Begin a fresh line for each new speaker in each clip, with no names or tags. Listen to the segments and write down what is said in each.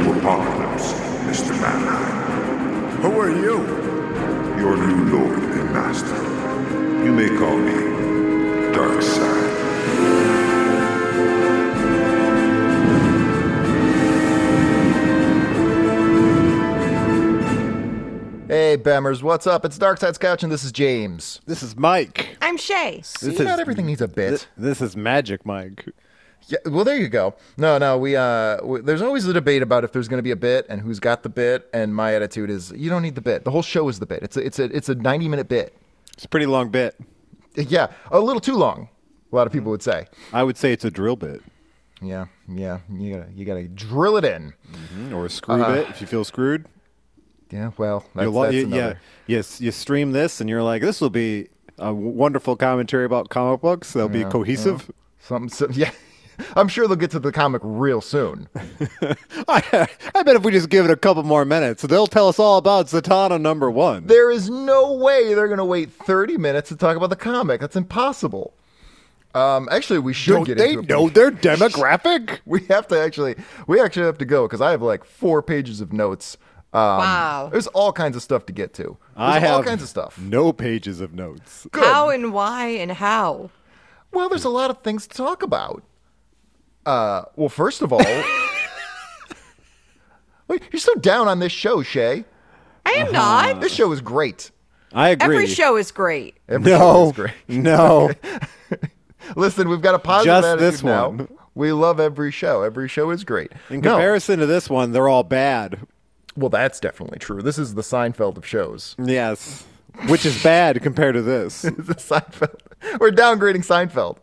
apocalypse, Mr. Manheim.
Who are you?
Your new lord and master. You may call me Darkseid.
Hey, Bemmers, what's up? It's Darkside's Couch, and this is James.
This is Mike.
I'm Shay.
This
This
not
is-
everything needs a bit.
Th- This is Magic Mike.
Yeah, well, there you go. No, no, we uh, w there's always a debate about if there's going to be a bit and who's got the bit. And my attitude is, you don't need the bit. The whole show is the bit. It's a, it's a, it's a 90 minute bit.
It's a pretty long bit.
Yeah, a little too long. A lot of people would say.
I would say it's a drill bit
Yeah, yeah, you gotta, you gotta drill it in. Mm-hmm.
or a screw bit if you feel screwed.
Yeah, well, Uh-huh. that's,
You lo-
that's
you-
another.
yeah, yes. You stream this and you're like, this will be a w- wonderful commentary about comic books. They'll be cohesive.
Something, so, yeah. I'm sure they'll get to the comic real soon.
I, I bet if we just give it a couple more minutes, they'll tell us all about Zatanna number one.
There is no way they're gonna wait 30 minutes to talk about the comic. That's impossible. Um, actually, we should
Don't
get
they
into it.
know their demographic?
we have to actually we actually have to go because I have like four pages of notes. Um,
Wow.
There's all kinds of stuff to get to. There's
I have
all kinds of stuff.
No pages of notes.
Good.
How and why and how?
Well, there's a lot of things to talk about. Uh, well, first of all, wait, you're so down on this show, Shay.
I am not.
This show is great.
I agree.
Every show is great.
Every show
Uh. No,
is great.
no.
Listen, we've got a positive
Just
attitude
this
now.
one.
We love every show. Every show is great.
In
No.
comparison to this one, they're all bad.
well, that's definitely true. This is the Seinfeld of shows.
Yes. Which is bad compared to this.
It's a Seinfeld. We're downgrading Seinfeld.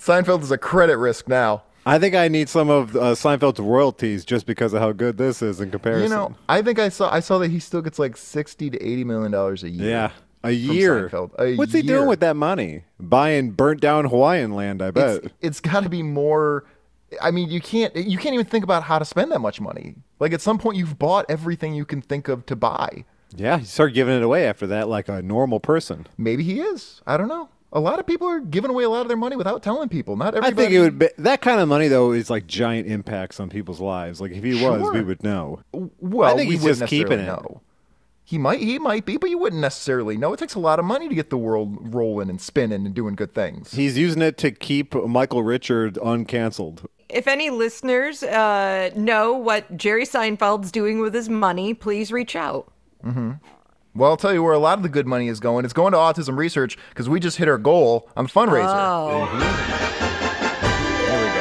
Seinfeld is a credit risk now.
I think I need some of uh, Seinfeld's royalties just because of how good this is in comparison.
You know, I think I saw I saw that he still gets like sixty to eighty million dollars a year.
yeah. A year.
Seinfeld. A
What's he
year.
doing with that money? Buying burnt down Hawaiian land, I bet.
it's, it's got to be more. I mean, you can't you can't even think about how to spend that much money. Like at some point, you've bought everything you can think of to buy.
yeah, you start giving it away after that like a normal person.
Maybe he is. I don't know. A lot of people are giving away a lot of their money without telling people. Not everybody.
I think it would be that kind of money though is like giant impacts on people's lives. Like if he was, we
Sure.
would know.
Well,
I think
we
he's
wouldn't
just keeping
necessarily
it.
know. He might, he might be, but you wouldn't necessarily know. It takes a lot of money to get the world rolling and spinning and doing good things.
He's using it to keep Michael Richard uncanceled.
If any listeners uh, know what Jerry Seinfeld's doing with his money, please reach out.
well, I'll tell you where a lot of the good money is going. It's going to autism research because we just hit our goal on the fundraiser.
Oh,
There we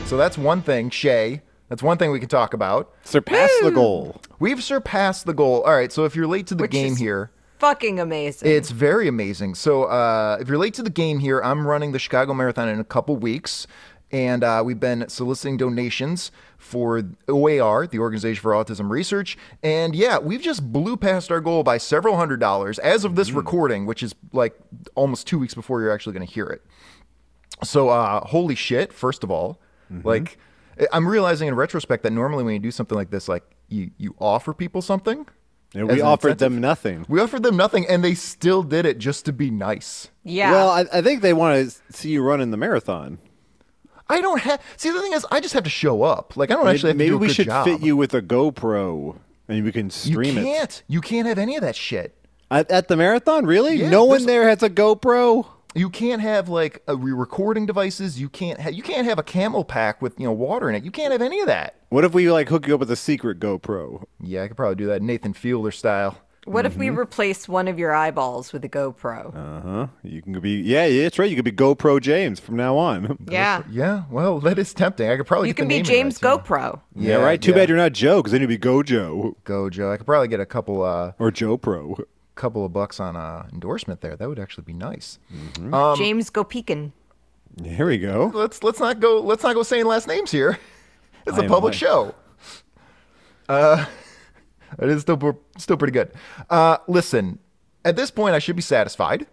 go. So that's one thing, Shay. That's one thing we can talk about.
Surpass the goal.
We've surpassed the goal. All right, so if you're late to the
Which
game
is-
here,
fucking amazing.
It's very amazing. So uh, if you're late to the game here, I'm running the Chicago Marathon in a couple weeks. And uh, we've been soliciting donations for OAR, the Organization for Autism Research. And yeah, we've just blew past our goal by several hundred dollars as of this recording, which is like almost two weeks before you're actually going to hear it. So, uh, holy shit! First of all, like I- I'm realizing in retrospect that normally when you do something like this, like you you offer people something.
And
as
we
an
offered
incentive.
them nothing.
We offered them nothing, and they still did it just to be nice.
yeah.
Well, I, I think they want to see you running the marathon.
I don't have. See, the thing is, I just have to show up. Like, I don't actually have
maybe
to do a
we
good
should
job.
fit you with a GoPro and we can
You
stream it
can't. You can't have any of that shit.
at, at the marathon. Really?
Yeah,
no
there's-
one there has a GoPro.
You can't have like a re- recording devices. You can't. Ha- you can't have a camel pack with you know water in it. You can't have any of that.
What if we like hook you up with a secret GoPro?
Yeah, I could probably do that Nathan Fielder style.
what if we replace one of your eyeballs with a GoPro?
Uh huh. You can be yeah, yeah, that's right. You could be GoPro James from now on.
yeah.
Yeah, well, that is tempting. I could probably
You
get the
can be
naming
James
rights,
GoPro.
Yeah, right. Too
yeah.
bad you're not Joe, because then you'd be Gojo
yeah. Gojo. I could probably get a couple uh
or Joe Pro.
couple of bucks on uh endorsement there. That would actually be nice.
James GoPekin.
Here we go.
let's let's not go let's not go saying last names here. It's a
I am
public
like-
show. Uh, it is still pr- still pretty good. Uh, listen, at this point, I should be satisfied,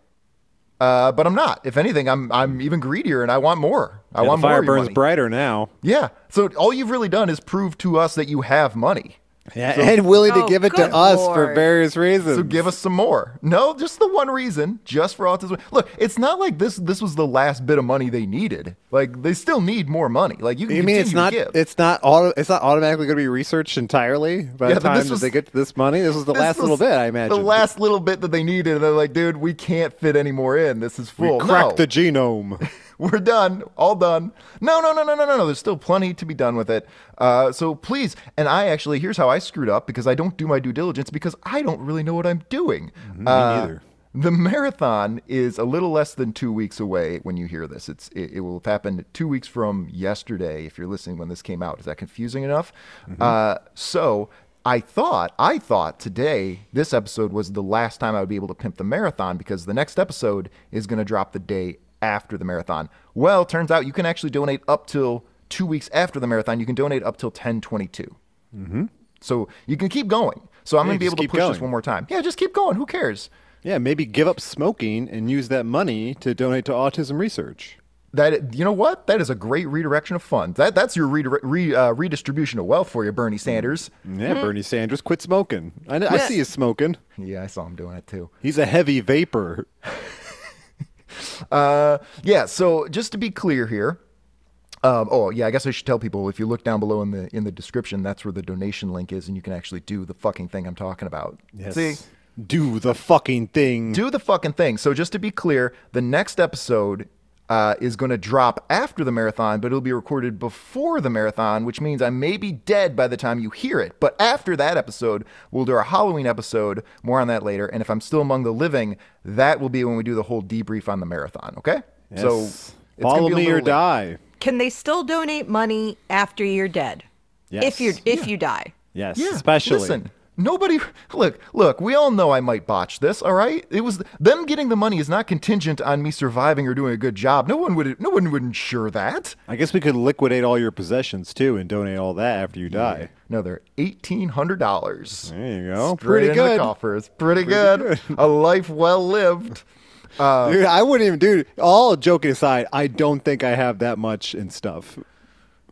uh, but I'm not. If anything, I'm I'm even greedier, and I want more. I
And the
want more.
fire
of your
burns
money.
brighter now.
Yeah. So all you've really done is prove to us that you have money.
Yeah, and willing to
Oh,
give it
good
to us for
lord.
various reasons.
So give us some more. No, just the one reason, just for autism. Look, it's not like this. This was the last bit of money they needed. Like they still need more money. Like you can
you mean it's not
continue to give.
it's not auto it's not automatically going to be researched entirely by
Yeah,
the
but this
time
was-
that they get to this money? This was the
This
last little
was
bit, I imagine.
The last little bit that they needed, and they're like, dude, we can't fit any more in. This is full.
we cracked
no,
the genome.
we're done. All done. No, no, no, no, no, no, no. There's still plenty to be done with it. Uh, so please, and I actually, here's how I screwed up because I don't do my due diligence because I don't really know what I'm doing. Uh,
neither.
The marathon is a little less than two weeks away when you hear this. It's it, it will have happened two weeks from yesterday if you're listening when this came out. Is that confusing enough?
Mm-hmm.
Uh, so I thought I thought today this episode was the last time I would be able to pimp the marathon because the next episode is going to drop the day after the marathon. Well, turns out you can actually donate up till two weeks after the marathon. You can donate up till ten twenty two. So you can keep going. So I'm
Mm-hmm. Yeah,
going to be
just
able to
keep
push this
going.
one more time. Yeah, just keep going. Who cares?
yeah, maybe give up smoking and use that money to donate to autism research.
That you know what? That is a great redirection of funds. That that's your redir- re, uh, redistribution of wealth for you, Bernie Sanders.
Yeah, Bernie Sanders, quit smoking. I, know, I
Yeah.
see you smoking.
Yeah, I saw him doing it too.
He's a heavy vapor.
Uh, yeah. So just to be clear here. Um, oh yeah, I guess I should tell people if you look down below in the in the description, that's where the donation link is, and you can actually do the fucking thing I'm talking about. See,
Do the fucking thing.
do the fucking thing. So just to be clear, the next episode uh, is going to drop after the marathon, but it'll be recorded before the marathon, which means I may be dead by the time you hear it. But after that episode, we'll do our Halloween episode. More on that later. And if I'm still among the living, that will be when we do the whole debrief on the marathon. Okay.
Yes.
So it's gonna
follow
be a
me
little
or
late.
die.
Can they still donate money after you're dead?
Yes.
If you if you die.
Yes,
Yeah.
especially.
Listen. Nobody look, look, we all know I might botch this, all right? It was them getting the money is not contingent on me surviving or doing a good job. No one would no one would ensure that.
I guess we could liquidate all your possessions too and donate all that after you die.
Another eighteen hundred dollars.
There you go. Pretty
Pretty The
good.
coffers. Pretty, good. A life well lived. Uh,
Dude, I wouldn't even do all joking aside, I don't think I have that much in stuff.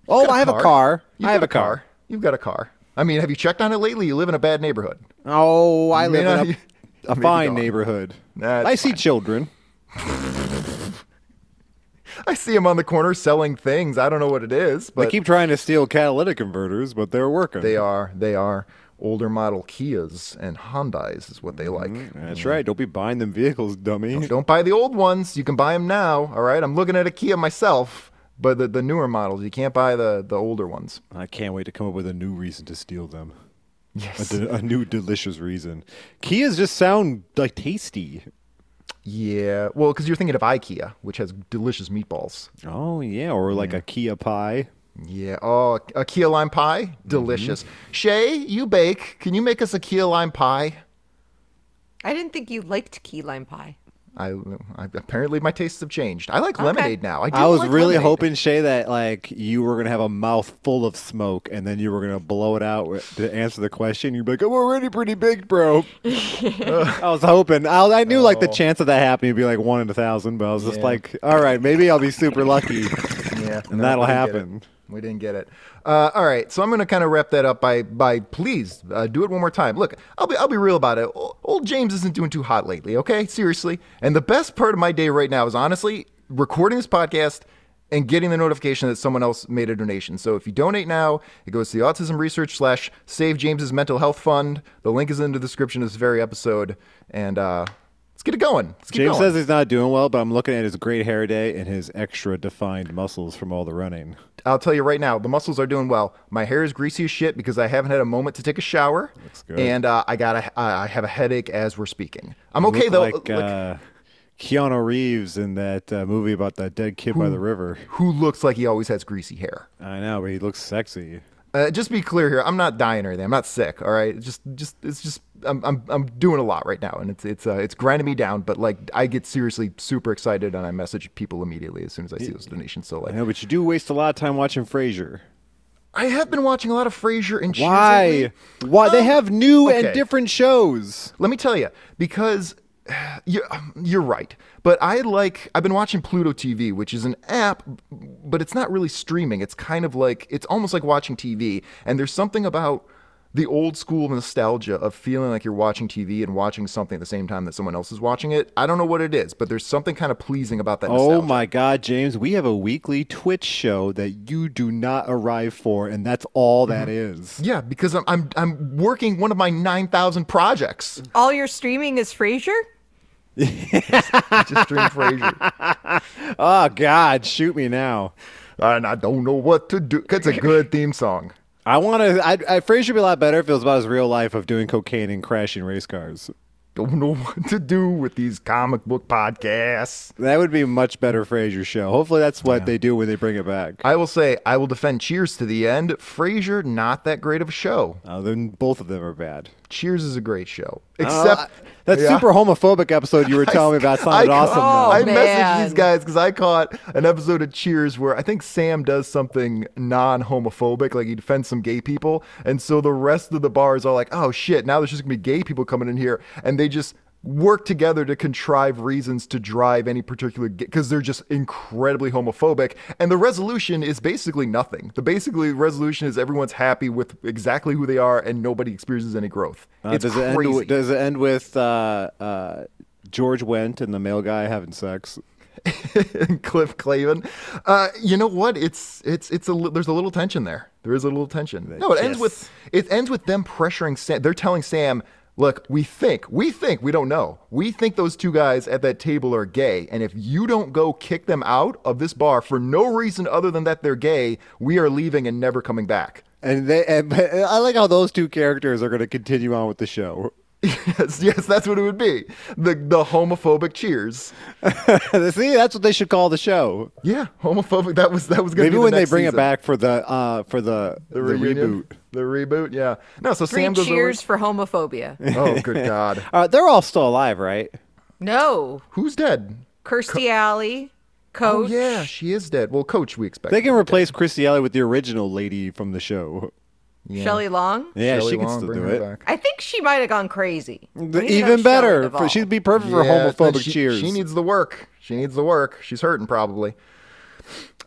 Oh, I have a car.
You've
I have
got
a car.
You've got a car. I mean, have you checked on it lately? You live in a bad neighborhood.
Oh, I
may
live in
not-
a, a
Maybe
fine
don't.
neighborhood.
Nah, it's
I see children.
I see him on the corner selling things. I don't know what it is,
They
but
keep trying to steal catalytic converters, but they're working.
they are they are older model Kias and Hondas is what they like.
That's right. Don't be buying them vehicles, dummy.
Don't buy the old ones. You can buy them now. All right. I'm looking at a Kia myself, but the, the newer models, you can't buy the, the older ones.
I can't wait to come up with a new reason to steal them. A,
Yes.
de- a new delicious reason. Kias just sound like tasty.
Yeah. Well, because you're thinking of IKEA, which has delicious meatballs.
Oh yeah, or like
Mm.
a Kia pie.
Yeah. Oh, a key lime pie, delicious. Shay, you bake. Can you make us a key lime pie?
I didn't think you liked key lime pie.
I, I apparently my tastes have changed. I like lemonade now. I, do
I was
like
really
lemonade.
hoping Shay that like you were gonna have a mouth full of smoke and then you were gonna blow it out wi- to answer the question. You'd be like, "I'm already pretty big, bro." I was hoping. I, I knew
Oh.
like the chance of that happening would be like one in a thousand, but I was just
Yeah.
like, "All right, maybe I'll be super lucky."
Yeah,
And
no,
that'll
we didn't get it.
happen.
We didn't get it. Uh, all right, so I'm going to kind of wrap that up by by please uh, do it one more time. Look, I'll be I'll be real about it. O- Old James isn't doing too hot lately. Okay, seriously. And the best part of my day right now is honestly recording this podcast and getting the notification that someone else made a donation. So if you donate now, it goes to the Autism Research slash Save James's Mental Health Fund. The link is in the description of this very episode. And uh, let's get it going. Let's keep
James
going.
says he's not doing well, but I'm looking at his great hair day and his extra defined muscles from all the running.
I'll tell you right now, the muscles are doing well. My hair is greasy as shit because I haven't had a moment to take a shower. Looks
good.
And uh, I got a, I I have a headache as we're speaking. I'm okay
Look
though.
like,
Look,
uh, Keanu Reeves in that uh, movie about that dead kid by the river.
who looks like he always has greasy hair?
I know, but he looks sexy.
Uh, just be clear here. I'm not dying or anything. I'm not sick. All right. It's Just just it's just I'm I'm, I'm doing a lot right now, and it's it's uh, it's grinding me down. But like I get seriously super excited, and I message people immediately as soon as I see those donations. So
I
like
know, but you do waste a lot of time watching Frasier.
I have been watching a lot of Frasier and Cheers lately.
Why? Why they have new
Um, okay.
and different shows?
Let me tell you, because you're, you're right. But I like, I've been watching Pluto TV, which is an app, but it's not really streaming. It's kind of like, it's almost like watching TV. And there's something about the old school nostalgia of feeling like you're watching TV and watching something at the same time that someone else is watching it. I don't know what it is, but there's something kind of pleasing about that.
Oh
nostalgia.
my God, James, we have a weekly Twitch show that you do not arrive for, and that's all that is.
Yeah, because I'm I'm I'm working one of my nine thousand projects.
All your streaming is Frasier?
Just stream Frasier,
Oh God, shoot me now.
and I don't know what to do. That's a good theme song.
I want to. I, I Frasier would be a lot better if it was about his real life of doing cocaine and crashing race cars.
Don't know what to do with these comic book podcasts.
That would be a much better Frasier show. Hopefully, that's what they do when they bring it back.
I will say I will defend Cheers to the end. Frasier, not that great of a show.
Uh, then both of them are bad.
Cheers is a great
Oh,
show, except
I- that
Yeah.
super homophobic episode you were telling me about sounded
I
awesome.
caught-
though.
I
Oh,
messaged these
man.
guys because I caught an episode of Cheers where I think Sam does something non-homophobic, like he defends some gay people, and so the rest of the bar is all like, "Oh shit! Now there's just gonna be gay people coming in here," and they just work together to contrive reasons to drive any particular because they're just incredibly homophobic and the resolution is basically nothing the basically resolution is everyone's happy with exactly who they are and nobody experiences any growth
Uh,
it's
does it
crazy.
end? With, does it end with uh, uh, George Wendt and the male guy having sex?
and Cliff Clavin. Uh, you know what? It's it's it's a li- there's a little tension there. There is a little tension. no, it ends
kiss.
with it ends with them pressuring Sam. They're telling Sam, "Look, we think we think we don't know. We think those two guys at that table are gay, and if you don't go kick them out of this bar for no reason other than that they're gay, we are leaving and never coming back."
And they, and, but I like how those two characters are going to continue on with the show.
yes, yes, that's what it would be. The the homophobic cheers.
See, that's what they should call the show.
Yeah, homophobic. That was that was gonna
Maybe
be the
when they
next
bring it
season.
back for the uh, for the, the,
reunion?
reboot.
The reboot, yeah. No, so
Three
Sam goes
cheers for homophobia.
over. Oh, good God.
Uh, they're all still alive, right?
no.
Who's dead?
Kirstie Alley,
Oh,
Coach.
yeah, she is dead. Well, Coach, we expect.
They can replace Christy Alley with the original lady from the show.
Shelley Long.
Yeah,
Shelley
she can
Long,
still
bring
do
her
it.
back.
I think she might have gone crazy. We
The-
need another
Even
show
better.
with
For,
Evolve.
she'd be perfect for
Yeah, but
homophobic
she-
cheers.
She needs the work. She needs the work. She's hurting probably.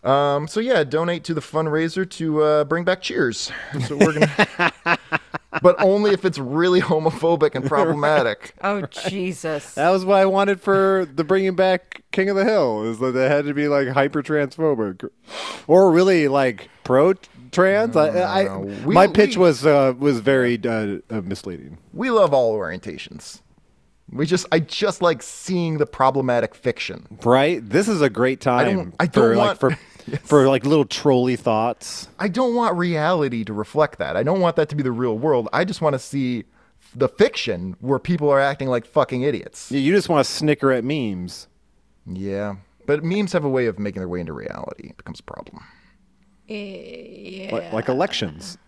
Um, so yeah, donate to the fundraiser to uh, bring back Cheers. So we're gonna, but only if it's really homophobic and problematic.
Oh Jesus!
that was what I wanted for the bringing back King of the Hill. Is that they had to be like hyper transphobic, or really like pro trans. I, I,
no. Uh, We-
my pitch
we-
was uh, was very uh, uh, misleading.
We love all orientations. We just, I just like seeing the problematic fiction.
Right? This is a great time
I don't
for
want-
like for for like little trolley thoughts.
I don't want reality to reflect that. I don't want that to be the real world. I just want to see the fiction where people are acting like fucking idiots.
You just want to snicker at memes.
Yeah. But memes have a way of making their way into reality. It becomes a problem.
li- Like, elections.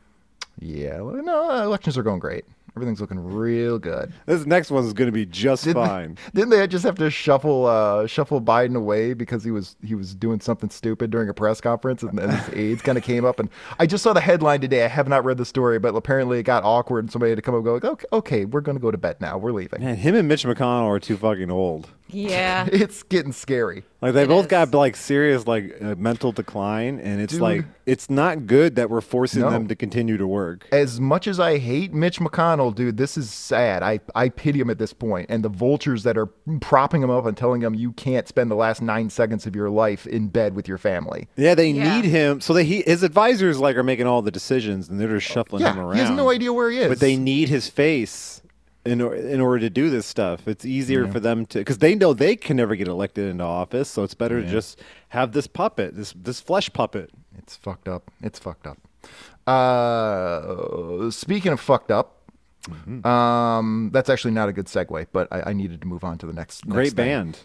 Yeah. well, No, elections are going great. Everything's looking real good.
This next one's going to be just fine.
Didn't they just have to shuffle uh, shuffle Biden away because he was he was doing something stupid during a press conference and then his aides kind of came up and I just saw the headline today. I have not read the story, but apparently it got awkward and somebody had to come up and go, like, okay, okay, we're going to go to bed now. We're leaving.
Man, him and Mitch McConnell are too fucking old.
yeah.
it's getting scary.
Like they
It
both
is.
got like serious like uh, mental decline, and it's
Dude.
like it's not good that we're forcing
No.
them to continue to work.
As much as I hate Mitch McConnell, dude, this is sad. I, I pity him at this point. And the vultures that are propping him up and telling him you can't spend the last nine seconds of your life in bed with your family.
Yeah, they
Yeah.
need him so that he his advisors like are making all the decisions, and they're just shuffling him
Oh, Yeah,
around.
he has no idea where he is.
but they need his face in or, in order to do this stuff. It's easier for them to because they know they can never get elected into office, so it's better to just have this puppet, this this flesh puppet.
It's fucked up. It's fucked up. Uh, speaking of fucked up,
Mm-hmm.
um, that's actually not a good segue, but I, I needed to move on to the next. next
Great
thing.
band.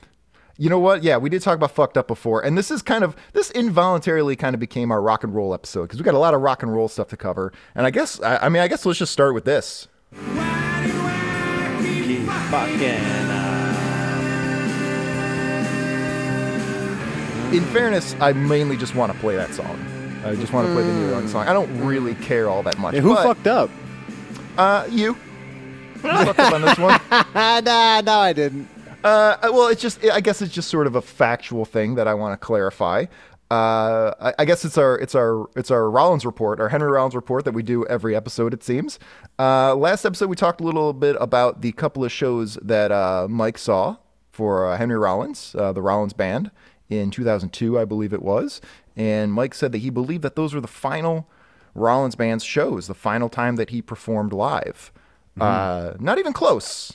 You know what? Yeah, we did talk about fucked up before, and this is kind of this involuntarily kind of became our rock and roll episode because we got a lot of rock and roll stuff to cover. And I guess I, I mean I guess let's just start with this. In fairness, I mainly just want to play that song. I just want to play the Neil Young song. I don't really care all that much.
Mm. Yeah, who
but,
fucked up?
Uh, you. You fucked up on this one.
Ah, nah, no, I didn't.
Uh, well, it's just, I guess it's just sort of a factual thing that I want to clarify. uh, I, I guess it's our it's our it's our Rollins report, our Henry Rollins report that we do every episode. It seems. Uh, last episode we talked a little bit about the couple of shows that uh, Mike saw for uh, Henry Rollins, uh, the Rollins Band, in 2002, I believe it was. And Mike said that he believed that those were the final Rollins Band's shows, the final time that he performed live. Uh, not even close.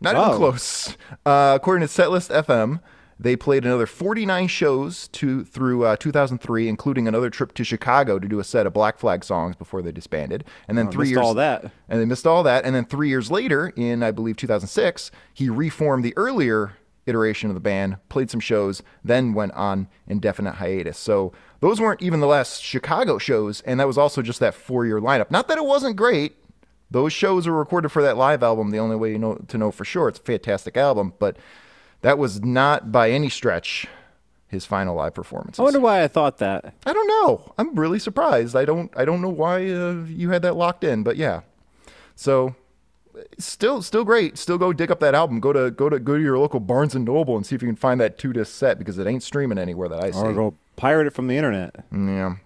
Not
Oh.
even close. Uh, according to Setlist FM, they played another 49 shows to through uh, 2003, including another trip to Chicago to do a set of Black Flag songs before they disbanded. And then
Oh,
three
missed
years
all that.
and they missed all that. And then three years later, in I believe 2006, he reformed the earlier iteration of the band, played some shows, then went on indefinite hiatus. So those weren't even the last Chicago shows, and that was also just that four-year lineup. Not that it wasn't great. Those shows were recorded for that live album. The only way you know to know for sure it's a fantastic album, but that was not by any stretch his final live performance.
I wonder why I thought that.
I don't know. I'm really surprised. I don't. I don't know why uh, you had that locked in, but yeah. So, still, still great. Still go dig up that album. Go to go to go to your local Barnes and Noble and see if you can find that two disc set because it ain't streaming anywhere that I see.
Or go pirate it from the internet.
yeah.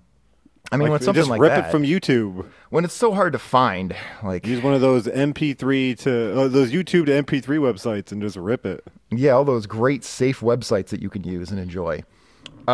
I mean, when it's
Mm. Like,
something
just
like
rip
that,
it from YouTube.
when it's so hard to find, like
Use one of those MP3 to uh, those YouTube to MP3 websites and just rip it.
yeah, all those great safe websites that you can use and enjoy. Um,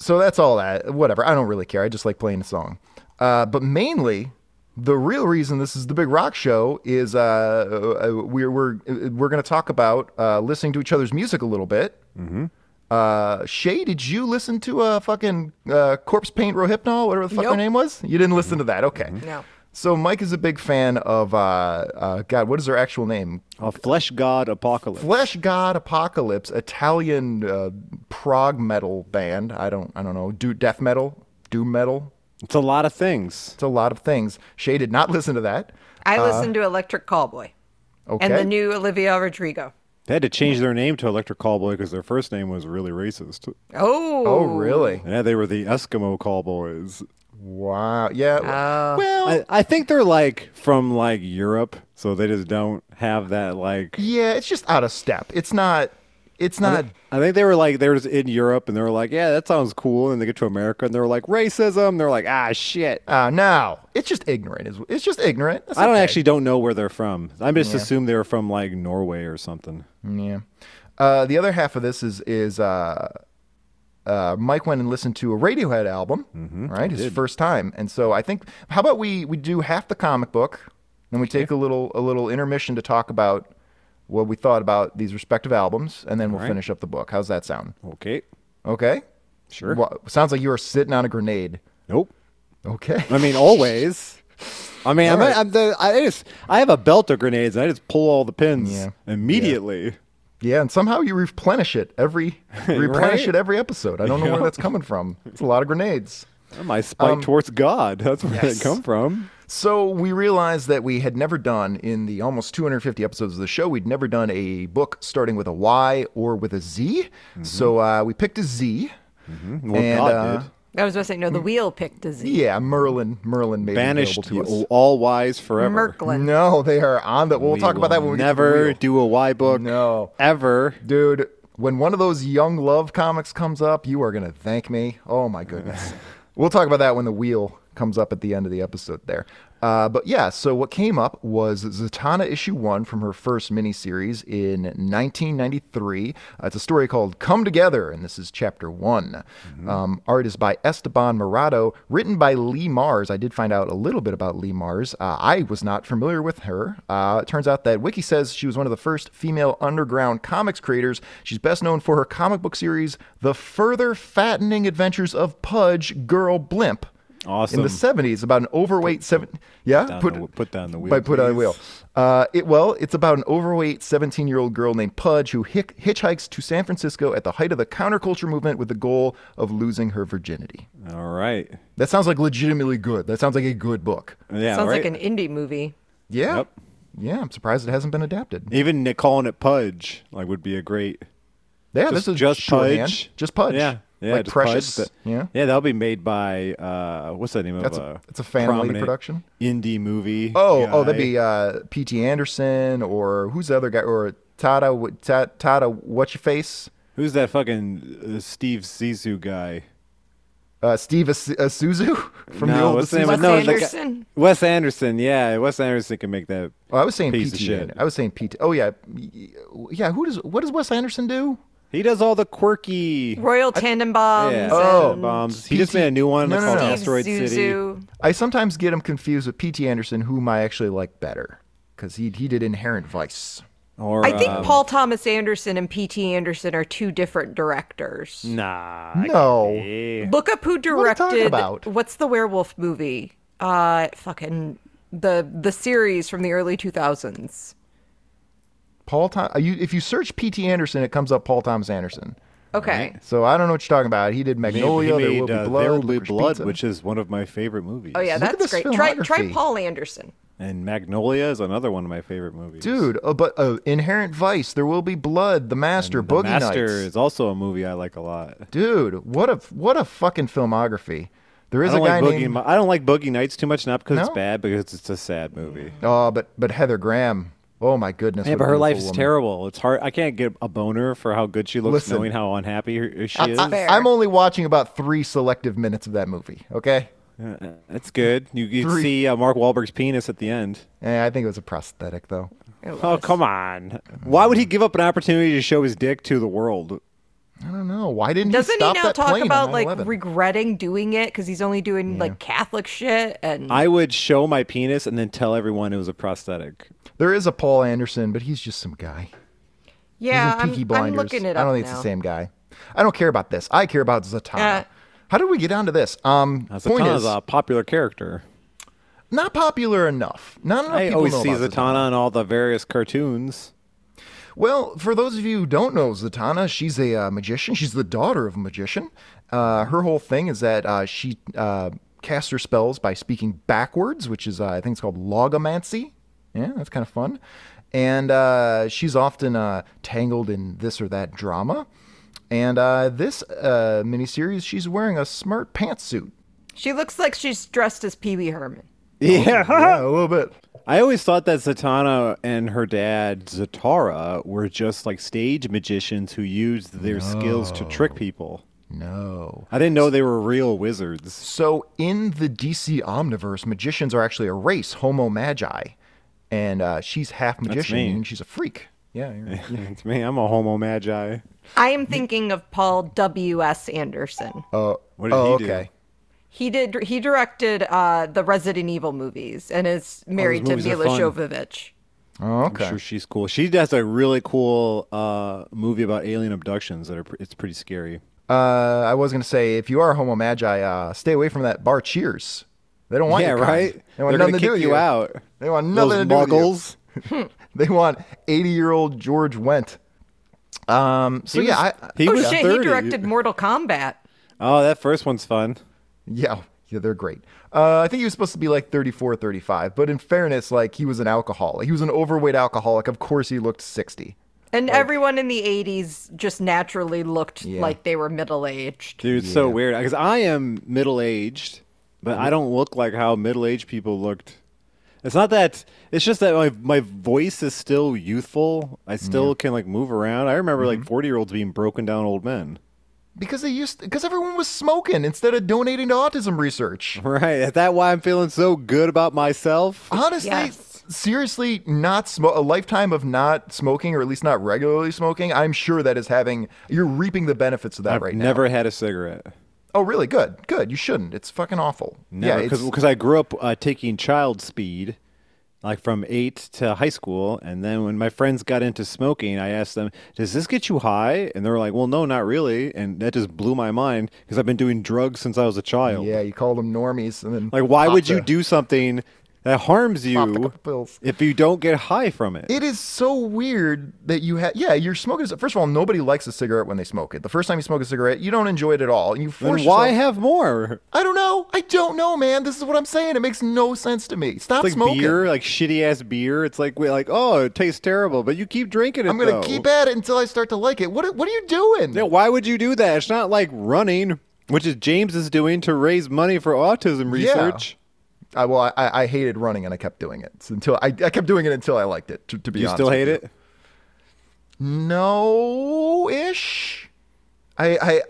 so that's all that. Whatever. I don't really care. I just like playing the song. Uh, but mainly, the real reason this is the Big Rock Show is uh, uh, we're we're we're going to talk about uh, listening to each other's music a little bit. Mm-hmm. Uh, Shay, did you listen to a fucking uh, Corpse Paint Rohypnol, whatever the fuck
Nope. Mm-hmm.
their name was? You didn't listen to that, okay?
No.
So Mike is a big fan of uh, uh, God. What is their actual name?
A flesh god apocalypse.
Flesh God Apocalypse, Italian uh, prog metal band. I don't, I don't know, do death metal, doom metal.
It's a lot of things.
It's a lot of things. Shay did not listen to that.
uh,
I listened to Electric Callboy
Okay.
and the new Olivia Rodrigo.
They had to change their name to Electric Callboy because their first name was really racist.
Oh.
oh, really?
And they were the Eskimo Callboys.
Wow. Yeah.
Oh.
well,
Uh, I, I think they're like from like Europe, so they just don't have that like.
yeah. It's just out of step. It's not. It's not.
I think they were like they were just in Europe, and they were like, "Yeah, that sounds cool." And they get to America, and they were like, "Racism." They're like, "Ah, shit."
Uh, no. It's just ignorant. It's, it's just ignorant. That's
I don't
okay.
actually don't know where they're from. I just assume they were from like Norway or something.
Yeah. Uh, the other half of this is is uh, uh, Mike went and listened to a Radiohead album,
Mm-hmm.
right? His first time, and so I think how about we we do half the comic book, then we take a little a little intermission to talk about what we thought about these respective albums, and then we'll
right.
finish up the book. How's that sound?
Okay.
Okay.
Sure.
Wha- sounds like you are sitting on a grenade.
Nope.
Okay.
I mean, always. I mean, I'm,
All right.
I'm the, I just I have a belt of grenades. And I just pull all the pins
Yeah.
immediately.
Yeah, and somehow you replenish it every replenish
Right.
it every episode. I don't know where that's coming from. It's a lot of grenades.
My spike towards God. That's where
Um, yes.
that come from.
So we realized that we had never done in the almost 250 episodes of the show, we'd never done a book starting with a Y or with a Z. So uh, we picked a Z.
Mm-hmm. Well,
And,
God
uh,
did.
I was going to say, no, the
Mm.
wheel picked disease.
Yeah, Merlin. Merlin made it
Banished
available to
you,
us.
all wise forever.
Merklin.
No, they are on the. We'll
We
talk about
will
that when we
never
get to the
do a Y book.
No.
ever.
wheel. dude. When one of those young love comics comes up, you are gonna thank me. Oh my goodness. we'll talk about that when the wheel comes up at the end of the episode there. Uh, but yeah, so what came up was Zatanna issue one from her first miniseries in 1993. Uh, it's a story called Come Together, and this is chapter one. Um, art is by Esteban Morado, written by Lee Mars. I did find out a little bit about Lee Mars. Uh, I was not familiar with her. Uh, it turns out that Wiki says she was one of the first female underground comics creators. She's best known for her comic book series, The Further Fattening Adventures of Pudge Girl Blimp.
Awesome.
In the 70s, about an overweight seven. Yeah,
down the- put down the wheel,
By put on the
please.
wheel. Uh, it, well, it's about an overweight 17 year old girl named Pudge who hick, hitchhikes to San Francisco at the height of the counterculture movement with the goal of losing her virginity.
All right.
That sounds like legitimately good. That sounds like a good book.
Yeah.
Sounds
right?
like an indie movie.
Yeah.
Yep.
Yeah, I'm surprised it hasn't been adapted.
even Nick calling it Pudge like would be a great.
Yeah,
just,
this is
just
shorthand.
Pudge.
Just Pudge.
Yeah. Yeah.
like
just
Precious.
Pudge. That-
Yeah.
Yeah. That'll be made by uh, what's that name of
That's a-
uh,
it's a family
prominent
production?
indie movie.
Oh, oh,
guy.
that'd be uh, P.T. Anderson or who's the other guy or Tata Wi- Ta- Tata What's Your Face?
who's that fucking uh, Steve Zissou guy?
Uh, Steve Asu- Asuzu from the
no,
old
what's the name?
Azuzu?
Wes
of- no, the guy-
Anderson?
Wes Anderson. Yeah, Wes Anderson can make that.
Oh, I was saying
Piece of
PTA.
shit.
I was saying PT. Oh yeah, yeah. Who does? What does Wes Anderson do?
He does all the quirky.
Royal Tannenbaums.
Yeah.
Oh.
and
bombs. um, He just made a new one
No, no,
called
no.
Steve
Asteroid City.
Zuzu.
I sometimes get him confused with PT Anderson, whom I actually like better, because he he did Inherent Vice.
Or
I think
um,
Paul Thomas Anderson and P.T. Anderson are two different directors.
Nah.
No.
Look up who
are you
directed.
talking about?
What's the werewolf movie? Uh, fucking the the series from the early two thousands.
Paul Tom. You, if you search PT Anderson, it comes up Paul Thomas Anderson.
Okay.
So I don't know what you're talking about. He did
He
Magnolia.
made,
there will
uh,
be blood.
There Will Be
Licorice
Blood,
Pizza.
which is one of my favorite movies.
Oh yeah,
Look at
that's
this
great. Try try
filmography.
Paul Anderson.
And Magnolia is another one of my favorite movies.
dude. Uh, but uh, Inherent Vice. There will be blood. The Master.
The
Boogie
Master
Nights.
is also a movie I like a lot.
dude. What a what a fucking filmography. There
I
is a
don't,
guy
like Boogie,
named
Ni- I don't like Boogie Nights too much, not because it's
No?
bad, because it's a sad movie.
oh, but but Heather Graham. Oh my goodness.
Yeah,
what a
but her
beautiful
life's
woman.
terrible. It's hard. I can't get a boner for how good she looks,
Listen.
knowing how unhappy her- she is.
fair.
I'm only watching about three selective minutes of that movie. Okay,
That's Uh, good. You, you
Three.
see uh, Mark Wahlberg's penis at the end.
Eh, I think it was a prosthetic though.
It
Oh
was.
come
Uh,
on! Why would he give up an opportunity to show his dick to the world?
I don't know why didn't
Doesn't
he stop
he now
that
talk
plane
about
on
like
9/11?
regretting doing it because he's only doing like Catholic shit and
Mm.
I would show my penis and then tell everyone it was a prosthetic.
there is a Paul Anderson, but he's just some guy.
yeah,
he's in Peaky
I'm, I'm
Blinders.
looking it up
I don't think
now.
it's the same guy. I don't care about this. I care about Zatanna.
Yeah.
How did we get down to this? Um, point
Zatanna's
is,
a popular character.
not popular enough. Not enough
I
people
always
know
see
about Zatanna.
Zatanna in all the various cartoons.
Well, for those of you who don't know Zatanna, she's a uh, magician. She's the daughter of a magician. Uh, her whole thing is that uh, she uh, casts her spells by speaking backwards, which is, uh, I think it's called logomancy. Yeah, that's kind of fun. And uh, she's often uh, tangled in this or that drama. And uh, this uh, miniseries, she's wearing a smart pantsuit.
She looks like she's dressed as Pee Wee Herman.
Yeah.
Yeah, a little bit.
I always thought that Zatanna and her dad Zatara were just like stage magicians who used their skills to trick people.
No.
I didn't know they were real wizards.
So in the DC Omniverse, magicians are actually a race, Homo Magi, and uh, she's half magician
me.
and she's a freak. Yeah, you're-
it's me. I'm a homo magi.
I am thinking of Paul W. S. Anderson.
What did
Oh,
he
okay.
He did. He directed uh, the Resident Evil movies and is married to
movies are
Mila
fun.
Jovovich.
do?
Oh,
I'm
okay.
sure she's cool. She does a really cool uh, movie about alien abductions that are. Pr- it's pretty scary.
Uh, I was gonna say if you are a Homo Magi, uh, stay away from that bar. Cheers. They don't want
yeah,
your kind.
right.
They want
They're gonna
nothing to do
kick
with
you out.
They want
Those
nothing to do with you.
muggles.
They want eighty-year-old George Wendt. Um. So yeah, I,
He
oh
was
shit!
30.
He directed Mortal Kombat.
Oh, that first one's fun.
Yeah, yeah, they're great. Uh, I think he was supposed to be like 34, 35, but in fairness, like he was an alcoholic. He was an overweight alcoholic. Of course, he looked 60.
And everyone in the 80s just naturally looked like they were middle aged.
Dude, it's so weird because I am middle aged, but
Mm-hmm.
I don't look like how middle aged people looked. It's not that. It's just that my my voice is still youthful. I still can like move around. I remember like
Mm-hmm.
forty year olds being broken down old men.
Because they used, because everyone was smoking instead of donating to autism research.
Right. Is that why I'm feeling so good about myself?
Honestly,
Yes.
seriously, not smo- a lifetime of not smoking, or at least not regularly smoking. I'm sure that is having you're reaping the benefits of that
I've
right now.
never had a cigarette.
Oh, really? Good, good. You shouldn't. It's fucking awful.
Never,
yeah, it's-
because I grew up uh, taking child speed, like from eight to high school, and then when my friends got into smoking, I asked them, "Does this get you high?" And they were like, "Well, no, not really," and that just blew my mind because I've been doing drugs since I was a child.
yeah. You called them normies, and then
Like, why
popped
would you
the-
do something that harms
popped a
you
couple pills.
if you don't get high from it?
It is so weird that you have. Yeah, you're smoking. First of all, nobody likes a cigarette when they smoke it. The first time you smoke a cigarette, you don't enjoy it at all, and you
then
force.
why
yourself-
have more?
I don't know. I don't know, man. This is what I'm saying. It makes no sense to me. Stop
It's like
smoking.
beer, like shitty ass beer. It's like we like, oh, it tastes terrible, but you keep drinking it.
I'm gonna
though.
keep at it until I start to like it. What What are you doing?
Yeah, why would you do that? It's not like running, which is James is doing to raise money for autism
Yeah.
research.
I, well, I- I, I hated running, and I kept doing it So until I, I kept doing it until I liked it. To, to be
You
honest,
still
with
hate
you.
it?
No ish. I, I,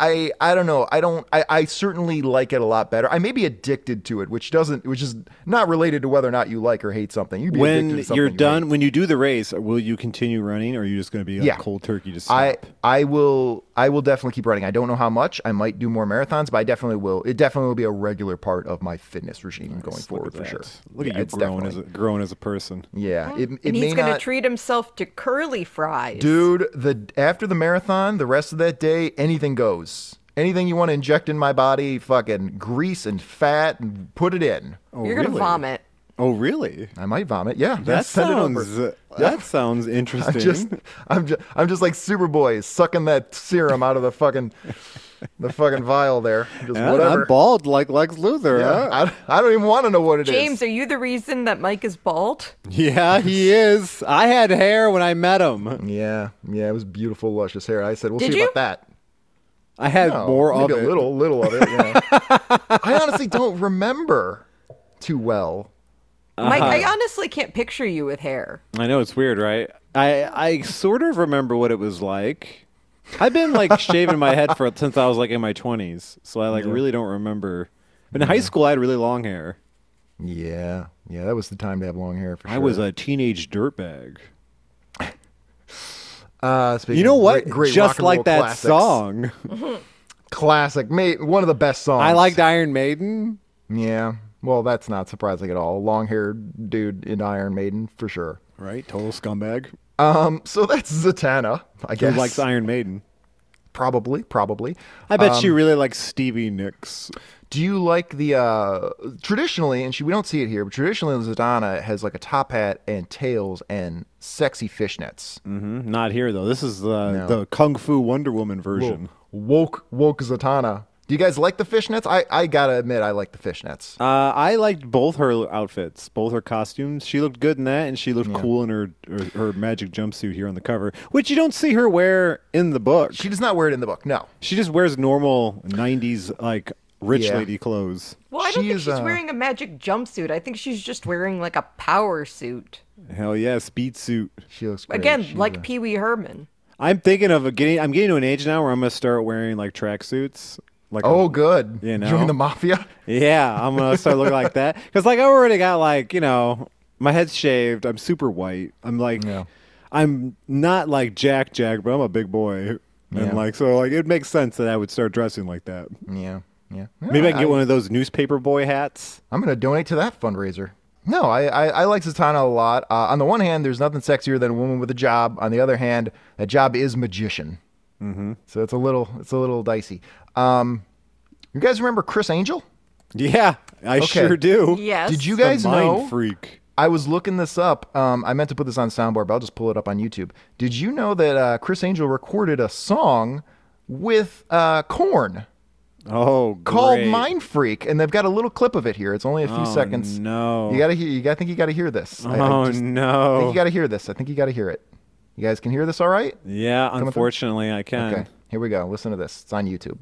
I, I don't know. I don't. I, I certainly like it a lot better. I may be addicted to it, which doesn't, which is not related to whether or not you like or hate something. You'd be addicted
When
to something
you're
you hate.
done, when you do the race, will you continue running, or are you just going to be like
Yeah.
cold turkey to stop?
I I will I will definitely keep running. I don't know how much. I might do more marathons, but I definitely will. It definitely will be a regular part of my fitness regime going
Look
forward
at
for
that.
sure.
Look
yeah,
at you
it's
growing as a,
definitely-
growing as a person.
yeah, it, it
and
may
he's going to
not-
treat himself to curly fries.
dude. The after the marathon, the rest of that day, anything goes. Anything you want to inject in my body, fucking grease and fat, and put it in.
You're going to
really?
vomit.
Oh, really?
I might vomit. Yeah,
Oh. That
send it over.
sounds that sounds interesting.
I'm just, I'm just, I'm just like Superboy sucking that serum out of the fucking, the fucking vial there. Just
Yeah,
whatever.
I'm bald like Lex Luthor.
Yeah,
huh?
I, I don't even want to know what it is.
James, are you the reason that Mike is bald?
Yeah, he is. I had hair when I met him.
Yeah, yeah, it was beautiful, luscious hair. I said, we'll
Did
see
you?
about that.
I had
No,
more of
maybe
it.
a little, little of it. Yeah. I honestly don't remember too well. Uh-huh.
Mike, I honestly can't picture you with hair.
I know it's weird, right? I I sort of remember what it was like. I've been like shaving my head for since I was like in my twenties, so I like really don't remember. But in high school, I had really long hair.
Yeah, yeah, that was the time to have long hair for sure.
I was a teenage dirtbag.
uh, speaking
You know
of
what?
Great, great rock
Just
and
like
roll
that
classics.
song,
classic, mate, one of the best songs.
I liked Iron Maiden.
Yeah, well, that's not surprising at all. Long haired dude in Iron Maiden for sure.
Right, total scumbag
Um, so that's Zatanna, I
who
guess.
likes Iron Maiden. Um,
probably, probably.
I bet she really likes Stevie Nicks.
Do you like the uh, traditionally, and she, we don't see it here, but traditionally Zatanna has like a top hat and tails and sexy fishnets.
Mm-hmm. Not here though. This is the
No.
the Kung Fu Wonder Woman version.
Woke, woke Zatanna. Do you guys like the fishnets? I, I gotta admit, I like the fishnets.
Uh, I liked both her outfits, both her costumes. She looked good in that, and she looked cool in her, her her magic jumpsuit here on the cover, which you don't see her wear in the book.
She
She,
does not wear it in the book. No,
just wears normal '90s like rich
Yeah.
lady clothes.
Well, I don't
She
think
is,
she's
uh,
wearing a magic jumpsuit. I think she's just wearing like a power suit.
Hell yeah, speed suit.
she looks great.
Again,
She's
like
a-
Pee Wee Herman.
I'm thinking of getting. I'm getting to an age now where I'm gonna start wearing like tracksuits. Like a-
oh, good.
You know.
join the mafia.
Yeah, I'm gonna start looking like that because like I already got like you know my head's shaved. I'm super white. I'm like,
Yeah.
I'm not like Jack Jack, but I'm a big boy,
Yeah.
and like so like it makes sense that I would start dressing like that.
Yeah, yeah.
Maybe I can
Yeah,
get one of those newspaper boy hats.
I'm gonna donate to that fundraiser. No, I I, I like Zatanna a lot. Uh, on the one hand, there's nothing sexier than a woman with a job. On the other hand, that job is magician. Mm-hmm. So it's a little it's a little dicey. Um, you guys remember Chris Angel?
Yeah, I
Okay.
sure do.
Yes.
Did you
The
guys
mind
know?
freak.
I was looking this up. Um, I meant to put this on soundbar, but I'll just pull it up on YouTube. Did you know that uh, Chris Angel recorded a song with uh, Corn
Oh,
called
great.
Mind Freak, and they've got a little clip of it here. It's only a few
Oh,
seconds.
no.
you gotta hear. You gotta I think you gotta hear this. I- I
Oh
just- I think
no.
you got to hear this. I think you got to hear it. You guys can hear this all right?
yeah,
through.
unfortunately, I can.
Okay. Here we go. Listen to this. It's on YouTube.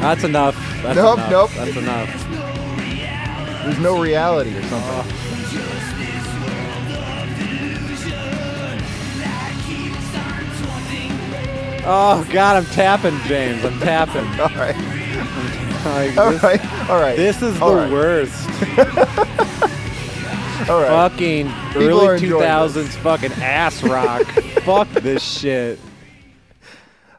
That's enough. That's
Nope,
enough.
nope.
That's enough.
There's no reality or something.
Oh God, I'm tapping, James. I'm tapping.
All right.
Like,
All
Uh, this-
right. All right.
This is the
All right.
worst
All right.
fucking
People are
early
enjoying
2000s fucking ass rock. Fuck this shit.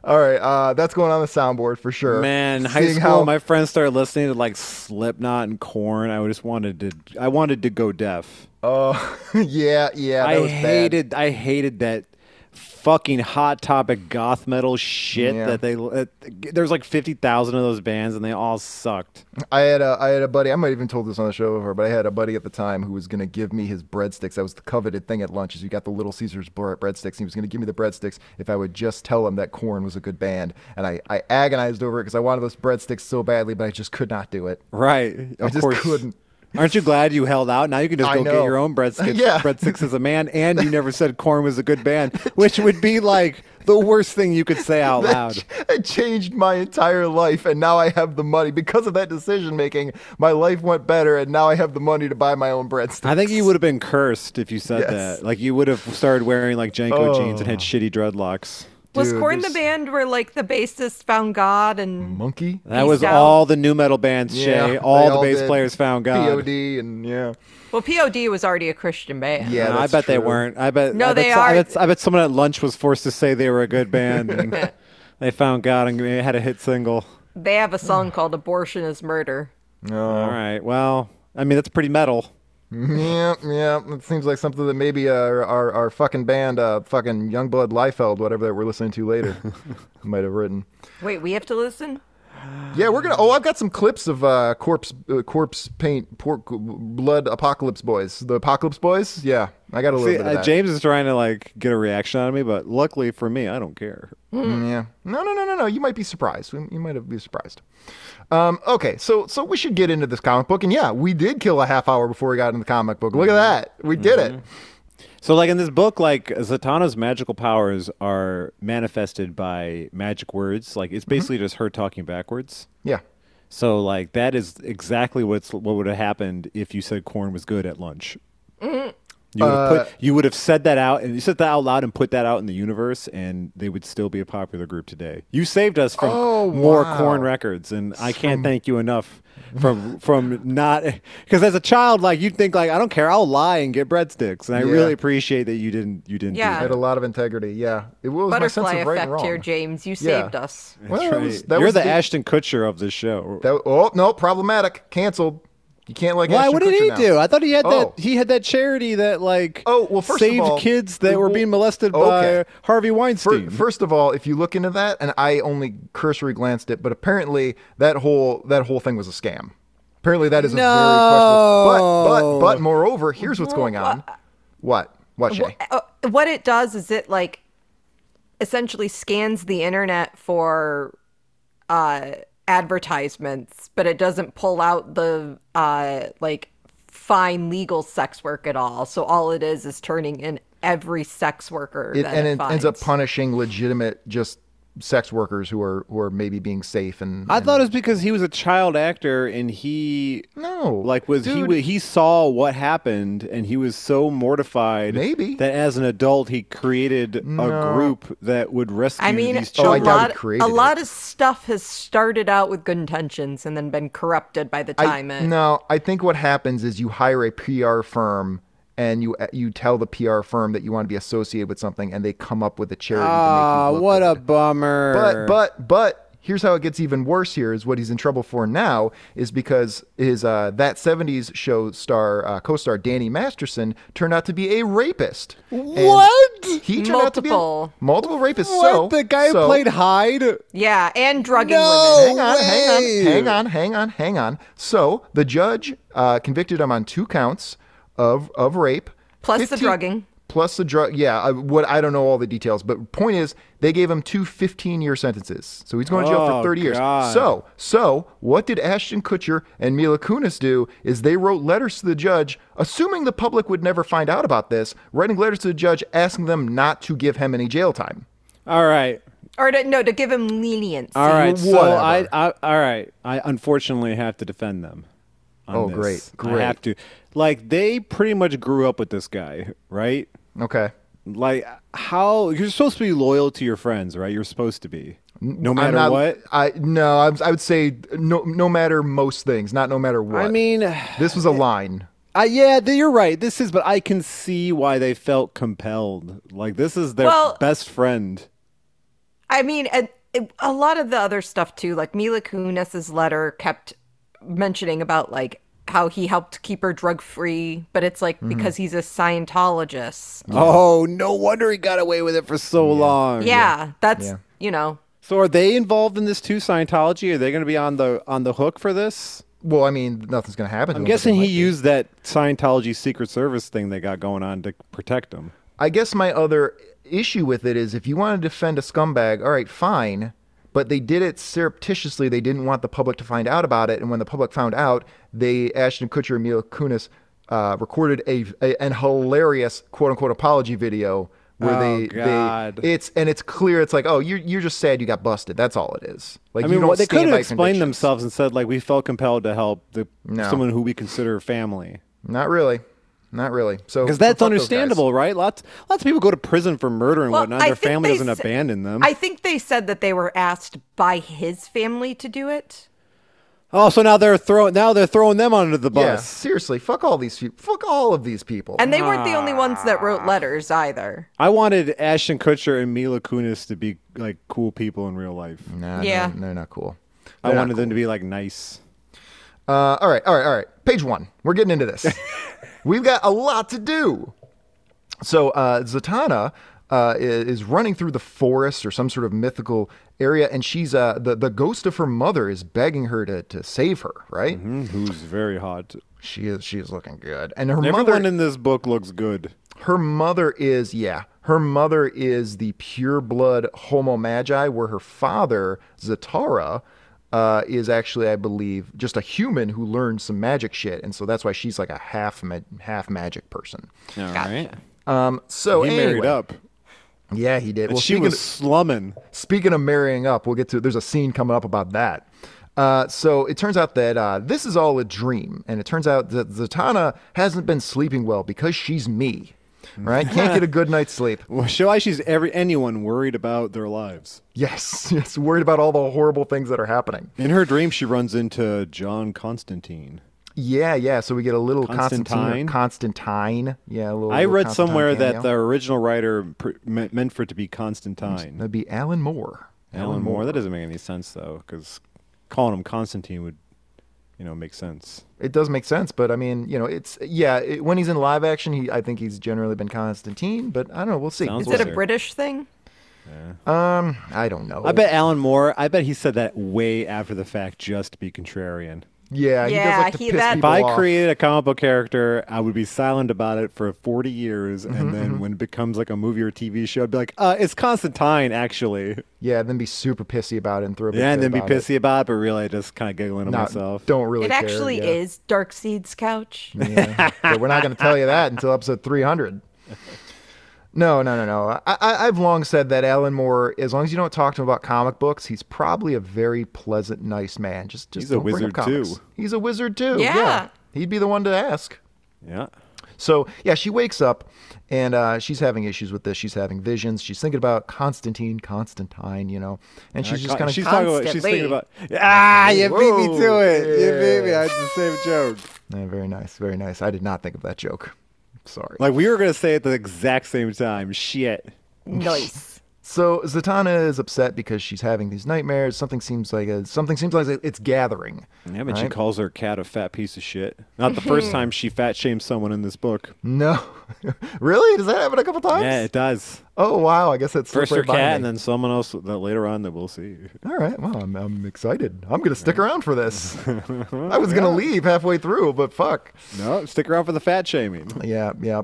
All right. Uh, that's going on the soundboard for sure.
Man, high
Seeing
school,
how-
my friends started listening to like Slipknot and Corn. I just wanted to, I wanted to go deaf.
Oh, yeah, yeah. That
I
was
hated, I hated that fucking hot topic goth metal shit
Yeah.
that they. Uh, there's like fifty thousand of those bands, and they all sucked.
Bad. I had a I had a buddy. I might have even told this on the show before, but I had a buddy at the time who was going to give me his breadsticks. That was the coveted thing at lunch. Is you got the Little Caesars bre- breadsticks. And he was going to give me the breadsticks if I would just tell him that Corn was a good band. And I, I agonized over it because I wanted those breadsticks so badly, but I just could not do it.
Right. Of
I just
course.
couldn't.
Aren't you glad you held out? Now you can just
I
go get
know.
your own breadsticks.
Yeah.
breadsticks as a man, and you never said corn was a good band, which would be like the worst thing you could say out loud.
It changed my entire life, and now I have the money. Because of that decision making, my life went better, and now I have the money to buy my own breadsticks.
I think you would have been cursed if you said
Yes. Oh.
that. Like you would have started wearing like Janko jeans and had shitty dreadlocks.
Was
Dude,
Corn the
this- Mm.
band where like the bassist found God and
Monkey?
That
Peace
was
out.
all the new metal bands, Shay.
they
all the bass
did
players found God.
POD and yeah.
well, POD was already a Christian band.
Yeah.
No, Uh, I
that's
bet they
true.
weren't. I bet.
No,
I bet
they
so- I
are-
bet, I bet someone at lunch was forced to say they were a good band. and they found God and they had a hit single.
They have a song called "Abortion Is Murder."
All right. Well, I mean that's pretty metal.
Yeah, yeah. It seems like something that maybe uh, our our fucking band, uh, fucking Youngblood Liefeld, whatever that we're listening to later, might have written.
Wait, we have to listen.
Yeah, we're gonna. Oh, I've got some clips of uh, corpse, uh, corpse paint, pork, blood, apocalypse boys. The apocalypse boys. Yeah, I got a little
See,
bit of
uh,
that.
James is trying to like get a reaction out of me, but luckily for me, I don't care.
Mm, yeah. No, no, no, no, no. You might be surprised. You might have been surprised. Um, okay, so so we should get into this comic book, and yeah, we did kill a half hour before we got into the comic book. Look at that.
Mm-hmm.
We did it.
So, like in this book, like Zatanna's magical powers are manifested by magic words. Like
Mm-hmm.
it's basically just her talking backwards.
Yeah.
So, like that is exactly what's what would have happened if you said corn was good at lunch.
Mm-hmm.
You would,
Uh,
have put, you would have said that out, and you said that out loud, and put that out in the universe, and they would still be a popular group today. You saved us from
Oh,
more
wow.
corn records, and I can't thank you enough from from not because as a child, like you'd think like I don't care, I'll lie and get breadsticks, and I
Yeah.
really appreciate that you didn't you didn't.
Yeah.
do
I had
that.
a lot of integrity. Yeah. It was my sense
Butterfly
of right and
effect
wrong.
here, James. You
Yeah.
saved us.
Well,
That's
that
right.
was- that
You're
was
the
the-
Ashton Kutcher of the show.
That, oh no, problematic. Canceled. You can't like.
Why?
Ashton
What did
Kutcher
he
now.
do? I thought he had
Oh.
that. He had that charity that like
Oh, well, first of
saved
all-
kids that were
well,
being molested
okay.
by Harvey
Fir-
Weinstein.
first of all, if you look into that, and I only cursory glanced at, but apparently that whole that whole thing was a scam. Apparently that is a very questionable. But but
No.
but moreover, here's what's going on. What what Shay?
Uh, what it does is it like essentially scans the internet for uh advertisements but it doesn't pull out the uh like fine legal sex work at all so all it is is turning in every sex worker
It,
that
and it
it
ends up
finds.
punishing legitimate just sex workers who are who are maybe being safe and,
I
and-
thought it was because he was a child actor and he
No,
like was he
dude.
wa- he saw what happened and he was so mortified
Maybe.
that as an adult he created a group that would rescue
I mean,
these
a
Oh, I
children.
doubt he
lot,
created
a lot of stuff has started out with good intentions and then been corrupted by the
I,
time it.
no, I think what happens is you hire a PR firm and you uh, you tell the PR firm that you want to be associated with something, and they come up with a charity. to
Ah,
make you look
what
good.
a bummer.
But but but here's how it gets even worse. Here is what he's in trouble for now is because his uh, that '70s show star uh, co-star Danny Masterson turned out to be a rapist. And
What?
He turned out to be a,
Multiple.
multiple rapists.
what
So
the guy
so-
who played Hyde?
Yeah, and drugging
No!
women.
hang on,
way.
hang on, hang on, hang on, hang on. So the judge uh, convicted him on two counts of of rape,
Plus the drugging.
plus the drug. Yeah, I, what I don't know all the details, but point is they gave him two 15 year sentences, so he's going to jail
Oh,
for 30 years.
God.
So so what did Ashton Kutcher and Mila Kunis do? Is they wrote letters to the judge, assuming the public would never find out about this, writing letters to the judge asking them not to give him any jail time.
All right.
Or to, no, to give him leniency.
All right, so
whatever.
I, I all right, I unfortunately have to defend them. on
Oh,
this.
great,
I have to. Like they pretty much grew up with this guy, right?
Okay.
Like how you're supposed to be loyal to your friends, right? You're supposed to be, no matter
I'm not-
what.
I no, I, I would say no, no matter most things, not no matter what.
I mean, eh,
this was a line.
I, yeah, th- you're right. This is, but I can see why they felt compelled. Like this is their
Well-
best friend.
I mean, a, a lot of the other stuff too, like Mila Kunis's letter kept mentioning about like how he helped keep her drug free, but it's
Mm-hmm.
like because he's a Scientologist.
Oh, no wonder he got away with it for so long.
yeah, that's
Yeah.
you know,
So are they involved in this too? Scientology? Are they going to be on the on the hook for this?
Well, I mean, nothing's gonna happen.
I'm guessing he used that Scientology Secret Service thing they got going on to protect him.
I guess my other issue with it is if you want to defend a scumbag, all right, fine. but they did it surreptitiously. They didn't want the public to find out about it. And when the public found out, they Ashton Kutcher and Mila Kunis uh, recorded a, a an hilarious quote unquote apology video where
Oh,
they
God.
they it's and it's clear it's like oh you're you're just sad you got busted. That's all it is. Like
I
you
mean,
don't
what, they
stand
could have
by
explained
convictions.
themselves and said, like, we felt compelled to help the,
No.
someone who we consider family.
Not really. Not really. So
Because
so fuck
that's
those guys.
understandable, right? Lots lots of people go to prison for murder and
Well,
whatnot.
I
Their
think
family
they
doesn't
s-
abandon them.
I think they said that they were asked by his family to do it.
oh, so now they're throwing now they're throwing them under the
Yeah,
bus.
seriously, fuck all these people. Fuck all of these people.
And they weren't the only ones that wrote letters either.
I wanted Ashton Kutcher and Mila Kunis to be like cool people in real life.
Nah,
Yeah.
no, they're not cool.
I
They're not
wanted them to be like nice.
Uh, all right, all right, all right. Page one. We're getting into this. We've got a lot to do. So uh, Zatanna uh, i- is running through the forest or some sort of mythical area, and she's uh, the the ghost of her mother is begging her to to save her. Right?
Mm-hmm. Who's very hot.
She is she is looking good, and her
Everyone
mother
in this book looks good.
her mother is yeah her mother is the pure blood homo magi where her father zatara uh, is actually i believe just a human who learned some magic shit and so that's why she's like a half ma- half magic person
All right.
um so
He married
anyway-
up.
yeah he did well
she
speaking
was slumming.
Speaking of marrying up, we'll get to. There's a scene coming up about that. Uh, so it turns out that uh, this is all a dream, and it turns out that Zatanna hasn't been sleeping well because she's me, right? Can't get a good night's sleep.
Well, show why she's every anyone worried about their lives.
Yes, yes, worried about all the horrible things that are happening.
In her dream, she runs into John Constantine.
Yeah, yeah. So we get a little Constantine.
Constantine?
or Constantine. Yeah, a little.
I
little
read
Constantine
somewhere that
cameo.
the original writer pr- meant, meant for it to be Constantine.
that'd be Alan Moore.
Alan uh, Moore. That doesn't make any sense though, because calling him Constantine would, you know, make sense.
It does make sense, but I mean, you know, it's yeah. It, when he's in live action, he I think he's generally been Constantine, but I don't know. We'll see.
Sounds
Is it a
Sure.
British thing?
Um, I don't know.
I bet Alan Moore. I bet he said that way after the fact, just to be contrarian.
Yeah, he does
Yeah,
like to
he-
piss
that-
If
people
I
off.
created a comic book character, I would be silent about it for 40 years,
Mm-hmm,
and then when it becomes like a movie or TV show, I'd be like, uh, "It's Constantine, actually."
yeah, then be super pissy about it and throw. A big
Yeah, and
fit
then be
about it.
pissy about it, but really just kind of giggling to
Not,
myself.
Don't really.
it
care,
actually
yeah.
is Darkseid's couch.
Yeah. but we're not going to tell you that until episode 300. No, no, no, no. I, I, I've long said that Alan Moore, as long as you don't talk to him about comic books, he's probably a very pleasant, nice man. Just, just
He's a
don't bring up
wizard,
comics.
too.
He's a wizard too. yeah,
Yeah.
he'd be the one to ask.
Yeah.
So yeah, she wakes up and uh, she's having issues with this. She's having visions. She's thinking about Constantine, Constantine, you know, and she's just
Con-
kind of
she's talking about, she's thinking about.
Constantly.
Ah, you beat me to
Whoa,
it. You beat me.
yeah.
I had the same joke.
Yeah, very nice, very nice. I did not think of that joke. Sorry.
Like we were gonna say it at the exact same time. Shit.
Nice.
So Zatanna is upset because she's having these nightmares. Something seems like a, something seems like it's gathering.
Yeah, but she
Right?
calls her cat a fat piece of shit. Not the first time she fat shames someone in this book.
No, really? Does that happen a couple times?
Yeah, it does.
Oh wow, I guess that's
First her cat, and then someone else that later on that we'll see.
All right. Well, I'm, I'm excited. I'm gonna stick around for this. I was gonna leave halfway through, but fuck.
No, stick around for the fat shaming.
Yeah, yeah,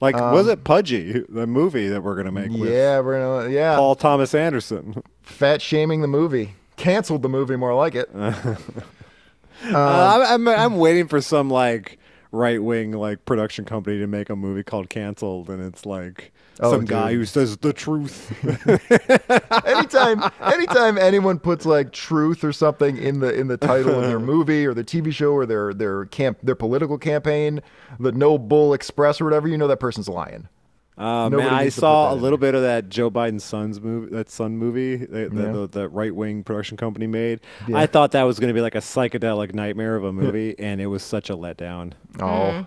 Like, was it Pudgy, the movie that we're gonna make with
Um, yeah. We're gonna yeah.
Paul Thomas Anderson?
Fat shaming the movie. Canceled the movie, more like it.
Uh, I'm, I'm I'm waiting for some like right wing like production company to make a movie called Cancelled, and it's like
Oh,
some
dude.
guy who says the truth.
anytime, anytime anyone puts like truth or something in the in the title of their movie or their TV show or their their camp their political campaign, the No Bull Express or whatever, you know that person's lying.
Uh,
Nobody
man, I
needs to put
saw
that
a
in
little bit of that Joe Biden's son's movie, that Sun movie that
Yeah.
that the, right wing production company made.
Yeah.
I thought that was going to be like a psychedelic nightmare of a movie, and it was such a letdown. Mm.
Oh,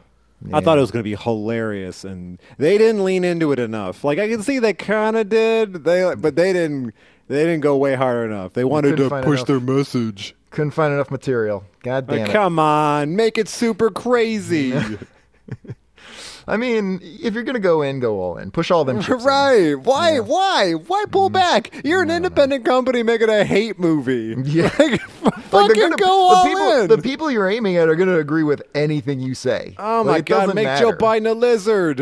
I thought it was going to be hilarious, and they didn't lean into it enough. Like I can see they kind of did, they but they didn't. They didn't go way hard enough. They wanted
couldn't
to
find
push
enough.
their message.
couldn't find enough material. God
Like,
damn it.
come on, make it super crazy.
I mean, if you're gonna go in, go all in. Push all them chips. in.
right? Why? Why? Why
Mm-hmm.
pull back? You're an independent company making a hate movie.
Yeah.
like, f-
Like,
fucking
they're gonna-
go all
the people,
in.
The people you're aiming at are gonna agree with anything you say.
oh
Like,
my
it
god,
doesn't
make Joe
matter.
Biden a lizard.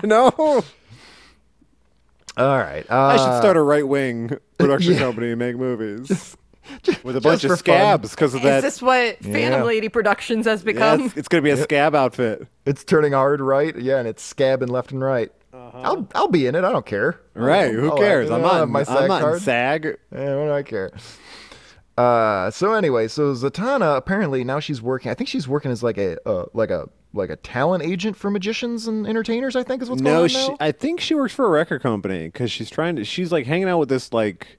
you know?
All right. Uh,
I should start a right wing production
yeah.
company and make movies with a bunch of
for fun.
scabs because of
Is
that.
this what Phantom Lady Productions has
Yeah,
become?
it's, it's gonna be a scab outfit,
It's turning hard right. Yeah, and it's scabbing left and right. I'll I'll be in it. I don't care.
right?
I'll-
Who
I'll-
cares? I'm
I'll have
on
Uh, my SAG
I'm on
card.
SAG.
Yeah, what do I care? Uh, so anyway, so Zatanna apparently now she's working. I think she's working as like a uh, like a like a talent agent for magicians and entertainers. I think is what's
No,
going on
she,
now.
I think she works for a record company because she's trying to. She's like hanging out with this like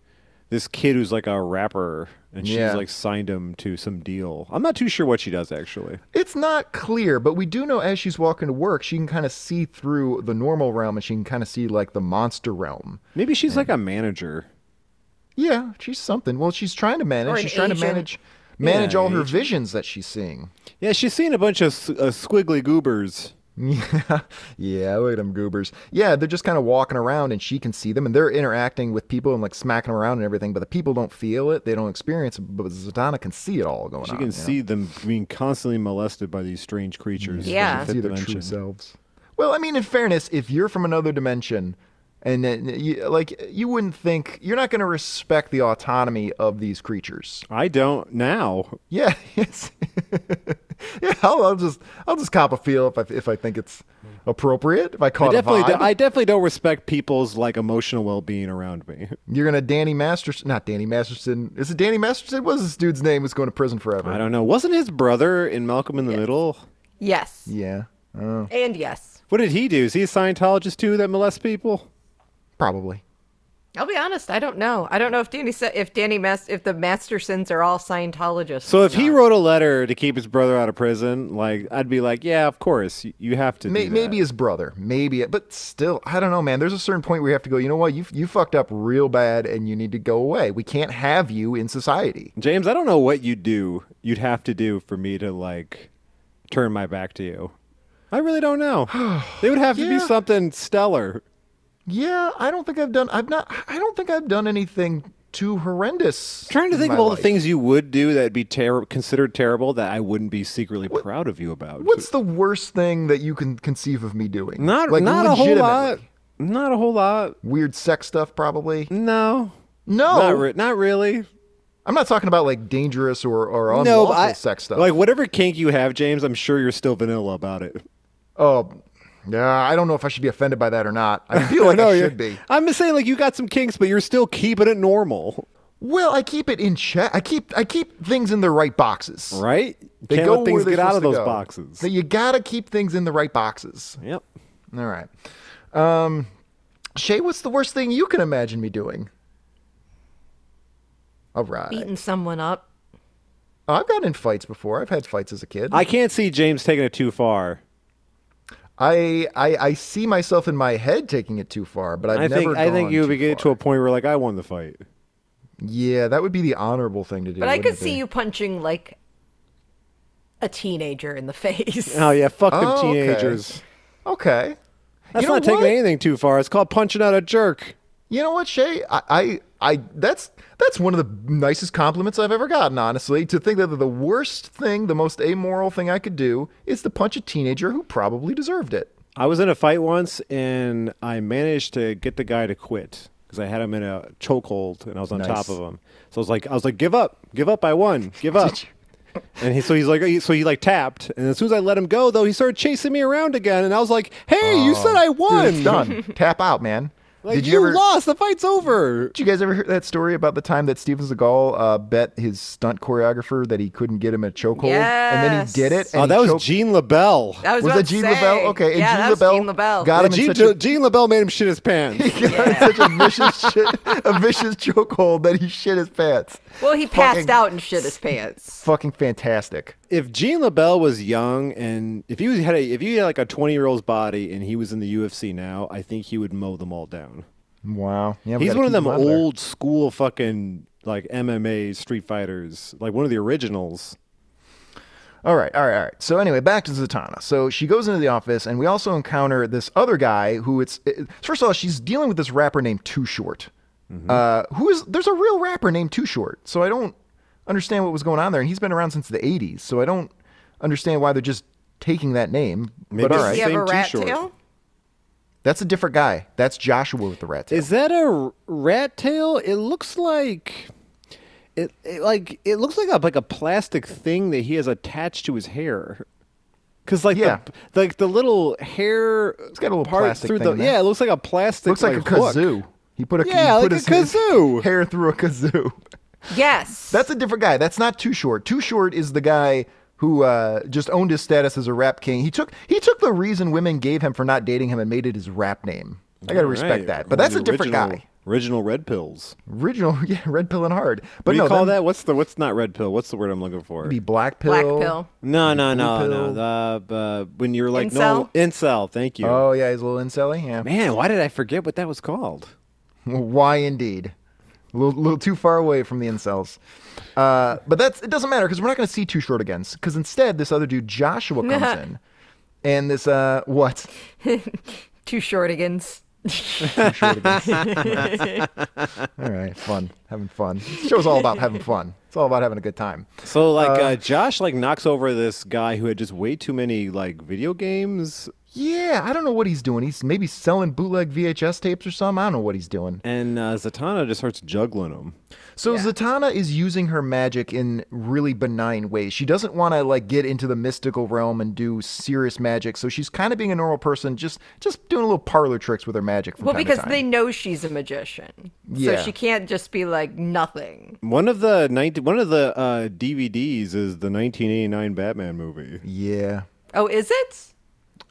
this kid who's like a rapper, and she's
Yeah.
like signed him to some deal. I'm not too sure what she does actually.
It's not clear, but we do know as she's walking to work, she can kind of see through the normal realm and she can kind of see like the monster realm.
Maybe
Hmm.
she's like a manager.
Yeah, she's something. Well, she's trying to manage.
Or an
She's trying to
agent.
manage manage
Yeah,
all her visions that she's seeing.
Yeah, she's seen a bunch of s- uh, squiggly goobers.
Yeah, yeah, look at them goobers. Yeah, they're just kind of walking around and she can see them and they're interacting with people and like smacking them around and everything, but the people don't feel it. They don't experience it, but Zatanna can see it all going
She
on.
can
you know?
see them being constantly molested by these strange creatures.
Yeah.
from the
see
fifth
their true
dimension.
selves. Well, I mean, in fairness, if you're from another dimension, and then you, like you wouldn't think you're not going to respect the autonomy of these creatures.
I don't now.
Yeah, it's, yeah. I'll, I'll just I'll just cop a feel if I if I think it's appropriate. If I
I
caught a
definitely,
vibe,
do, I definitely don't respect people's like emotional well-being around me.
you're gonna Danny Masterson, not Danny Masterson. Is it Danny Masterson? What's this dude's name? Was going to prison forever.
I don't know. Wasn't his brother in Malcolm in the Middle?
yes.
Yeah, oh,
And yes.
What did he do? Is he a Scientologist too that molests people?
probably.
I'll be honest, I don't know. I don't know if Danny said if Danny Mas- if the Mastersons are all Scientologists.
So
or
if he
not.
wrote a letter to keep his brother out of prison, like I'd be like, yeah, of course, you, you have to.
May,
do that.
maybe his brother, maybe, but still, I don't know, man. There's a certain point where you have to go. You know what? You you fucked up real bad, and you need to go away. We can't have you in society.
James, I don't know what you'd do. You'd have to do for me to like turn my back to you. I really don't know. It would have to
Yeah.
be something stellar.
Yeah, I don't think I've done. I've not. I don't think I've done anything too horrendous.
trying to
in
think
my
of all
life.
the things you would do that'd be ter- considered terrible that I wouldn't be secretly proud of you about.
What's the worst thing that you can conceive of me doing?
not not a whole
legitimately.
lot. Not a whole lot.
Weird sex stuff, probably.
No.
No,
Not, re- not really.
I'm not talking about like dangerous or or unlawful
no, but I,
sex stuff.
Like whatever kink you have, James, I'm sure you're still vanilla about it.
oh, yeah, I don't know if I should be offended by that or not. I feel like
No,
I
you're-
should be.
I'm just saying, like you got some kinks, but you're still keeping it normal,
Well, I keep it in check. I keep I keep things in the right boxes.
right?
They
Can't
go
let things
where they're
get out of
supposed
those
to go.
boxes.
So you gotta keep things in the right boxes.
Yep.
All right. Um, Shay, what's the worst thing you can imagine me doing? All right.
beating someone up.
Oh, I've gotten in fights before. I've had fights as a kid.
I can't see James taking it too far.
I I, I see myself in my head taking it too far, but I've
I
never.
think I think
gone
you would
too
be getting to
far.
a point where like I won the fight.
Yeah, that would be the honorable thing to do.
But I
wouldn't
could
it
see
be?
you punching like a teenager in the face.
Oh yeah, fuck them
Oh, okay.
teenagers.
Okay.
That's
you know
not taking
what?
anything too far. It's called punching out a jerk.
You know what, Shay? I, I, I, that's that's one of the nicest compliments I've ever gotten. Honestly, to think that the worst thing, the most amoral thing I could do, is to punch a teenager who probably deserved it.
I was in a fight once and I managed to get the guy to quit because I had him in a chokehold and I was on top
Nice.
of him. So I was like, I was like, give up, give up, I won, give up. and he, so he's like, he- so he like tapped, and as soon as I let him go, though, he started chasing me around again, and I was like, hey, you said I won.
Oh. Dude, it's done. Tap out, man.
Like
did
you,
you, ever?
lost. The fight's over.
did you guys ever hear that story about the time that Steven Seagal uh, bet his stunt choreographer that he couldn't get him a chokehold, and then he did it?
Yes.
And
Oh,
he
that was
choked-
Gene LaBelle.
That
Was
was, about
that
to
Gene
say.
LaBelle? Okay, and
yeah,
Gene
that was
LaBelle
Gene LaBelle.
got
Yeah,
him in
Gene,
such a-
Gene LaBelle made him shit his pants.
It's such a vicious shit, a vicious chokehold that he shit his pants.
well, he passed
Fucking-
out and shit his pants.
Fucking fantastic.
if Gene LaBelle was young and if he was had a, if he had like a twenty year old's body and he was in the UFC now, I think he would mow them all down.
Wow. Yeah, we
He's
gotta
one of
keep
them
him out there.
old school fucking like MMA street fighters, like one of the originals.
All right, all right, all right. So anyway, back to Zatanna. So she goes into the office, and we also encounter this other guy who it's it- first of all she's dealing with this rapper named Too Short,
Mm-hmm.
uh, who is there's a real rapper named Too Short. So I don't understand what was going on there, and he's been around since the '80s. So I don't understand why they're just taking that name.
Maybe
but all
it's-
right,
Does he have
same
a rat
T-shirt.
tail?
That's a different guy. That's Joshua with the rat tail.
Is that a rat tail? It looks like it, it like it looks like a like a plastic thing that he has attached to his hair. Cause like
Yeah.
the like the little hair it's
got a little plastic
through
thing
the
in there.
yeah it looks like a plastic
Looks like, a
hook.
kazoo. He put a
Yeah,
he put
like
his,
a kazoo.
his hair through a kazoo.
Yes.
That's a different guy. That's not Too Short. Too Short is the guy who uh, just owned his status as a rap king. He took he took the reason women gave him for not dating him and made it his rap name. I gotta
All
respect
right.
that. But
One
that's
of
a
the
different
original-
guy.
Original red pills.
Original, yeah, red pill and hard. But
What do
no,
you call
then
that? What's the what's not red pill? What's the word I'm looking for?
would be black pill.
Black pill.
No, no, no,
blue
no.
pill.
The, uh, when you're like no incel. Thank you.
Oh yeah, he's a little incelly. Yeah.
Man, why did I forget what that was called?
Well, Why indeed? A little, little too far away from the incels. Uh, but that's it doesn't matter because we're not going to see Too Short again. Because instead, this other dude Joshua comes in, and this uh what?
Two shortigans.
Too Short again. all right, fun, having fun. This show's all about having fun. It's all about having a good time.
So like uh, Josh like knocks over this guy who had just way too many like video games
Yeah, I don't know what he's doing. He's maybe selling bootleg VHS tapes or something. I don't know what he's doing.
and uh, Zatanna just starts juggling him.
So Zatanna is using her magic in really benign ways. She doesn't want to like get into the mystical realm and do serious magic. So she's kind of being a normal person, just just doing little parlor tricks with her magic. From
Well,
time to
because
time.
they know she's a magician.
Yeah.
So she can't just be like nothing.
One of the 19, one of the uh, DVDs is the 1989 Batman movie.
yeah.
Oh, is it?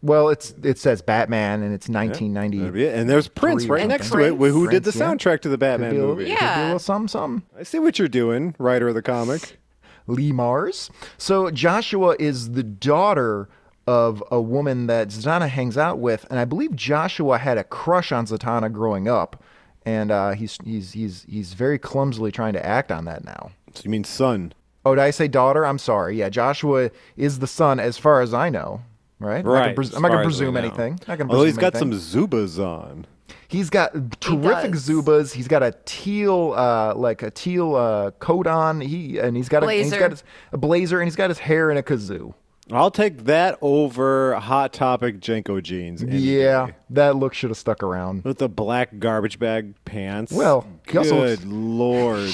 Well, it's it says Batman and it's 1990.
Yeah, and there's Prince
Three or
right next to
something.
it, who did the
Prince, yeah.
soundtrack to the
Could
Batman
be a little-
movie.
could be a
Yeah.
little something, something.
I see what you're doing, writer of the comic.
Lee Mars. So Joshua is the daughter of a woman that Zatanna hangs out with, and I believe Joshua had a crush on Zatanna growing up, and uh, he's he's he's he's very clumsily trying to act on that now.
So you mean son?
Oh, did I say daughter? I'm sorry. Yeah, Joshua is the son, as far as I know. Right? I'm not gonna, pres-
as
I'm not gonna
far as we
presume
know.
anything. Not gonna
Although
presume
he's got
anything.
some Zubas on.
He's got terrific
does.
Zubas. He's got a teal, uh, like a teal uh, coat on. He and he's got a and he's
Blazer.
got his, a blazer and he's got his hair in a kazoo.
I'll take that over Hot Topic Jenko jeans. any
Yeah,
day.
that look should have stuck around.
With the black garbage bag pants.
Well, he
good
also looks-
lord.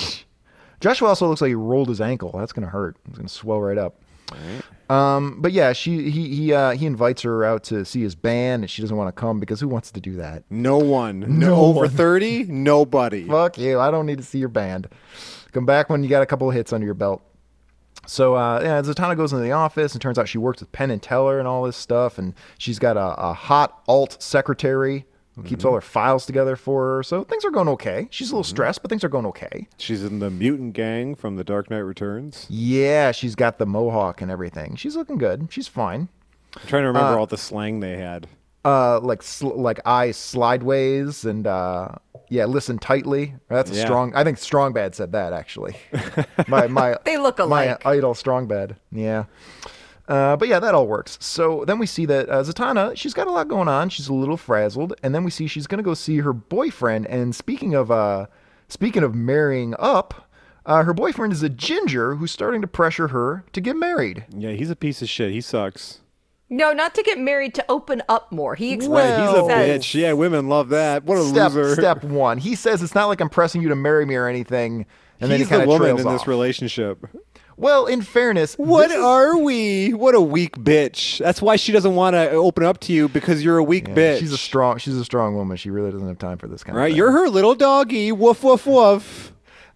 Joshua also looks like he rolled his ankle. That's gonna hurt. It's gonna swell right up. Um, but yeah, she he he uh, he invites her out to see his band, and she doesn't want to come because who wants to do that?
No one. No,
No
over
one.
30, nobody.
Fuck you! I don't need to see your band. Come back when you got a couple of hits under your belt. So uh, yeah, Zatanna goes into the office, and turns out she works with Penn and Teller and all this stuff, and she's got a, a hot alt secretary who keeps all her files together for her. So things are going okay. She's a little stressed, but things are going okay.
She's in the mutant gang from The Dark Knight Returns.
Yeah, she's got the mohawk and everything. She's looking good. She's fine.
I'm trying to remember all the slang they had.
Uh, like sl- like eyes slideways and uh, yeah, listen tightly. That's a
Yeah.
strong. I think Strongbad said that actually. my my
They look alike.
My idol Strongbad. Yeah. Uh, but yeah, that all works. So then we see that uh, Zatanna, she's got a lot going on. She's a little frazzled, and then we see she's gonna go see her boyfriend. And speaking of uh, speaking of marrying up, uh, her boyfriend is a ginger who's starting to pressure her to get married.
Yeah, he's a piece of shit. He sucks.
No, not to get married to open up more. He explains.
Right, he's a
Well-
bitch. Yeah, women love that. What a
step
loser.
step one. He says it's not like I'm pressing you to marry me or anything. And then he
he's
kind
the
of
woman
trails
in
off.
this relationship.
well, in fairness,
What
this is-
are we? What a weak bitch. That's why she doesn't want to open up to you because you're a weak bitch.
She's a strong. She's a strong woman. She really doesn't have time for this kind
right.
of. thing.
You're her little doggy. Woof woof woof.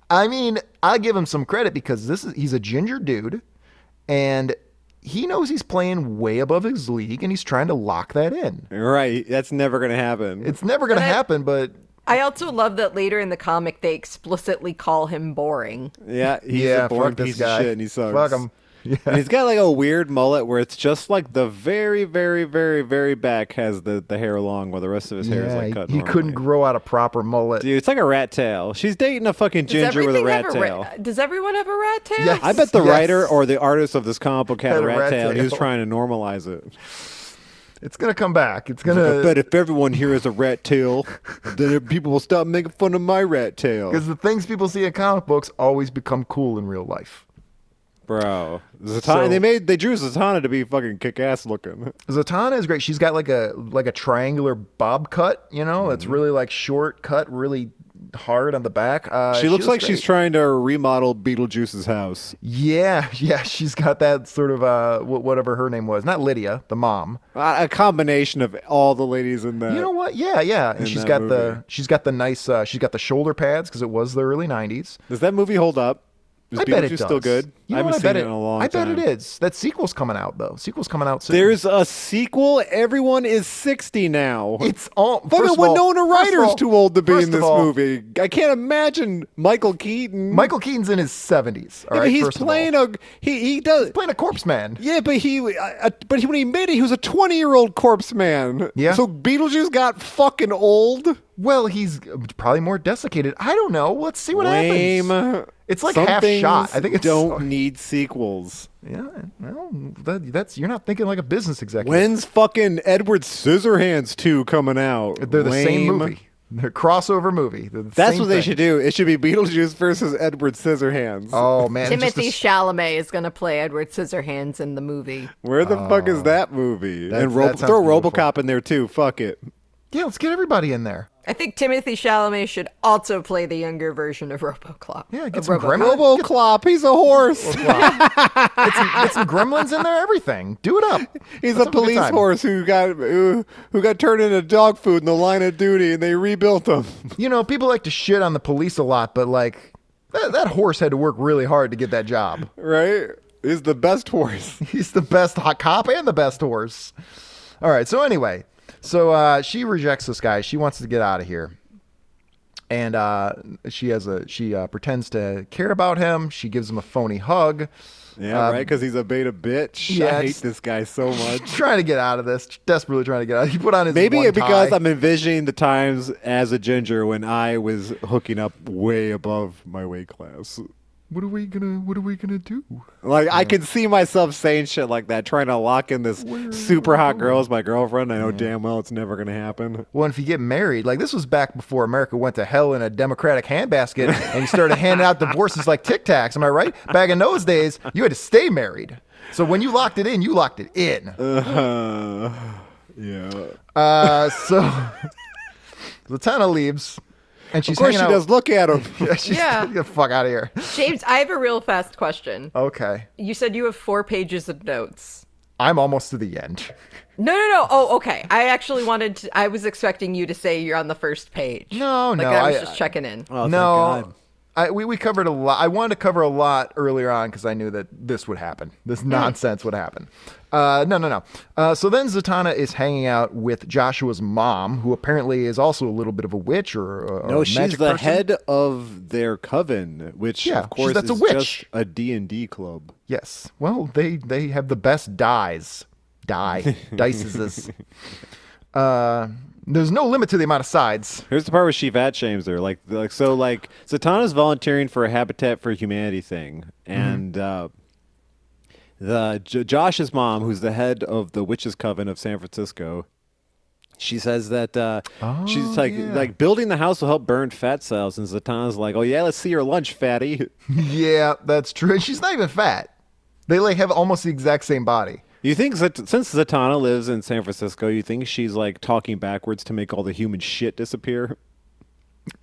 I mean, I give him some credit because this is he's a ginger dude, and he knows he's playing way above his league, and he's trying to lock that in.
Right. That's never gonna happen.
It's never going to
And I-
happen, but
I also love that later in the comic they explicitly call him boring.
yeah. He's
yeah,
a born
fuck this
piece
guy.
of shit, and he sucks.
Fuck him.
And he's got like a weird mullet where it's just like the very, very, very, very back has the, the hair long, while the rest of his hair is
Yeah,
like
he-
cut.
he, couldn't
normally.
grow out a proper mullet.
Dude, it's like a rat tail. She's dating a fucking ginger with a rat
have
tail.
a rat? Does everyone have a rat tail?
Yes.
I bet the
Yes.
writer or the artist of this comic book had a rat, tail. and He was
tail.
trying to normalize it.
It's going to come back. It's going
I
to.
bet if everyone here has a rat tail, then people will stop making fun of my rat tail.
Because the things people see in comic books always become cool in real life.
bro. Zatanna.
So-
they made they drew Zatanna to be fucking kick ass looking.
Zatanna is great. She's got like a like a triangular bob cut, you know, that's
Mm-hmm.
really like short cut, really hard on the back. Uh,
she looks like
great.
she's trying to remodel Beetlejuice's house.
yeah, yeah. She's got that sort of uh, wh- whatever her name was, not Lydia, the mom.
A a combination of all the ladies in that.
You know what? Yeah, yeah. And
In
she's
that
got
movie.
the she's got the nice uh, she's got the shoulder pads because it was the early '90s.
Does that movie hold up? Is
I bet it
Beetlejuice
does.
still good?
You
I
know
haven't
what? I
seen
bet
it,
it.
in a long
I bet
time.
it is. That sequel's coming out though. Sequel's coming out soon.
There's a sequel. Everyone is 60 now.
It's all
Fucking
first of all-
Winona
first of
Ryder's
all-
too old to be in
first of
this
all,
movie. I can't imagine Michael Keaton.
Michael Keaton's in his 70s. All
Yeah,
right,
but he's
first of all.
playing a he he does
playing a corpse man.
yeah, but he uh, but he, when he made it, he was a 20 year old corpse man.
Yeah.
So Beetlejuice got fucking old.
Well, he's probably more desiccated. I don't know. Let's see what happens.
Lame.
It's like
Some
half
things
shot. I think it's-
don't need sequels.
Yeah, well, that, that's you're not thinking like a business executive.
When's fucking Edward Scissorhands 2 coming out?
They're the same
Lame.
movie. They're a crossover movie. They're the
That's
same
what they
thing.
should do. It should be Beetlejuice versus Edward Scissorhands.
Oh man, it's just
Timothy
this-
Chalamet is going to play Edward Scissorhands in the movie.
Where the fuck is that movie?
Oh. That-
and Ro-
that sounds
throw
beautiful.
RoboCop in there too. Fuck it.
yeah, let's get everybody in there.
I think Timothy Chalamet should also play the younger version of RoboCop.
Yeah,
Of
get some
Robo-
gremlins.
RoboCop, he's a horse.
Get some, get some gremlins in there. Everything. Do it up.
He's
Let's
a
have good
police
time.
horse who got who, who got turned into dog food in the line of duty, and they rebuilt him.
You know, people like to shit on the police a lot, but like that, that horse had to work really hard to get that job.
Right? He's the best horse.
He's the best hot cop and the best horse. All right. So anyway, so uh, she rejects this guy. She wants to get out of here, and uh, she has a she uh, pretends to care about him. She gives him a phony hug.
Yeah,
Um,
right. Because he's a beta bitch.
yeah,
I hate
it's-
this guy so much.
Trying to get out of this, desperately trying to get out. He put on his
Maybe
one
it because
tie.
I'm envisioning the times as a ginger when I was hooking up way above my weight class.
What are we gonna What are we gonna do?
Like I can see myself saying shit like that, trying to lock in this super hot girl as my girlfriend. I know damn well it's never gonna happen.
Well, if you get married, like this was back before America went to hell in a democratic handbasket and you started handing out divorces like Tic Tacs. Am I right? Back in those days, you had to stay married. So when you locked it in, you locked it in.
Uh, yeah.
Uh, so Latana leaves, and she's
of course, she
hanging
does.
out.
Look at him.
She's
Yeah.
get the fuck out of here.
James, I have a real fast question.
Okay,
You said you have four pages of notes.
I'm almost to the end.
No, no, no. Oh, okay. I actually wanted to, I was expecting you to say you're on the first page.
No,
like,
no,
I was
I-
just checking in.
Oh,
no, I, we we covered a lot. I wanted to cover a lot earlier on because I knew that this would happen.
Mm.
This nonsense would happen. Uh, no, no, no. Uh, so then Zatanna is hanging out with Joshua's mom, who apparently is also a little bit of a witch or, a- or
No,
a
she's
magic
the
person.
head of their coven, which
Yeah,
of course
that's a
is
witch.
just a D and D club.
Yes. Well, they they have the best dies. Die. Dices is. Uh, there's no limit to the amount of sides.
Here's the part where she fat shames her, like like so like Zatanna's volunteering for a Habitat for Humanity thing,
Mm-hmm.
and uh, the J- Josh's mom, who's the head of the Witches Coven of San Francisco, she says that uh, she's like
Oh, yeah.
like building the house will help burn fat cells, and Zatanna's like, oh yeah, let's see your lunch, fatty.
yeah, that's true. And she's not even fat. They like have almost the exact same body.
You think Zat- since Zatanna lives in San Francisco, you think she's like talking backwards to make all the human shit disappear?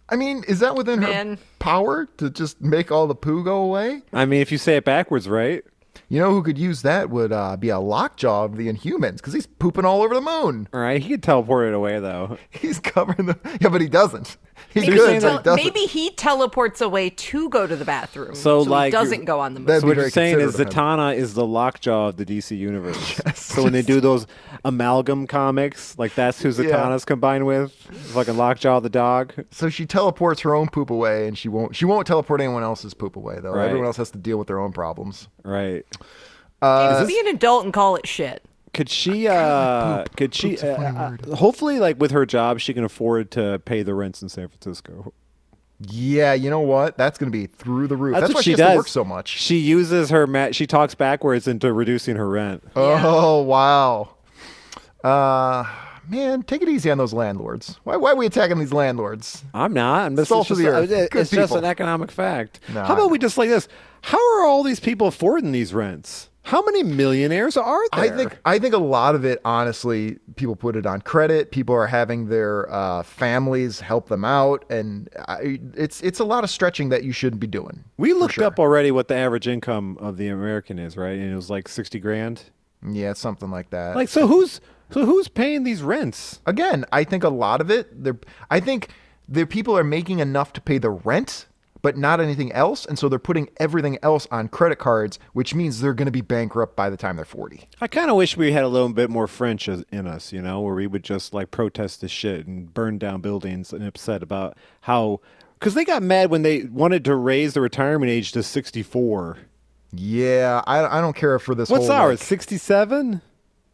I mean, is that within her
Man.
power to just make all the poo go away?
I mean, if you say it backwards, right?
You know who could use that would uh, be a lockjaw of the Inhumans because he's pooping all over the moon.
All right, he could teleport it away though.
He's covering the yeah, but he doesn't. He
Maybe,
could,
he
but he
tele-
doesn't.
maybe he teleports away to go to the bathroom.
So,
he
like,
doesn't go on the moon.
That'd
so
be
what
very
you're saying is
considerate of him.
Zatanna is the lockjaw of the DC universe. so when they do those amalgam comics, like that's who Zatanna's combined with, fucking lockjaw the dog.
So she teleports her own poop away, and she won't. She won't teleport anyone else's poop away, though.
Right.
Everyone else has to deal with their own problems.
Right?
James, be an adult and call it shit.
Could she? Uh, could she?
Poop's a funny
uh, uh, hopefully, like with her job, she can afford to pay the rents in San Francisco.
Yeah, you know what? That's going to be through the roof. That's, why she, has to work so much.
She uses her ma- she talks Oh. backwards into reducing her rent.
Oh wow. Oh, Uh, man, take it easy on those landlords. Why, why are we attacking these landlords?
I'm not. I'm just, it's
Salt of
just,
the earth.
it's
Good
just
people.
an economic fact.
Nah.
How about we just like this? How are all these people affording these rents? How many millionaires are there?
I think I think a lot of it, honestly, people put it on credit. People are having their uh, families help them out, and I, it's it's a lot of stretching that you shouldn't be doing.
we
for
looked
sure.
up already what the average income of the American is, right? And it was like sixty grand.
yeah, something like that.
Like, so who's so who's paying these rents?
again, I think a lot of it, they're, I think the people are making enough to pay the rent, but not anything else. And so they're putting everything else on credit cards, which means they're going to be bankrupt by the time they're 40.
I kind of wish we had a little bit more French as- in us, you know, where we would just like protest this shit and burn down buildings and upset about how. Because they got mad when they wanted to raise the retirement age to 64.
Yeah, I, I don't care for this.
What's
whole,
ours?
like-
67?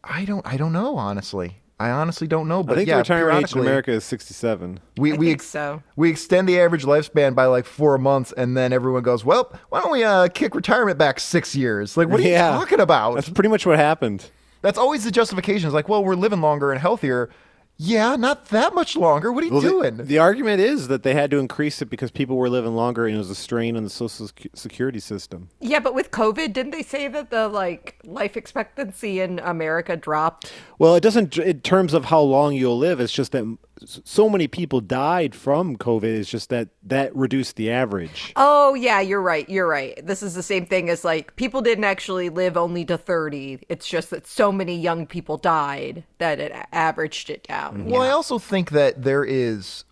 I don't I don't know honestly. I honestly don't know. But
I think
yeah,
the retirement age in
periodically,
America is 67.
We
I
we
think
ex-
so.
we extend the average lifespan by like four months, and then everyone goes, "Well, why don't we uh, kick retirement back six years?" Like, what are
Yeah.
you talking about?
That's pretty much what happened.
That's always the justification. It's like, well, we're living longer and healthier. Yeah, not that much longer. What are you doing?
The, the argument is that they had to increase it because people were living longer and it was a strain on the social sec- security system.
Yeah, but with COVID, didn't they say that the like life expectancy in America dropped?
Well, it doesn't in terms of how long you'll live. It's just that so many people died from COVID. It's just that that reduced the average.
Oh yeah, you're right. You're right. This is the same thing as like people didn't actually live only to 30. It's just that so many young people died that it a- averaged it down.
Mm-hmm.
well, I also think that there is,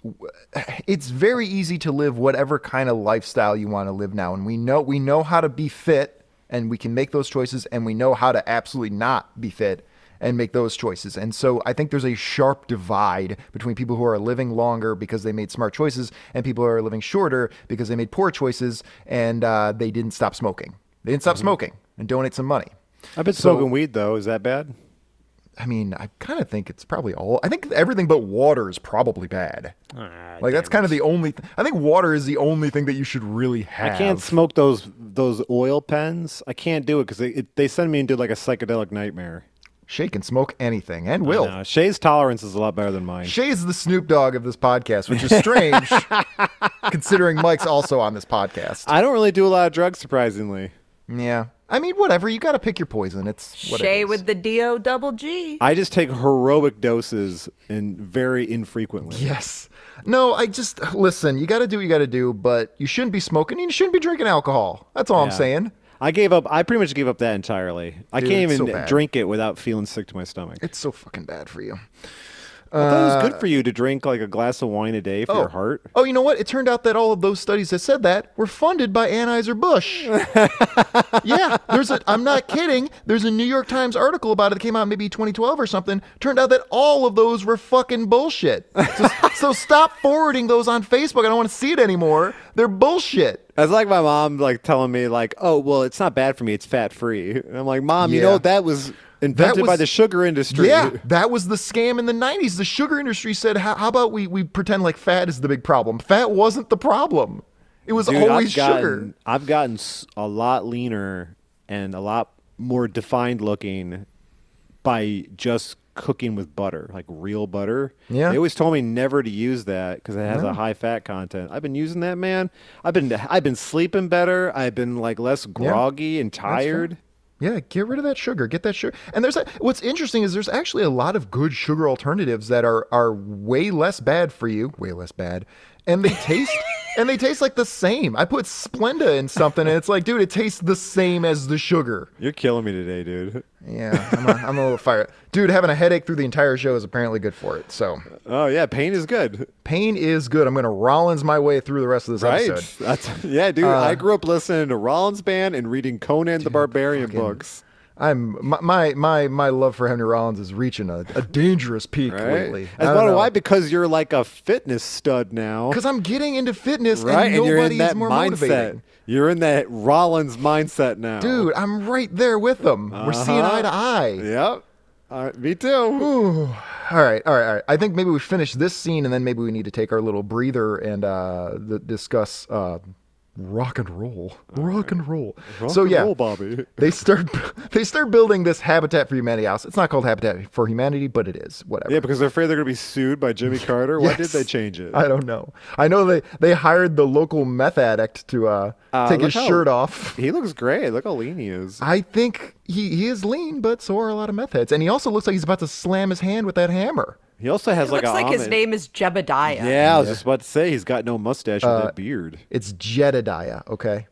it's very easy to live whatever kind of lifestyle you want to live now, and we know we know how to be fit, and we can make those choices, and we know how to absolutely not be fit and make those choices. And so I think there's a sharp divide between people who are living longer because they made smart choices, and people who are living shorter because they made poor choices and uh, they didn't stop smoking. They didn't stop smoking and donate some money.
I've been smoking weed though. Is that bad?
I mean, I kind of think it's probably all. I think everything but water is probably bad.
Ah,
like that's kind of the only. Th- I think water is the only thing that you should really have.
I can't smoke those those oil pens. I can't do it because they it, they send me into like a psychedelic nightmare.
shake and smoke anything, and will.
No, Shay's tolerance is a lot better than mine.
Shay's the Snoop Dogg of this podcast, which is strange, considering Mike's also on this podcast.
I don't really do a lot of drugs, surprisingly.
Yeah, I mean, whatever. You got to pick your poison. It's what it
Shay
is.
with the D O double G.
I just take heroic doses and very infrequently.
Yes. No, I just listen. You got to do what you got to do, but you shouldn't be smoking. and You shouldn't be drinking alcohol. That's all I'm
Yeah.
saying.
I gave up. I pretty much gave up that entirely. I
Dude,
can't
it's
even
so bad.
drink it without feeling sick to my stomach.
It's so fucking bad for you.
I thought it was good for you to drink like a glass of wine a day for your heart.
Uh, Oh, you know what? It turned out that all of those studies that said that were funded by Anheuser Busch. yeah, there's a. I'm not kidding. There's a New York Times article about it that came out maybe 2012 or something. Turned out that all of those were fucking bullshit. So, so stop forwarding those on Facebook. I don't want to see it anymore. They're bullshit.
That's like my mom like telling me like, "Oh, well, it's not bad for me. It's fat free." And I'm like, "Mom, you
Yeah.
know that was invented by
was-
the sugar industry."
Yeah, that was the scam in the 90s. The sugar industry said, "How how about we we pretend like fat is the big problem? Fat wasn't the problem. It was
Dude,
always
I've gotten,
sugar."
I've gotten s- a lot leaner and a lot more defined looking by just cooking with butter, like real butter.
Yeah.
They always told me never to use that because it has a high fat content. I've been using that, man. I've been I've been sleeping better. I've been like less groggy and tired.
Yeah, get rid of that sugar. Get that sugar. And there's a, what's interesting is there's actually a lot of good sugar alternatives that are are way less bad for you, way less bad, and they taste and they taste like the same. I put Splenda in something, and it's like, dude, it tastes the same as the sugar.
You're killing me today, dude.
Yeah, I'm a, I'm a little fired, dude. Having a headache through the entire show is apparently good for it. So
Oh yeah, pain is good.
pain is good. I'm gonna Rollins my way through the rest of this
Right.
episode.
That's- yeah, dude.
Uh,
I grew up listening to Rollins Band and reading Conan the Barbarian books.
I'm my, my my my love for Henry Rollins is reaching a, a dangerous peak
Right?
lately. I
As
don't
one
know.
why, because you're like a fitness stud now,
because I'm getting into fitness
right? And
and
you're in
nobody
that
is more
mindset.
motivating.
You're in that Rollins mindset now, Uh-huh.
Dude, I'm right there with them. We're seeing eye to eye.
Yep. All right, me too.
All right, all right, all right. I think maybe we finish this scene and then maybe we need to take our little breather and uh, th- discuss uh, rock and roll, rock and roll.
Rock
so
and
yeah,
roll, Bobby.
they start they start building this Habitat for Humanity house. It's not called Habitat for Humanity, but it is whatever.
Yeah, because they're afraid they're going to be sued by Jimmy Carter. Why did
Yes.
they change it?
I don't know. I know they they hired the local meth addict to uh,
Uh,
take
look
his
how-
shirt off.
He looks great. Look how lean he is.
I think he, he is lean, but so are a lot of meth heads. And he also looks like he's about to slam his hand with that hammer.
He also has
It
like
looks
a
like his
Amish-
name is Jebediah.
Yeah, I was just about to say he's got no mustache
Uh,
with that beard.
It's Jedediah, okay?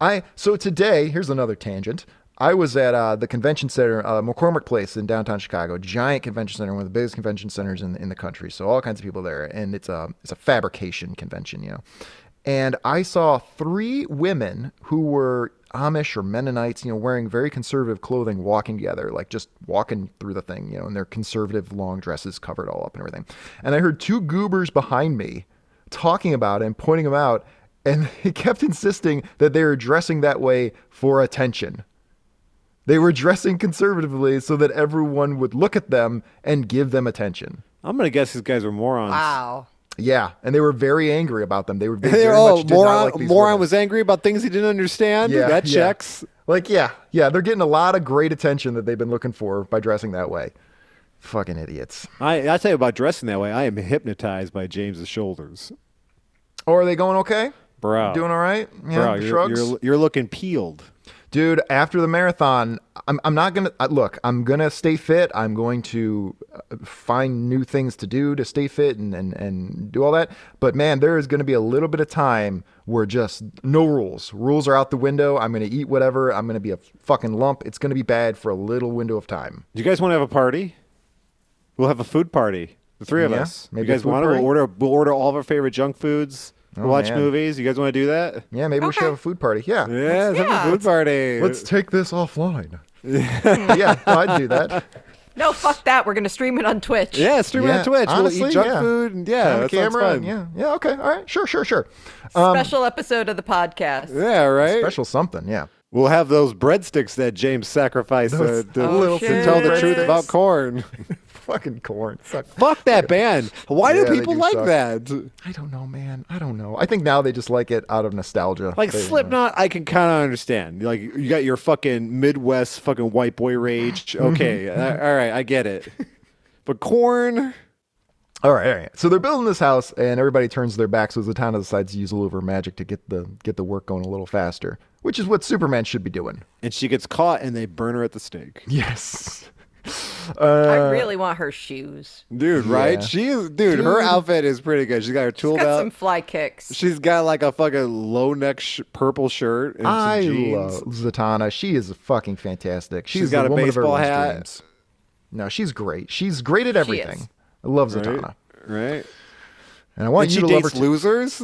I so today, here's another tangent. I was at uh, the convention center, uh, McCormick Place in downtown Chicago, giant convention center, one of the biggest convention centers in, in the country. So all kinds of people there, and it's a it's a fabrication convention, you know. And I saw three women who were Amish or Mennonites, you know, wearing very conservative clothing, walking together, like just walking through the thing, you know, and their conservative long dresses covered all up and everything. And I heard two goobers behind me talking about it and pointing them out. And they kept insisting that they were dressing that way for attention. They were dressing conservatively so that everyone would look at them and give them attention.
I'm gonna guess these guys are morons.
Wow.
Yeah, and they were very angry about them. They were they
They-
very
oh,
much did
moron!
not like these
moron
women.
was angry about things he didn't understand. that checks.
Like, yeah, yeah, they're getting a lot of great attention that they've been looking for by dressing that way. Fucking idiots.
I I tell you about dressing that way. I am hypnotized by James's shoulders,
Or Oh, are they going okay?
Bro.
Doing all right? Yeah,
bro.
the
You're,
shrugs?
you're you're looking peeled.
Dude, after the marathon, I'm, I'm not going to look, I'm going to stay fit. I'm going to uh, find new things to do to stay fit and, and, and do all that. But man, there is going to be a little bit of time where just no rules. Rules are out the window. I'm going to eat whatever. I'm going to be a fucking lump. It's going to be bad for a little window of time.
Do you guys want to have a party? We'll have a food party. The three of
Yeah,
us.
maybe
you
a
guys
food
want to?
party?
We'll order, we'll order all of our favorite junk foods. We'll
Oh,
watch
man.
movies. You guys want to do that?
Yeah, maybe we should
Okay.
have a food party. Yeah.
Yeah, let's
yeah.
have a food party.
Let's take this offline. yeah, I'd do that.
No, fuck that. We're gonna stream it on Twitch.
yeah, stream it
Yeah,
on Twitch. we'll
honestly,
eat junk
yeah.
food. And yeah,
On
that sounds
camera.
fun.
and Yeah. Yeah. Okay. All right. Sure. Sure. Sure.
Um,
Special episode of the podcast.
Yeah, right.
Special something. Yeah.
We'll have those breadsticks that James sacrificed
Those-
uh, to,
Oh,
to
shit.
tell the truth
breadsticks.
about corn.
Fucking corn. Suck.
Fuck that band. Why do
Yeah, they
people
do
like
suck.
that?
I don't know, man. I don't know. I think now they just like it out of nostalgia.
Like
They-
Slipknot, I can kind of understand. Like you got your fucking Midwest fucking white boy rage. Okay, uh, all right, I get it. But corn,
All right, all right. So they're building this house, and everybody turns their backs as the town decides to use a little of her magic to get the get the work going a little faster, which is what Superman should be doing.
and she gets caught, and they burn her at the stake.
Yes.
uh,
I really want her shoes.
Dude, right?
Yeah.
She is, dude, Her outfit is pretty good. She's got her tooled
Got
out.
some fly kicks.
She's got like a fucking low neck sh- purple shirt and some
I
jeans.
love Zatanna. She is fucking fantastic. She's,
She's got
the
a
woman of
baseball
everyone's
hat.
dreams. No, she's great. She's great at everything.
is.
I love
right?
Zatanna,
Right?
and I want
And
you
she
to love her.
dates
too.
losers.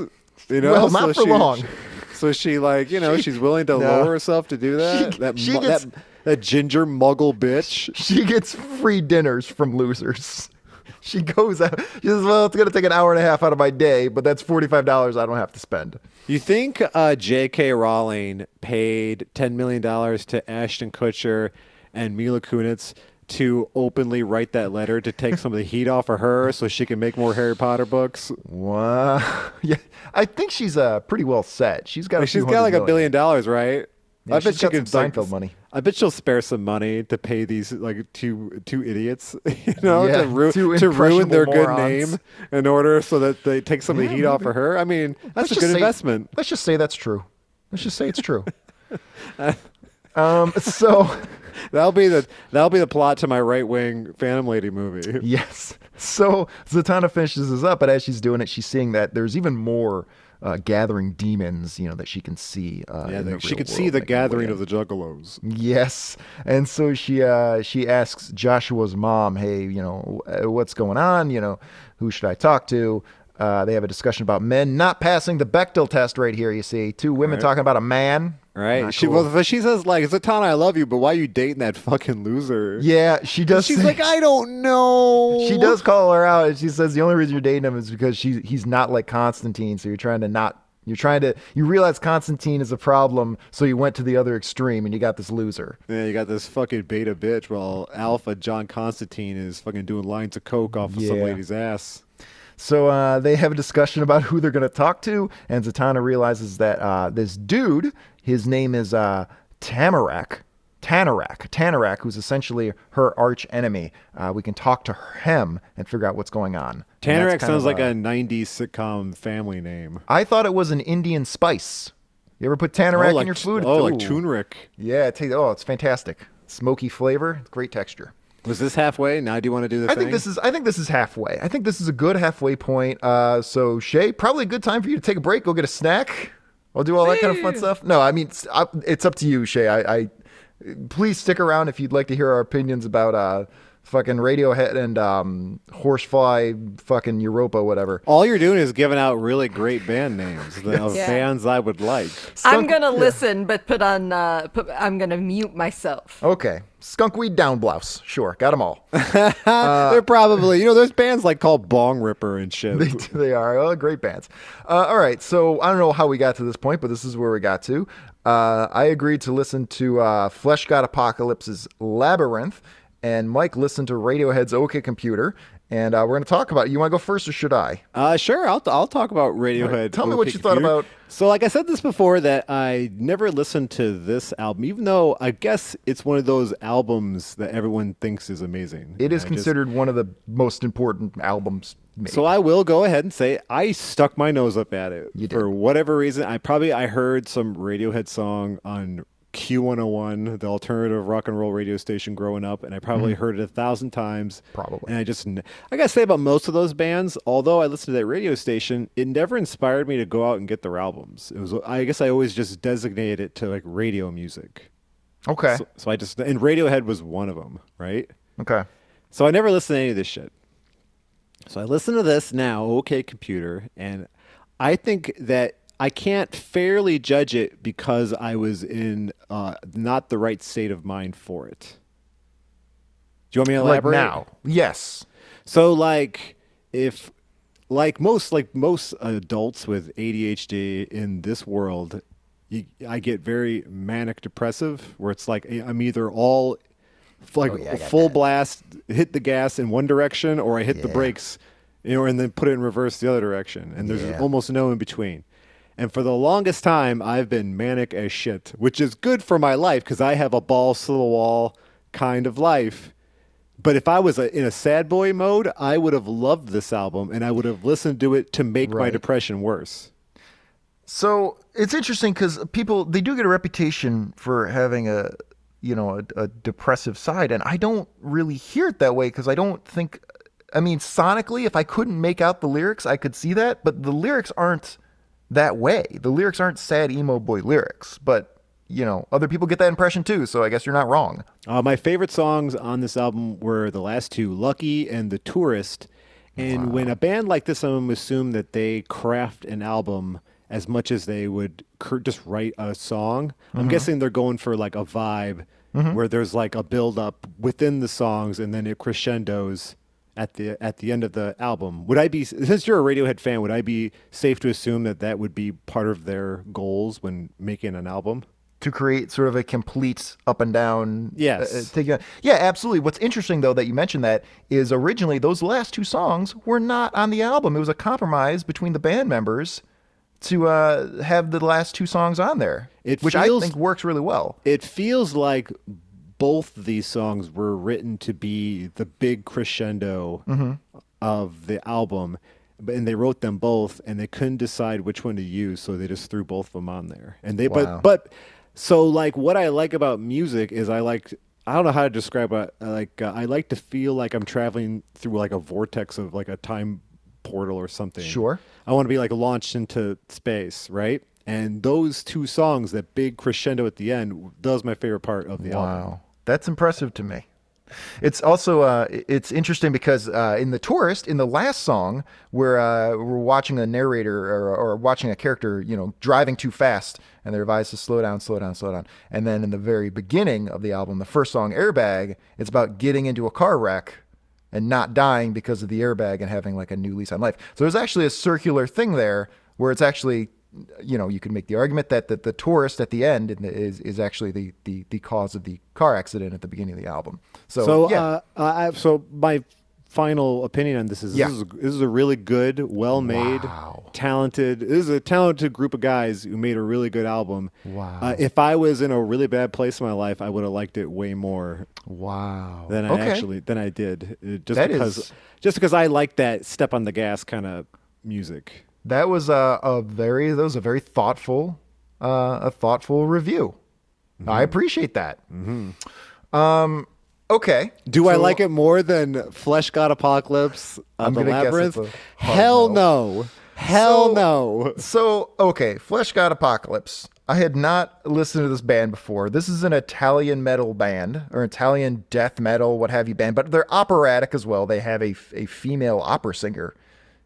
You know,
Well, not
so
for
she,
long.
she- so she like you know she's willing to
no.
lower herself to do that. that,
she
mu-
gets-
that that ginger muggle bitch.
she gets free dinners from losers. She goes out. She says, "Well, it's gonna take an hour and a half out of my day, but that's forty-five dollars I don't have to spend."
You think uh, J.K. Rowling paid ten million dollars to Ashton Kutcher and Mila Kunis to openly write that letter to take some of the heat off of her, so she can make more Harry Potter books?
Wow. Yeah, I think she's uh, pretty well set. She's got. a
She's
few
got like
hundred
a billion dollars, right?
Yeah,
I
she's
bet she
got
could
some
like,
Seinfeld money.
I bet she'll spare some money to pay these like two two idiots, you know,
Yeah,
to, ru-
two
to ruin their
impressionable
good
morons.
name in order so that they take some of the
Yeah,
heat off of her. I mean, that's
Let's
a
just
good
say-
investment.
Let's just say that's true. Let's just say it's true. um. So.
That'll be the that'll be the plot to my right wing Phantom Lady movie.
Yes. So Zatanna finishes this up, but as she's doing it, she's seeing that there's even more uh, gathering demons, you know, that she can see. Uh,
Yeah,
in
they-
the
she
real
could see
world
the
that can weigh
gathering
in.
of the juggalos.
Yes, and so she uh, she asks Joshua's mom, "Hey, you know, uh, what's going on? You know, who should I talk to?" Uh, they have a discussion about men not passing the Bechtel test right here. You see, two women talking about a man.
Right?
Not
She
cool.
well, but she says like Zatanna, I love you, but why are you dating that fucking loser?
Yeah, she does.
She's
say-
like, "Oh." I don't know.
She does call her out, and she says the only reason you're dating him is because she he's not like Constantine. So you're trying to not you're trying to you realize Constantine is a problem, so you went to the other extreme and you got this loser.
Yeah, you got this fucking beta bitch while Alpha John Constantine is fucking doing lines of coke off of some
Yeah.
lady's ass.
So uh, they have a discussion about who they're going to talk to, and Zatanna realizes that uh, this dude, his name is uh, Tamarak. Tanarak, Tanarak, who's essentially her arch enemy. Uh, we can talk to him and figure out what's going on. And that's
Tanarak
kind
sounds
of,
like
uh,
a 90s sitcom family name.
I thought it was an Indian spice. You ever put Tanarak
oh, like,
in your food?
Oh, like
Ooh.
Tunric.
Yeah, it tastes, oh, it's fantastic. Smoky flavor, great texture.
Was this halfway? Now do you want to do the
I
thing?
think this is I think this is halfway. I think this is a good halfway point. Uh, so Shay, probably a good time for you to take a break, go get a snack. I'll do all that kind of fun stuff. No, I mean it's, up it's up to you, Shay. I, I please stick around if you'd like to hear our opinions about uh, fucking Radiohead and um, Horsefly, fucking Europa, whatever.
All you're doing is giving out really great band names the- of
Yeah.
bands I would like.
I'm
Skunk-
gonna listen, but put on. Uh, put, I'm gonna mute myself.
Okay, Skunkweed Down Blouse, sure, got them all.
They're probably, you know, there's bands like called Bong Ripper and shit.
Uh, They, they are oh, great bands. Uh, all right, so I don't know how we got to this point, but this is where we got to. Uh, I agreed to listen to uh, Flesh God Apocalypse's Labyrinth, and Mike listened to Radiohead's OK Computer, and uh, we're going to talk about it. You want to go first, or should I?
Uh, sure, I'll, I'll talk about Radiohead.
tell me
real
what
quick
you thought
here.
about-
So, like I said this before, that I never listened to this album, even though I guess it's one of those albums that everyone thinks is amazing.
It is
I just-
considered one of the most important albums. Made.
So I will go ahead and say I stuck my nose up at it for whatever reason. I probably I heard some Radiohead song on Q101, the alternative rock and roll radio station growing up, and I probably heard it a thousand times.
Mm-hmm. Probably.
And I just n- I gotta say about most of those bands, although I listened to that radio station, it never inspired me to go out and get their albums. It was I guess I always just designated it to like radio music.
okay,
So, so I just and Radiohead was one of them, right?
okay,
So I never listened to any of this shit. So I listen to this now, okay, computer, and I think that I can't fairly judge it because I was in uh, not the right state of mind for it. Do you want me to
like
elaborate?
now, yes,
So like if like most like most adults with ADHD in this world, you, I get very manic depressive where it's like I'm either all f- like full blast hit the gas in one direction or I hit the brakes you know and then put it in reverse the other direction and there's
Yeah.
almost no in between. And for the longest time I've been manic as shit, which is good for my life cuz I have a balls to the wall kind of life. But if I was a, in a sad boy mode, I would have loved this album and I would have listened to it to make my
Right.
depression worse.
So it's interesting because people they do get a reputation for having a you know a, a depressive side, and I don't really hear it that way because I don't think. I mean, sonically, if I couldn't make out the lyrics, I could see that, but the lyrics aren't that way. The lyrics aren't sad emo boy lyrics, but you know other people get that impression too. So I guess you're not wrong.
Uh, my favorite songs on this album were the last two, Lucky and The Tourist. And when a band like this, I'm assume that they craft an album as much as they would cur- just write a song. I'm guessing they're going for like a vibe where there's like a build up within the songs and then it crescendos at the at the end of the album. Would I be since you're a Radiohead fan, would I be safe to assume that that would be part of their goals when making an album?
to create sort of a complete up and down.
Yes.
uh, uh, thing. yeah, absolutely. What's interesting though that you mentioned that is originally those last two songs were not on the album. It was a compromise between the band members to uh, have the last two songs on there,
It
which
feels-
I think works really well.
it feels like both these songs were written to be the big crescendo of the album but and they wrote them both and they couldn't decide which one to use so they just threw both of them on there and they but but so like what i like about music is i like i don't know how to describe it like uh, i like to feel like i'm traveling through like a vortex of like a time portal or something
Sure.
I want to be like launched into space, right? And those two songs, that big crescendo at the end, that was my favorite part of the album.
Wow, that's impressive to me. It's also uh, i- it's interesting because uh, in the tourist, in the last song, where uh, we're watching a narrator or, or watching a character, you know, driving too fast, and they're advised to slow down, slow down, slow down. And then in the very beginning of the album, the first song, "Airbag," it's about getting into a car wreck and not dying because of the airbag and having like a new lease on life. So there's actually a circular thing there where it's actually, you know, you could make the argument that, that the tourist at the end in the- is, is actually the, the, the cause of the car accident at the beginning of the album. So,
So,
yeah,
uh, I, I- so my final opinion on this is
Yeah.
this, is a, this is a really good, well made, talented. This is a talented group of guys who made a really good album.
Wow.
Uh, if I was in a really bad place in my life, I would have liked it way more
Wow.
than I
okay.
actually than I did. Uh, Just
That
because
is-
just because I like that step on the gas kind of music.
That was a, a very that was a very thoughtful uh, a thoughtful review. I appreciate that. Mm-hmm. Um, okay.
Do I
So-
like it more than Flesh God Apocalypse
I'm
on the
gonna guess
Labyrinth?
it's a hard
Hell no. Hell
So-
no.
So okay, Flesh God Apocalypse. I had not listened to this band before. This is an Italian metal band or Italian death metal, what have you, band, but they're operatic as well. They have a, a female opera singer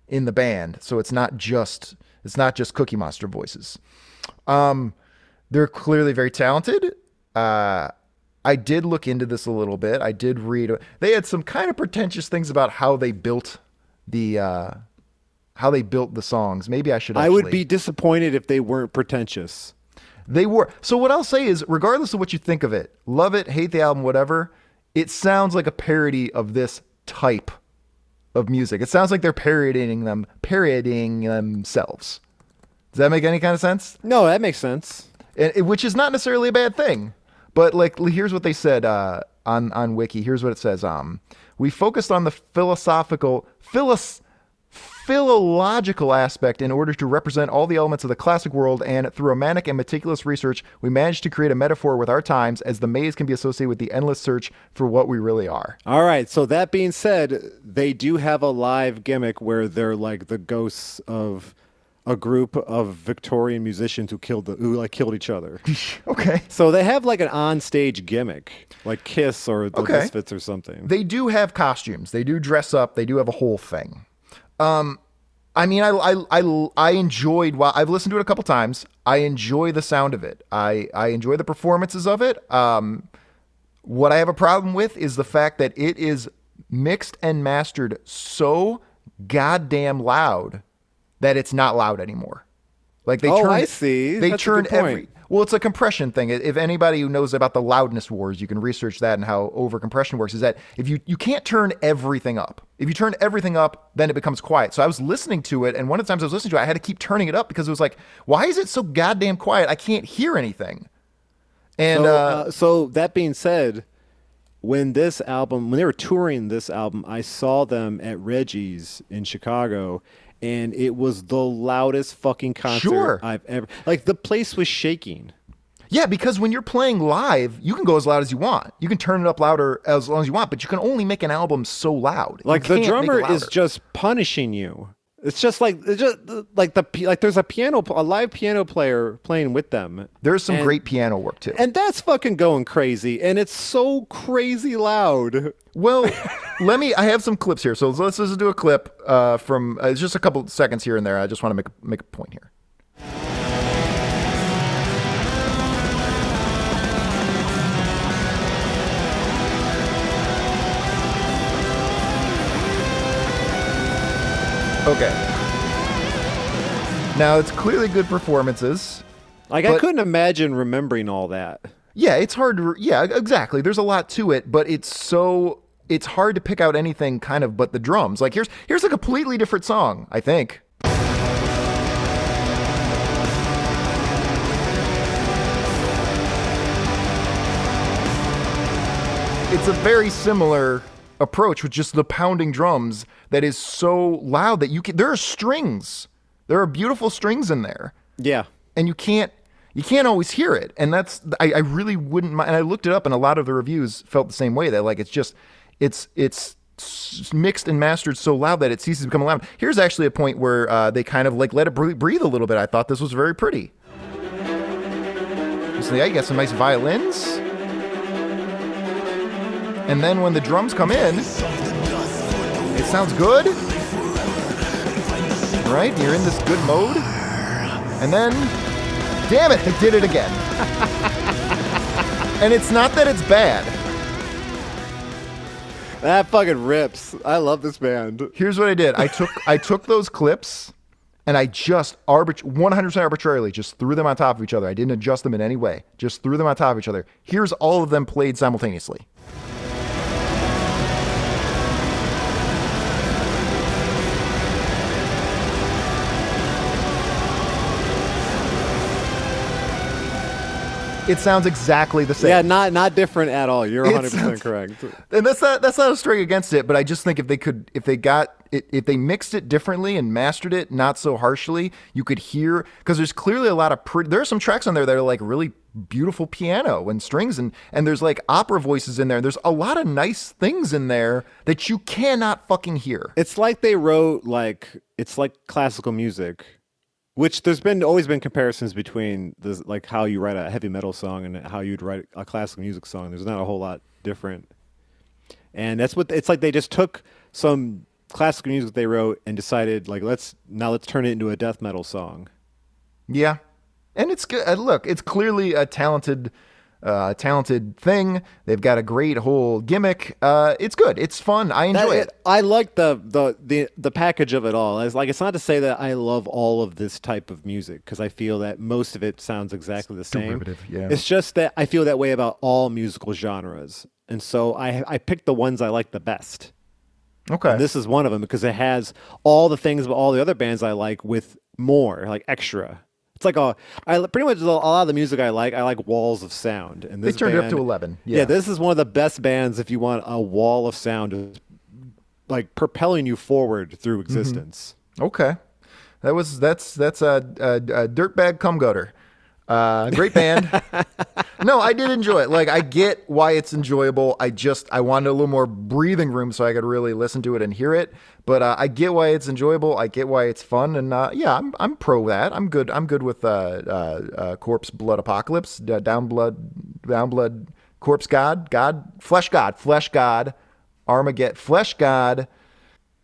in the band, so it's not just it's not just Cookie Monster voices. Um, they're clearly very talented. Uh, I did look into this a little bit. I did read. They had some kind of pretentious things about how they built the uh, how they built the songs. Maybe I should.
I would
actually-
be disappointed if they weren't pretentious.
They were. So what I'll say is, regardless of what you think of it, love it, hate the album, whatever, it sounds like a parody of this type of music. It sounds like they're parodying them, parodying themselves. Does that make any kind of sense?
No, that makes sense.
and, it- which is not necessarily a bad thing. But like, l- here's what they said uh, on on Wiki. Here's what it says. Um, we focused on the philosophical philos philological aspect in order to represent all the elements of the classic world and through romantic and meticulous research we managed to create a metaphor with our times as the maze can be associated with the endless search for what we really are
All right. So that being said, they do have a live gimmick where they're like the ghosts of a group of Victorian musicians who killed the, who like killed each other.
okay
so they have like an on-stage gimmick, like Kiss or the
Okay.
Misfits or something.
they do have costumes. They do dress up. They do have a whole thing. Um, I mean, I I I, I enjoyed. While I've listened to it a couple times, I enjoy the sound of it. I I enjoy the performances of it. Um, what I have a problem with is the fact that it is mixed and mastered so goddamn loud that it's not loud anymore. Like they
Oh,
turn,
I see.
They
That's a
turn
good point.
every well, it's a compression thing. If anybody who knows about the loudness wars, you can research that and how over compression works. Is that if you you can't turn everything up. If you turn everything up, then it becomes quiet. So I was listening to it, and one of the times I was listening to it, I had to keep turning it up because it was like, why is it so goddamn quiet? I can't hear anything. And
so,
uh,
uh, so that being said, when this album, when they were touring this album, I saw them at Reggie's in Chicago, and it was the loudest fucking concert
Sure.
I've ever. Like the place was shaking.
yeah, because when you're playing live, you can go as loud as you want. You can turn it up louder as long as you want, but you can only make an album so loud. You
Like the
can't make it
drummer is
louder.
just punishing you. It's just like it's just like the pi- like there's a piano a live piano player playing with them.
There's some
and-
great piano work too.
And that's fucking going crazy, and it's so crazy loud.
Well, let me. I have some clips here, so let's just do a clip uh, from. Uh, it's just a couple seconds here and there. I just want to make a- make a point here. Okay. Now it's clearly good performances.
Like I
But-
couldn't imagine remembering all that.
Yeah, it's hard to. Yeah, e, exactly. There's a lot to it, but it's so it's hard to pick out anything kind of but the drums. Like here's here's a completely different song, I think. It's a very similar approach with just the pounding drums that is so loud that you can there are strings. There are beautiful strings in there
Yeah.
and you can't you can't always hear it and that's I, I really wouldn't mind and i looked it up and a lot of the reviews felt the same way that like it's just it's it's s- mixed and mastered so loud that it ceases to become loud here's actually a point where uh, they kind of like let it bre- breathe a little bit i thought this was very pretty so yeah you got some nice violins and then when the drums come in it sounds good right you're in this good mode and then, damn it, they did it again. and it's not that it's bad.
That fucking rips. I love this band.
Here's what I did. I took I took those clips and I just arbit 100% arbitrarily just threw them on top of each other. I didn't adjust them in any way. Just threw them on top of each other. Here's all of them played simultaneously. It sounds exactly the same.
Yeah, not not different at all. You're
It
100
sounds-
percent correct.
and that's not that's not a strike against it, but I just think if they could, if they got, it, if they mixed it differently and mastered it not so harshly, you could hear because there's clearly a lot of pretty. There are some tracks on there that are like really beautiful piano and strings and and there's like opera voices in there. There's a lot of nice things in there that you cannot fucking hear.
It's like they wrote like it's like classical music, which there's been always been comparisons between this like how you write a heavy metal song and how you'd write a classical music song. There's not a whole lot different, and that's what it's like. They just took some classical music they wrote and decided like let's now let's turn it into a death metal song.
Yeah, and it's good. uh, Look, it's clearly a talented, uh, talented thing. They've got a great whole gimmick. Uh, it's good. It's fun. I enjoy
That-
it.
I like the, the the the package of it all. It's like it's not to say that I love all of this type of music because I feel that most of it sounds exactly the same.
derivative, yeah.
It's just that I feel that way about all musical genres, and so I I pick the ones I like the best.
Okay.
This is one of them because it has all the things of all the other bands I like with more like extra. It's like a I li- pretty much a lot of the music I like. I like walls of sound, and this
turned it up to
band-
11, yeah.
yeah, this is one of the best bands if you want a wall of sound, is, like propelling you forward through
Mm-hmm.
existence.
Okay, that was that's that's a, a, a dirtbag cum gutter. Uh, great band. no, I did enjoy it. Like I get why it's enjoyable. I just I wanted a little more breathing room so I could really listen to it and hear it. But uh, I get why it's enjoyable. I get why it's fun. And uh, yeah, I'm I'm pro that. I'm good. I'm good with uh, uh, uh, corpse blood apocalypse. D- down blood, down blood, corpse god, god, flesh god, flesh god, Armageddon, flesh god,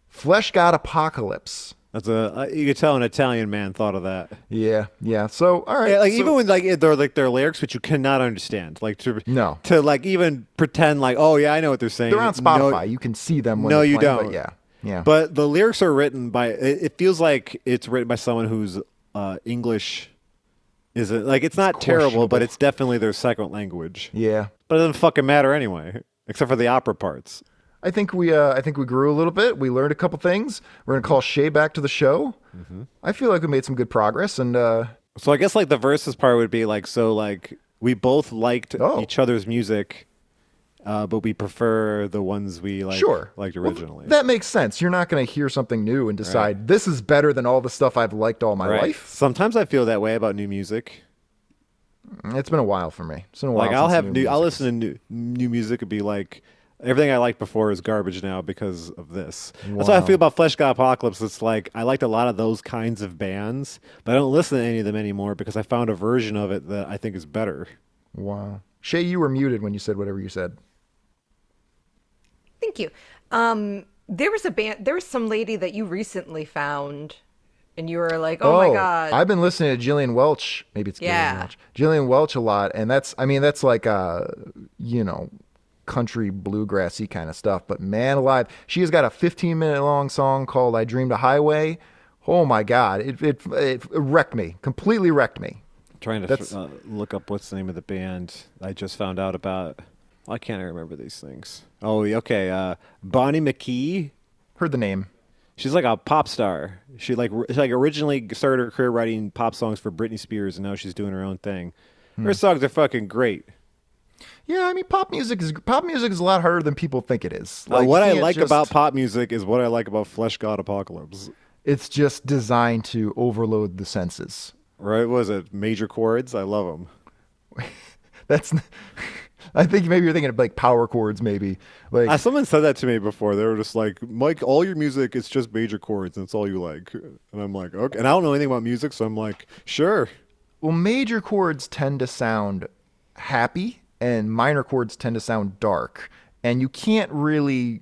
flesh god apocalypse.
That's a uh, you could tell an Italian man thought of that.
Yeah, yeah. So all right,
Yeah, like
so-
even when like it- they're like their lyrics, which you cannot understand, like to
No.
to like even pretend like oh yeah I know what they're saying.
they're on
No,
Spotify, you can see them. When
no,
they're
you
playing,
don't.
But yeah, yeah.
But the lyrics are written by. It, it feels like it's written by someone who's uh, English. Is it like it's not terrible, but
questionable.
it's definitely their second language.
yeah,
But it doesn't fucking matter anyway, except for the opera parts.
I think we, uh, I think we grew a little bit. We learned a couple things. We're gonna call Shay back to the show.
Mm-hmm.
I feel like we made some good progress, and uh,
So I guess like the verses part would be like so like we both liked
Oh.
each other's music, uh, but we prefer the ones we like
sure,
liked
Well,
originally.
that makes sense. You're not gonna hear something new and decide this is better than all the stuff I've liked all my
right.
life.
Sometimes I feel that way about new music.
It's been a while for me. It's been a while.
like I'll
since
have new, I'll
music.
listen to new new music and be like everything I liked before is garbage now because of this. That's how I feel about Flesh God Apocalypse. It's like I liked a lot of those kinds of bands, but I don't listen to any of them anymore because I found a version of it that I think is better.
Wow, Shay, you were muted when you said whatever you said.
Thank you. Um, there was a band. There was some lady that you recently found, and you were like, "Oh, my god!"
I've been listening to Jillian Welch. Maybe it's Jillian
Yeah.
Welch. Jillian Welch a lot, and that's I mean that's like uh you know country bluegrassy kind of stuff. But man alive, she has got a 15 minute long song called "I Dreamed a Highway." Oh my God, it it, it wrecked me completely wrecked me.
I'm trying to f- uh, look up what's the name of the band I just found out about. Why can't I remember these things? Oh, okay. Uh, Bonnie McKee.
Heard the name.
She's like a pop star. She like she like originally started her career writing pop songs for Britney Spears, and now she's doing her own thing. Her songs are fucking great.
Yeah, I mean pop music is pop music is a lot harder than people think it is.
Uh, what
you
I
can't
like
just-
about pop music is what I like about Flesh God Apocalypse.
it's just designed to overload the senses.
Right? What was it major chords? I love them.
That's. I think maybe you're thinking of like power chords, maybe like
Uh, someone said that to me before. They were just like, "Mike, all your music it's just major chords, and it's all you like." And I'm like, "Okay." And I don't know anything about music, so I'm like, "Sure."
Well, major chords tend to sound happy and minor chords tend to sound dark. And you can't really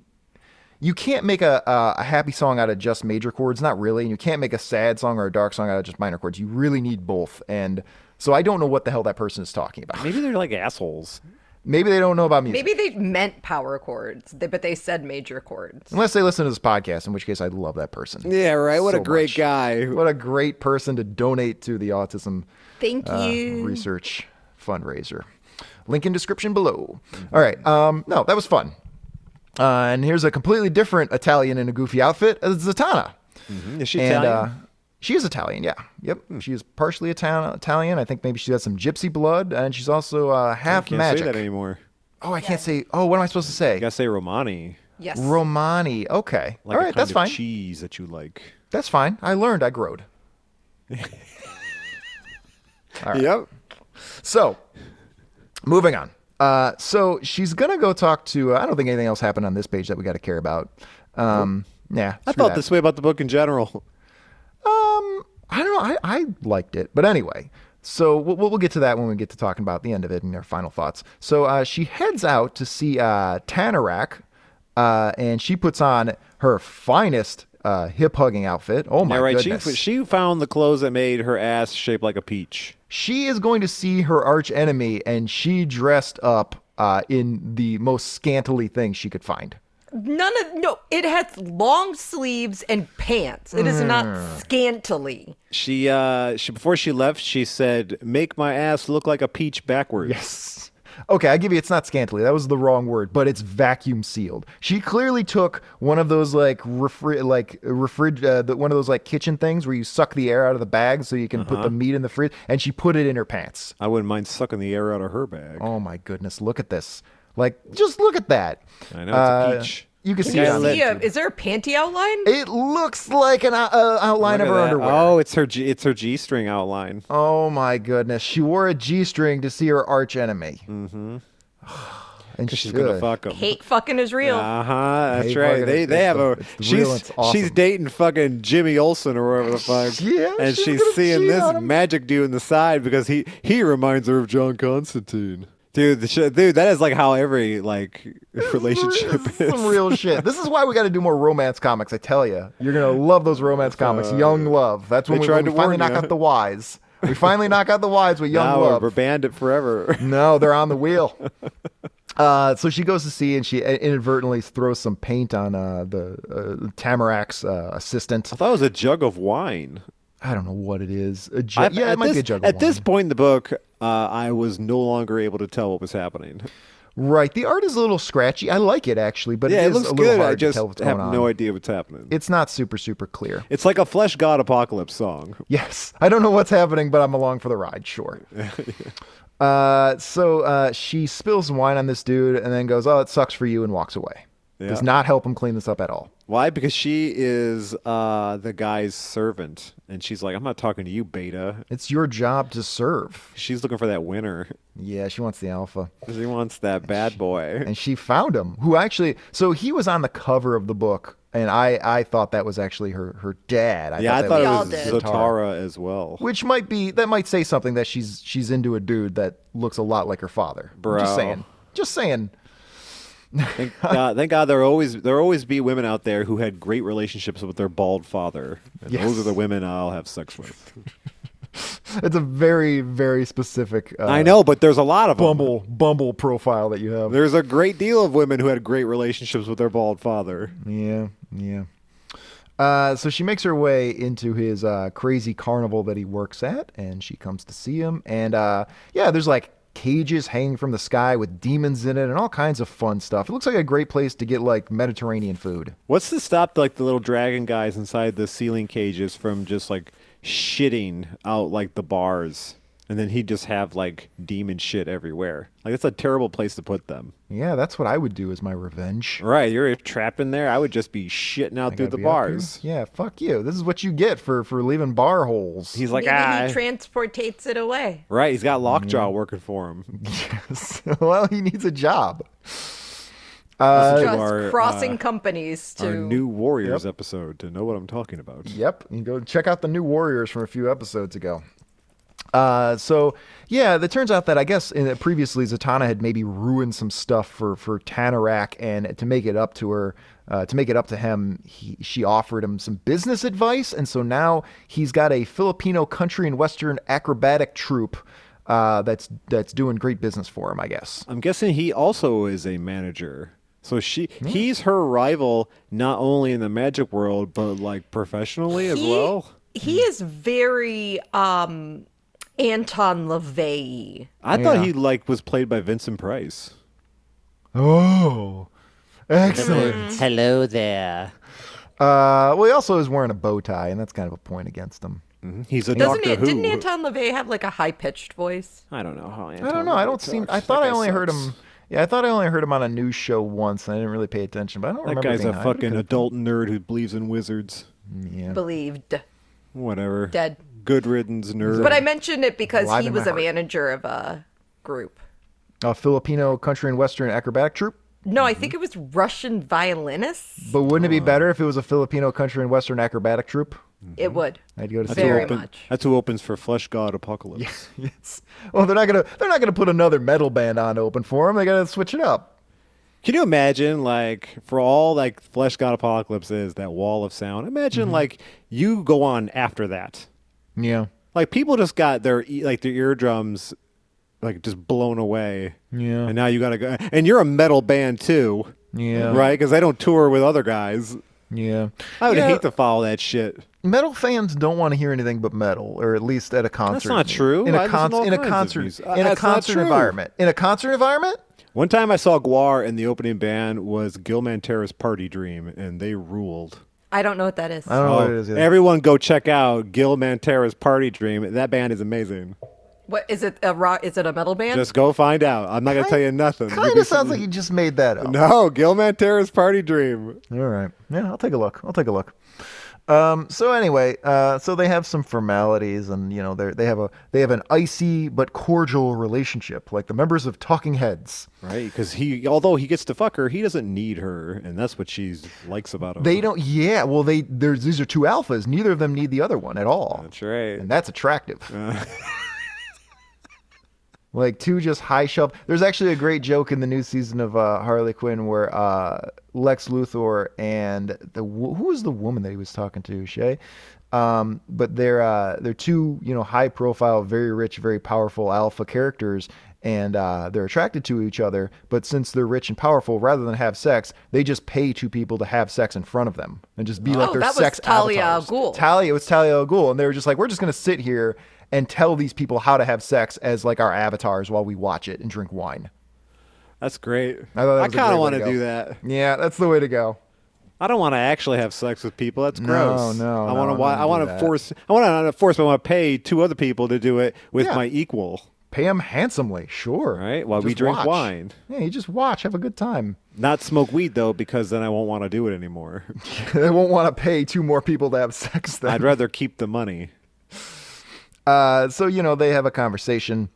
you can't make a, a, a happy song out of just major chords, not really. And you can't make a sad song or a dark song out of just minor chords. You really need both. And so I don't know what the hell that person is talking about.
Maybe they're like assholes.
Maybe they don't know about music.
Maybe they meant power chords, they- but they said major chords.
Unless they listen to this podcast, in which case I love that person.
Yeah, right. What
So
a great
much.
guy.
What a great person to donate to the autism
Thank
uh,
you.
research fundraiser. Link in description below. All right. Um, no, that was fun. Uh, and here's a completely different Italian in a goofy outfit, uh, Zatanna.
Is she
And
Italian? Hmm.
uh, She is Italian, yeah. Yep. She is partially Italian. Italian. I think maybe she's got some gypsy blood, and she's also uh, half
Oh, Can't
magic.
say that anymore.
Oh, I can't say. Oh, what am I supposed to say?
You gotta say Romani.
Yes.
Romani. Okay.
Like
All
a
right.
kind
That's
of
fine.
cheese that you like.
That's fine. I learned. I growed.
Yep.
So, moving on. Uh, so she's gonna go talk to. uh, I don't think anything else happened on this page that we got to care about. Um, yeah,
I thought this way about the book in general.
I don't know. I, I liked it, but anyway. So we'll, we'll we'll get to that when we get to talking about the end of it and our final thoughts. So uh, she heads out to see uh, Tanarak, uh, and she puts on her finest uh, hip hugging outfit. Oh my
All right, she
goodness!
she found the clothes that made her ass shaped like a peach.
she is going to see her arch enemy, and she dressed up uh, in the most scantily thing she could find.
None of no. It has long sleeves and pants. It is not scantily.
She uh she before she left, she said, "Make my ass look like a peach backwards."
Yes. Okay, I give you it's not scantily. That was the wrong word, but it's vacuum sealed. She clearly took one of those like refri- like refrig uh, the, one of those like kitchen things where you suck the air out of the bag so you can put
Uh-huh.
the meat in the fridge and she put it in her pants.
I wouldn't mind sucking the air out of her bag.
Oh my goodness, look at this. Like just look at that. Uh,
I know it's a peach.
You can, see,
Do
it
you
Yeah,
on
let-
see a, is there a panty outline?
it looks like an uh, uh, outline
Look
of her
at that.
underwear.
Oh, it's her G, it's her G string outline.
Oh my goodness. She wore a G string to see her arch enemy. Mm-hmm. And
She's gonna
should.
fuck him.
Hate fucking is real.
Uh huh. That's
Hate
right.
fucking
They
is-
they
it's
have
the-
a
it's the real,
she's
it's awesome.
she's dating fucking Jimmy Olsen or whatever the fuck.
Yeah,
and
she's
she's
gonna
seeing
cheat
this
on him.
magic dude in the side because he he reminds her of John Constantine. Dude, the shit, dude, that is like how every like relationship
This is
is.
some real shit. This is why we got to do more romance comics. I tell you, you're gonna love those romance comics. Young love. That's when
Uh, they
we,
tried to
we finally
warn
knock
ya.
out the wise. We finally knock out the wise with young
Now we're-
love.
we're banned it forever.
No, they're on the wheel. Uh, so she goes to see, and she inadvertently throws some paint on uh, the uh, Tamarak's uh, assistant.
I thought it was a jug of wine.
I don't know what it is. A ju-
I've-
yeah, it
at
might
this,
be a jug of
At this
wine.
point in the book, uh, I was no longer able to tell what was happening.
right. The art is a little scratchy. I like it actually, but
Yeah,
it,
it
is
looks
a little
good.
hard
I
to
just
tell what's
have
going on.
no idea what's happening.
It's not super super clear.
It's like a flesh god apocalypse song.
Yes. I don't know what's happening, but I'm along for the ride, sure. uh, so uh, she spills wine on this dude and then goes, Oh, it sucks for you, and walks away.
Yeah.
Does not help him clean this up at all.
Why? Because she is uh, the guy's servant, and she's like, "I'm not talking to you, Beta."
It's your job to serve.
She's looking for that winner.
Yeah, she wants the alpha.
She wants that bad boy.
And she found him, who actually, so he was on the cover of the book, and I, I thought that was actually her, her dad. I
Yeah, I
that
thought
We
it
all
was
did.
Zotara as well.
Which might be that might say something that she's she's into a dude that looks a lot like her father.
Bro.
Just saying. Just saying.
Thank God, thank God there always there always be women out there who had great relationships with their bald father. And Those
Yes.
are the women I'll have sex with.
It's a very, very specific uh,
I know, but there's a lot of 'em.
Bumble Bumble profile that you have.
There's a great deal of women who had great relationships with their bald father.
yeah, yeah. Uh, so she makes her way into his uh, crazy carnival that he works at, and she comes to see him. And uh, yeah, there's like cages hanging from the sky with demons in it, and all kinds of fun stuff. It looks like a great place to get like Mediterranean food.
What's to stop like the little dragon guys inside the ceiling cages from just like shitting out like the bars, and then he'd just have like demon shit everywhere? Like that's a terrible place to put them.
Yeah, that's what I would do as my revenge.
Right, you're trapped in there. I would just be shitting out through
Gotta
the
be up here.
bars.
Yeah, fuck you. This is what you get for for leaving bar holes.
He's like,
Maybe
ah,
he transportates it away.
right. He's got lockjaw working for him.
well, he needs a job.
Listen to
Just
our,
crossing
uh,
companies to
our new warriors episode to know what I'm talking about.
Yep. You go check out the new Warriors from a few episodes ago. Uh, so yeah, it turns out that I guess in, previously Zatanna had maybe ruined some stuff for for Tanarak, and to make it up to her, uh, to make it up to him, he, she offered him some business advice, and so now he's got a Filipino country and western acrobatic troupe uh, that's that's doing great business for him, I guess.
I'm guessing he also is a manager. So she he's her rival not only in the magic world but like professionally as
he,
well.
He
Mm.
is very um Anton LaVey.
I thought
Yeah.
he like was played by Vincent Price.
Oh, excellent.
Hello there.
Uh, well, he also is wearing a bow tie, and that's kind of a point against him.
He's a
Doesn't
Doctor
it?
Who.
Didn't Anton LaVey have like a high pitched voice?
I don't know how.
I don't know. I don't seem. I thought I only heard him. Yeah, I thought I only heard him on a news show once, and I didn't really pay attention. But I don't
That
remember.
guy's
being
a
high.
fucking adult nerd who believes in wizards.
Yeah.
Believed.
Whatever.
Dead.
Good riddance, nerd.
But I mentioned it because
Alive
he
in
was
my
a
heart.
manager of a group.
A Filipino country and western acrobatic troupe.
No,
Mm-hmm.
I think it was Russian violinists.
But wouldn't it be better if it was a Filipino country and western acrobatic troupe?
It would.
I'd go to
who
see
very
that.
opened- much.
That's who opens for Flesh God Apocalypse.
Yes. Well, they're not gonna. They're not gonna put another metal band on to open for him. They gotta switch it up.
Can you imagine, like, for all like Flesh God Apocalypse is that wall of sound? Imagine
Mm-hmm.
like you go on after that.
Yeah.
Like people just got their e- like their eardrums like just blown away.
Yeah.
And now you gotta go. And you're a metal band too.
Yeah.
Right? Because they don't tour with other guys.
Yeah.
I would
Yeah,
hate to follow that shit.
Metal fans don't don't want to hear anything but metal, or at least at a concert.
not true.
In
I
a,
listen to
con-
all
in a
kinds of
concert.
music.
In a
That's not
concert
true.
environment. In a concert environment.
One time I saw Guar and the opening band was Gilmantera's Party Dream, and they ruled.
I don't know what that is.
I don't know what it
Oh,
is. Either.
everyone go check out Gil Mantera's Party Dream. That band is amazing.
What is it? A rock? Is it a metal band?
Just go find out. I'm not going to tell you nothing. You'll
kind
be
of sounds like
sitting-
you just made that up.
No, Gil Mantera's Party Dream.
All right. Yeah, I'll take a look. I'll take a look. Um, so anyway, uh, so they have some formalities, and you know they they have a they have an icy but cordial relationship, like the members of Talking Heads.
Right? Because he, although he gets to fuck her, he doesn't need her, and that's what she likes about him.
They don't. Yeah. Well, they there's these are two alphas. Neither of them need the other one at all.
That's right.
And that's attractive. like two just high shelf. There's actually a great joke in the new season of uh, Harley Quinn where uh, Lex Luthor and the wo- who was the woman that he was talking to, Shay. Um, but they're uh, they're two you know high profile, very rich, very powerful alpha characters, and uh, they're attracted to each other. But since they're rich and powerful, rather than have sex, they just pay two people to have sex in front of them and just be like
Oh,
their
that was
sex
Talia al
avatars.
Ghul.
Talia, it was Talia al Ghul, and they were just like, we're just gonna sit here and tell these people how to have sex as like our avatars while we watch it and drink wine.
That's great.
I thought that was a
kind
great
of
way
want
to
to
go.
do that.
Yeah, that's the way to go.
I don't want to actually have sex with people. That's gross.
no,
I
no,
want
I
to. Wa-
don't wanna
I
do
want to
that.
force. I want to not force, but I want to pay two other people to do it with
Yeah.
my equal.
Pay them handsomely, sure.
Right, while we
Just
drink
watch.
wine.
Yeah, you just watch, have a good time.
Not smoke weed though, because then I won't want to do it anymore.
they won't want to pay two more people to have sex then.
I'd rather keep the money.
Uh, so you know they have a conversation,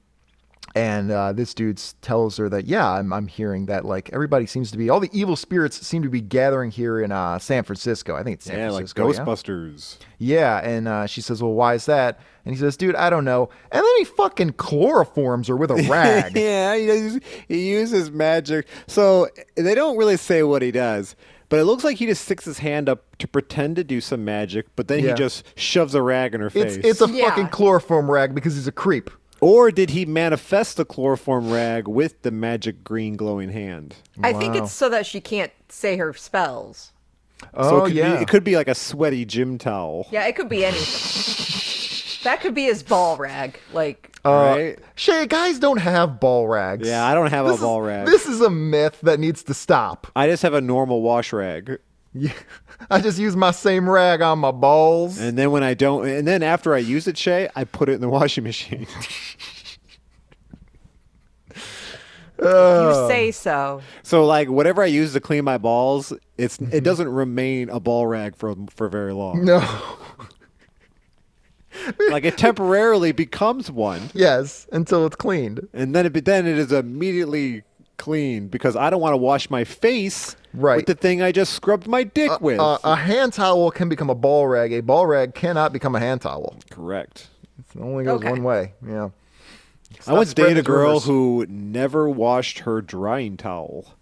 and uh, this dude s- tells her that yeah, I'm I'm hearing that like everybody seems to be all the evil spirits seem to be gathering here in uh, San Francisco. I think it's San
Yeah, like
Francisco. yeah?
Ghostbusters.
Yeah, and uh, she says, "Well, why is that?" And he says, "Dude, I don't know." And then he fucking chloroforms her with a rag.
yeah, he, does- he uses magic. So they don't really say what he does, but it looks like he just sticks his hand up to pretend to do some magic, but then
Yeah.
he just shoves a rag in her
it's
face.
it's a
Yeah.
fucking chloroform rag because he's a creep.
or did he manifest the chloroform rag with the magic green glowing hand?
I think
Wow.
it's so that she can't say her spells.
Oh
so it could
yeah,
be, it could be like a sweaty gym towel.
Yeah, it could be anything. that could be his ball rag. Like,
right?
Shay, guys don't have ball rags.
Yeah, I don't have a
This is-
ball rag.
This is a myth that needs to stop.
I just have a normal wash rag.
Yeah. I just use my same rag on my balls.
And then when I don't, and then after I use it, Shay, I put it in the washing machine.
Oh.
you say so.
so like whatever I use to clean my balls, it's
Mm-hmm.
it doesn't remain a ball rag for for very long.
no.
Like it temporarily becomes one,
Yes, until it's cleaned.
and then it be- then it is immediately clean because I don't want to wash my face
Right.
with the thing I just scrubbed my dick with.
Uh, a hand towel can become a ball rag. A ball rag cannot become a hand towel.
Correct.
It only goes
Okay.
one way. Yeah.
I once
spreading
dated a
these
girl
rumors.
who never washed her drying towel.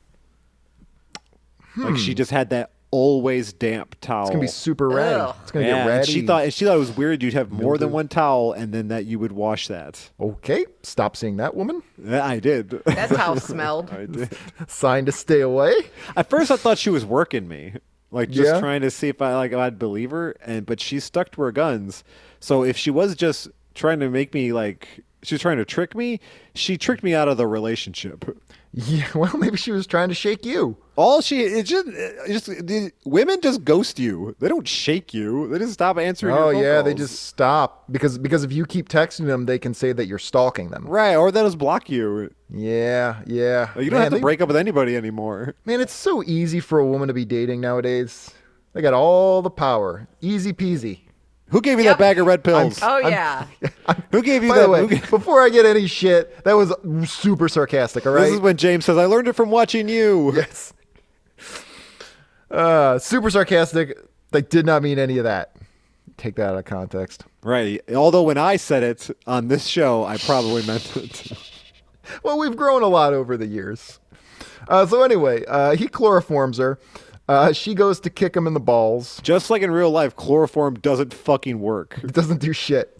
Like she just had that always damp towel.
Hmm. It's gonna be super ratty.
Ugh.
It's gonna
Yeah,
get
and
ratty.
Oh. she thought and she thought it was weird you'd have more than one towel and then that you would wash that.
okay, stop seeing that woman.
That I did.
That's how it smelled.
I did.
Sign to stay away.
At first I thought she was working me. Like just
Yeah.
trying to see if I like if I'd believe her and but she stuck to her guns. So if she was just trying to make me like she was trying to trick me. She tricked me out of the relationship.
Yeah, well, maybe she was trying to shake you.
All she it just, it just the, women just ghost you. They don't shake you. They just stop answering. your
Oh
phone
yeah, they
calls.
just stop because because if you keep texting them, they can say that you're stalking them.
right or they just block you.
Yeah, yeah.
Like, Oh, you don't
Man,
have to
they-
break up with anybody anymore.
Man, it's so easy for a woman to be dating nowadays. They got all the power. Easy peasy.
Who gave you
Yep.
that bag of red pills?
Oh yeah.
Who gave you
By the
that?
way,
who ga-
before I get any shit, that was super sarcastic. All right.
This is when James says, "I learned it from watching you."
yes. Uh, super sarcastic. They did not mean any of that. Take that out of context.
Right. Although when I said it on this show, I probably meant it.
well, we've grown a lot over the years. Uh, so anyway, uh, he chloroforms her. Uh, she goes to kick him in the balls.
Just like in real life, chloroform doesn't fucking work.
It doesn't do shit.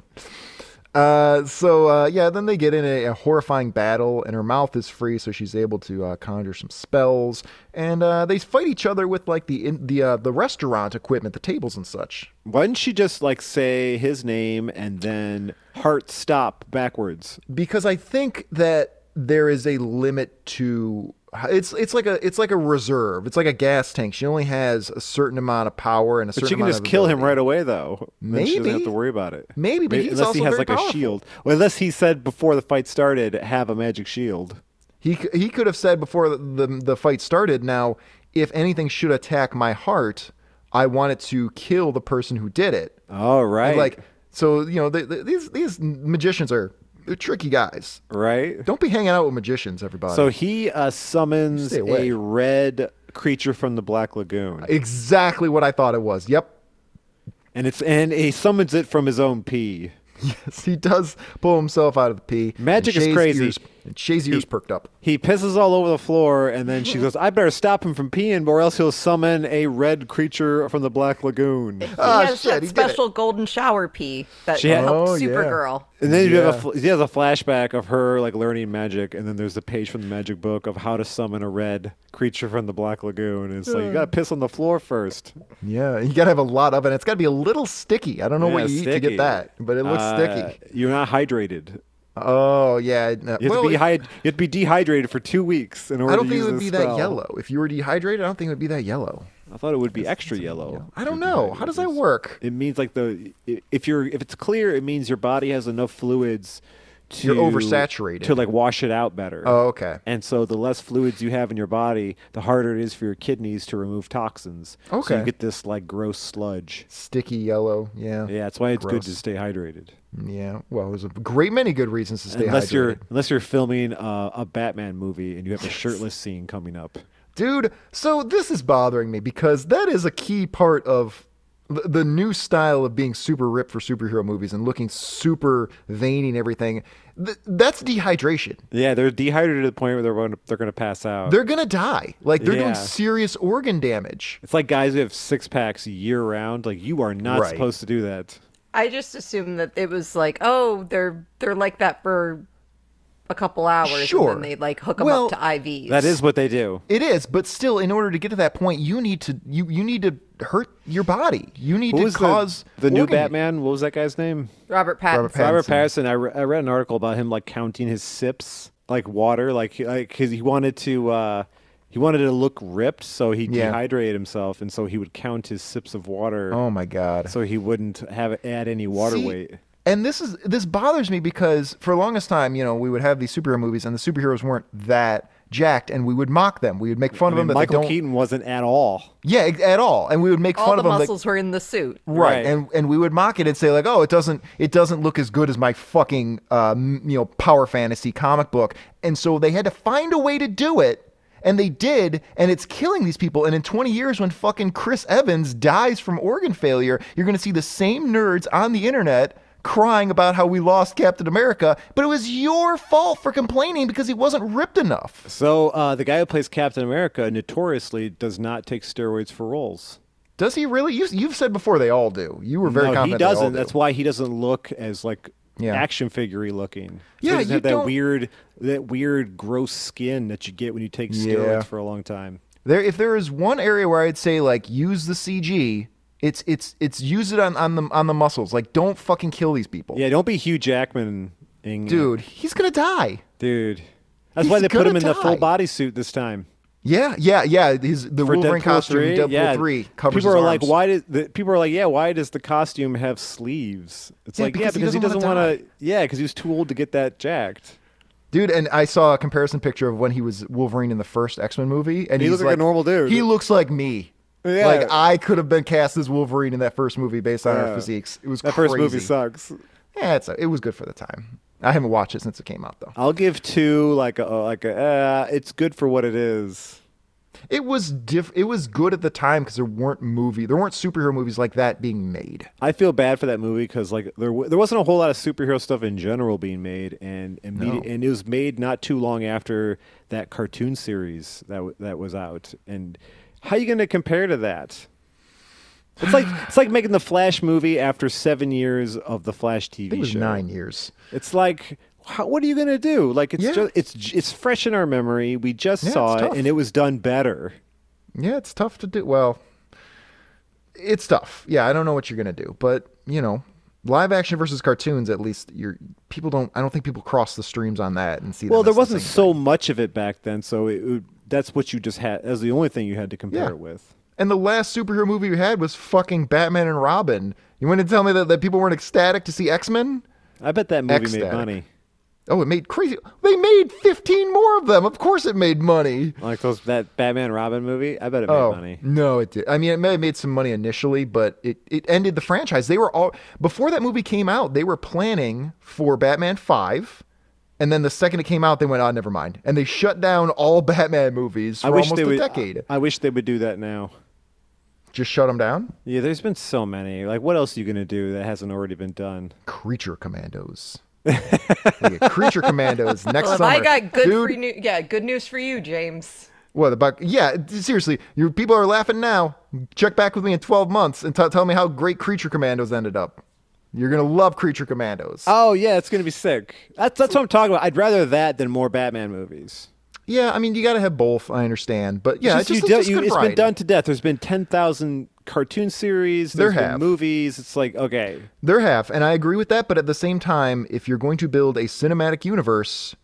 Uh, so uh, yeah, then they get in a, a horrifying battle, and her mouth is free, so she's able to uh, conjure some spells. And uh, they fight each other with like the in, the uh, the restaurant equipment, the tables and such.
Why didn't she just like say his name and then heart stop backwards?
because I think that there is a limit to it's it's like a it's like a reserve. It's like a gas tank. She only has a certain amount of power and a certain
She can
amount
just
of
kill him
ability.
right away, though. Then she doesn't
Maybe.
have to worry about it.
Maybe, but he's
unless
also
he has
very
like
powerful.
a shield. Well, unless he said before the fight started, have a magic shield.
He c- he could have said before the, the the fight started, now if anything should attack my heart, I want it to kill the person who did it.
All right,
And, Like so, you know, the, the, these these magicians are they're tricky guys.
right.
Don't be hanging out with magicians, everybody.
So he uh, summons
Stay away.
a red creature from the Black Lagoon,
exactly what I thought it was. Yep,
and it's and he summons it from his own pee.
Yes, he does pull himself out of the pee.
Magic
and
is
Shay's
crazy.
Ears, and Shay's ears perked up.
He pisses all over the floor, and then she goes, "I better stop him from peeing, or else he'll summon a red creature from the Black Lagoon."
Ah,
he has
shit,
that
he did it.
special golden shower pee that
She had-
helped
Oh, yeah.
Supergirl.
And then you have
Yeah.
a fl- he has a flashback of her like learning magic, and then there's a page from the magic book of how to summon a red creature from the Black Lagoon. And it's like you gotta piss on the floor first.
Yeah, you gotta have a lot of it. It's gotta be a little sticky. I don't know
Yeah,
what you eat to
sticky.
get that, but it looks
Uh,
sticky.
You're not hydrated.
Oh yeah. no-
Uh, You have,
well,
to be
it-
hyd- you have to be dehydrated for two weeks in order
I don't
to
think
use
it would
this
be
spell.
that yellow. If you were dehydrated, I don't think it would be that yellow.
I thought it would be extra yellow.
I
if
don't
you're
know. How does that
dehydrated.
work?
It means like the i- if you're if it's clear, it means your body has enough fluids to
You're oversaturated.
to like wash it out better.
Oh, okay.
And so the less fluids you have in your body, the harder it is for your kidneys to remove toxins. So
Okay.
you get this like gross sludge.
Sticky yellow. Yeah.
Yeah, that's why it's good
Gross.
to stay hydrated.
Yeah. Well, there's a great many good reasons to stay
unless
hydrated.
you're unless you're filming uh, a Batman movie and you have a shirtless scene coming up.
Dude, so this is bothering me because that is a key part of th- the new style of being super ripped for superhero movies and looking super veiny and everything. Th- that's dehydration.
Yeah, they're dehydrated to the point where they're going to, they're going to pass out.
They're going to die. Like, they're
Yeah.
doing serious organ damage.
it's like guys who have six packs year round. Like you are not
Right.
supposed to do that.
I just assumed that it was like, oh, they're they're like that for a couple hours,
Sure.
and then they like hook them
Well,
up to IVs.
That is what they do.
It is, but still, in order to get to that point, you need to you you need to hurt your body. You need
What
to
was the-
cause
the, new
organ-
Batman? What was that guy's name?
Robert Pattinson.
Robert Pattinson.
Robert Pattinson. I, re- I read an article about him like counting his sips, like water, like like cause he wanted to uh, he wanted to look ripped, so he
Yeah.
dehydrated himself, and so he would count his sips of water,
Oh my god!
so he wouldn't have add any water
See,
weight.
And this is this bothers me because for the longest time, you know, we would have these superhero movies and the superheroes weren't that jacked, and we would mock them. We would make fun
I
of them.
mean,
that
Michael
they don't,
Keaton wasn't at all.
yeah, ex- at all, and we would make
All
fun
the
of them.
muscles were in the suit.
Like, right,
Right.
and and we would mock it and say like, oh, it doesn't it doesn't look as good as my fucking um, you know power fantasy comic book, and so they had to find a way to do it. And they did, and it's killing these people. And in 20 years, when fucking Chris Evans dies from organ failure, you're going to see the same nerds on the internet crying about how we lost Captain America, but it was your fault for complaining because he wasn't ripped enough.
So uh, the guy who plays Captain America notoriously does not take steroids for roles.
Does he really? You, you've said before they all do. You were very
no, he
confident. they all
doesn't.
do.
That's why he doesn't look as like
Yeah.
action figurey looking. So he
Yeah,
doesn't
you
have that
don't-
weird that weird gross skin that you get when you take steroids
Yeah.
for a long time.
There, if there is one area where I'd say like use the CG, it's it's it's use it on on the on the muscles. Like don't fucking kill these people.
Yeah, don't be Hugh Jackman ing-
Dude, he's going to die.
dude. That's
He's
why they put
gonna
him in the full
die.
bodysuit this time.
Yeah, yeah, yeah. His the
for
Wolverine
Deadpool
costume, in
3,
Deadpool
yeah.
three covers.
people
his
are like,
arms.
why does the, people are like, yeah, why does the costume have sleeves? It's
Yeah,
like,
because he
yeah, because he
doesn't
doesn't
wanna
want to. Yeah, because he was too old to get that jacked.
Dude, and I saw a comparison picture of when he was Wolverine in the first X Men movie, and
He
he's
looked like a normal dude.
He looks like me.
Yeah.
Like I could have been cast as Wolverine in that first movie based on our
Yeah.
physiques. It was
That
crazy.
first movie sucks.
Yeah, it's it was good for the time. I haven't watched it since it came out though.
I'll give two like a like a. Uh, it's good for what it is.
It was diff. It was good at the time because there weren't movie, there weren't superhero movies like that being made.
I feel bad for that movie because like there w- there wasn't a whole lot of superhero stuff in general being made, and immediate, and it was made not too long after that cartoon series that w- that was out. And how you going to compare to that? It's like it's like making the Flash movie after seven years of the Flash TV
I think it was
show.
nine years.
It's like. How, what are you gonna do? Like it's
Yeah.
just it's j- it's fresh in our memory. We just
Yeah,
saw
it's
it,
tough.
and it was done better.
Yeah, it's tough to do. Well, it's tough. Yeah, I don't know what you're gonna do, but you know, live action versus cartoons. At least you're people don't. I don't think people cross the streams on that and see.
Well,
them
there
as the
wasn't
same.
so much of it back then, so it, it, that's what you just had. That's the only thing you had to compare
Yeah.
it with.
And the last superhero movie we had was fucking Batman and Robin. You want to tell me that, that people weren't ecstatic to see X Men?
I bet that movie
Ecstatic.
made money.
Oh, it made crazy. They made 15 more of them. Of course, it made money.
Like those that Batman Robin movie, I bet it made
Oh
money.
no, it did. I mean, it may have made some money initially, but it, it ended the franchise. They were all before that movie came out. They were planning for Batman Five, and then the second it came out, they went, "Oh, never mind," and they shut down all Batman movies for
I wish
almost
they
a
would.
decade.
I, I wish they would do that now.
Just shut them down.
Yeah, there's been so many. Like, what else are you gonna do that hasn't already been done?
Creature Commandos. We get Creature Commandos next
Well, if
summer.
I got good
Dude,
free new- yeah, good news for you, James.
What about? Yeah, d- seriously, your people are laughing now. Check back with me in 12 months and t- tell me how great Creature Commandos ended up. You're gonna love Creature Commandos.
Oh yeah, it's gonna be sick. That's that's what I'm talking about. I'd rather that than more Batman movies.
Yeah, I mean, you got to have both. I understand, but yeah, it's
you
just, it's
do-
just
you-
good
it's
variety.
been done to death. There's been ten thousand cartoon series.
There
There's been
have.
movies. It's like okay,
There have, and I agree with that. But at the same time, if you're going to build a cinematic universe,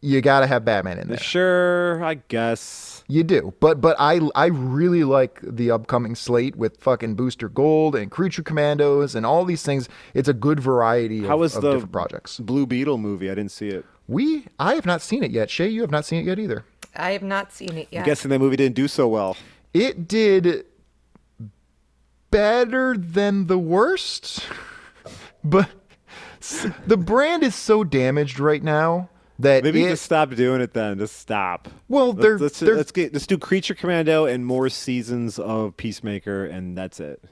you got to have Batman in there.
sure, I guess.
You do, but but I I really like the upcoming slate with fucking Booster Gold and Creature Commandos and all these things. It's a good variety of,
How was
of
the
different projects.
Blue Beetle movie? I didn't see it.
We I have not seen it yet. Shay, you have not seen it yet either.
I have not seen it yet.
I'm guessing that movie didn't do so well.
It did better than the worst, but s- the brand is so damaged right now that
Maybe
it-
just stop doing it then. Just stop.
Well,
Let's-
they're-
let's,
they're-
let's get let's do Creature Commando and more seasons of Peacemaker, and that's it.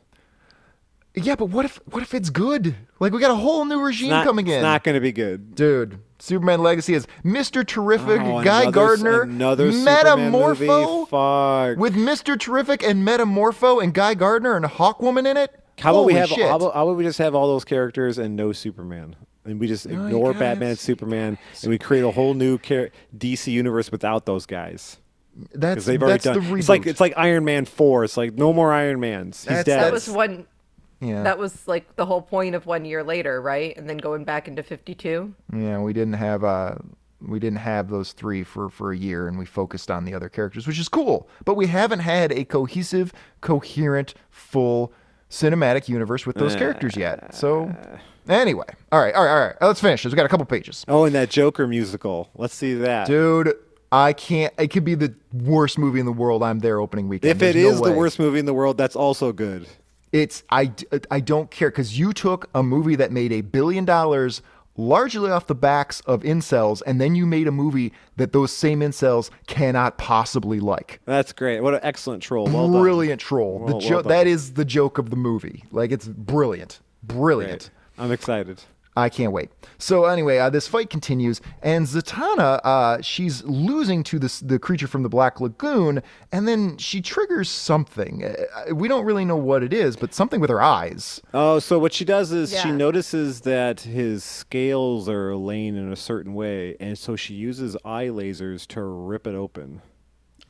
yeah. But what if what if it's good? Like we got a whole new regime
Not,
coming in,
It's not going to be good.
dude. Superman Legacy is Mr. Terrific,
Oh,
Guy
another-
Gardner,
another Superman movie.
Metamorpho
Fuck.
with Mr. Terrific and Metamorpho and Guy Gardner and Hawkwoman in it.
how about
Holy
we have
shit.
how about, how about we just have all those characters and no Superman, and we just
you
ignore
guys-
Batman and Superman, and we create a whole new char- DC universe without those guys.
that's
Because they've already
that's
done.
the reboot.
It's like it's like Iron Man four. It's like no more Iron Mans. He's
That's-
dead.
that was one.
yeah.
That was like the whole point of one year later, right? And then going back into fifty-two.
Yeah, we didn't have uh we didn't have those three for for a year and we focused on the other characters, which is cool. But we haven't had a cohesive, coherent, full cinematic universe with those characters yet. So anyway, all right, all right, all right. Let's finish this. We got a couple pages.
Oh, and that Joker musical. Let's see that.
Dude, I can't it could be the worst movie in the world. I'm there opening weekend.
if it
There's no
is
way.
the worst movie in the world, that's also good.
It's I d- I don't care because you took a movie that made a billion dollars largely off the backs of incels, and then you made a movie that those same incels cannot possibly like.
That's great. What an excellent troll. Well done.
brilliant troll.
Well-
the
well
jo-
done.
that is the joke of the movie. Like it's brilliant, brilliant.
Great. I'm excited.
I can't wait. So anyway, uh, this fight continues, and Zatanna, uh, she's losing to this the creature from the Black Lagoon, and then she triggers something. Uh, We don't really know what it is, but something with her eyes.
Oh, so what she does is she
Yeah.
notices that his scales are laying in a certain way, and so she uses eye lasers to rip it open.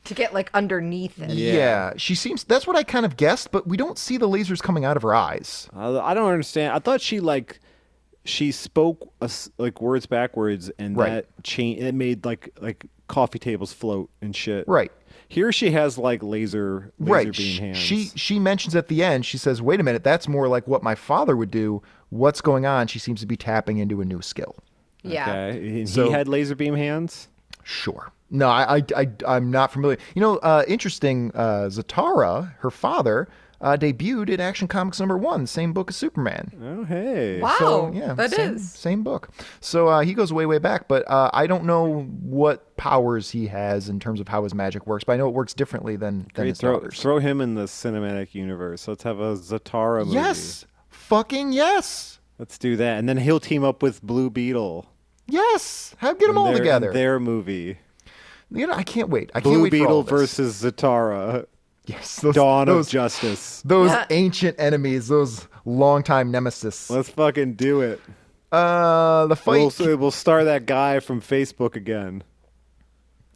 to get like underneath it.
Yeah. she seems. That's what I kind of guessed, but we don't see the lasers coming out of her eyes.
I, I don't understand. I thought she like she spoke us like words backwards, and
Right.
that changed. It made like like coffee tables float and shit.
Right.
Here she has like laser laser
right.
beam
She,
hands.
she she mentions at the end. She says, "Wait a minute, that's more like what my father would do." What's going on? She seems to be tapping into a new skill.
Yeah.
Okay. And
So-
he had laser beam hands.
Sure. No, I, I, I am not familiar. You know, uh, interesting. Uh, Zatara, her father, uh, debuted in Action Comics number one, the same book as Superman.
Oh hey.
Wow.
So yeah,
Oh, that is.
same, same book. So uh, he goes way way back, but uh, I don't know what powers he has in terms of how his magic works. But I know it works differently than than
Great,
his
throw,
daughters.
throw him in the cinematic universe. Let's have a Zatara movie.
yes, fucking yes,
Let's do that. And then he'll team up with Blue Beetle.
yes. Have get
in
them all
their- in
together.
Their movie.
You know, I can't wait. I can't
Blue
wait for all
Beetle
of this.
versus Zatara.
yes, those,
Dawn
those,
of Justice.
those ancient enemies, those longtime nemesis.
Let's fucking do it.
Uh, the fight.
We'll, we'll star that guy from Facebook again.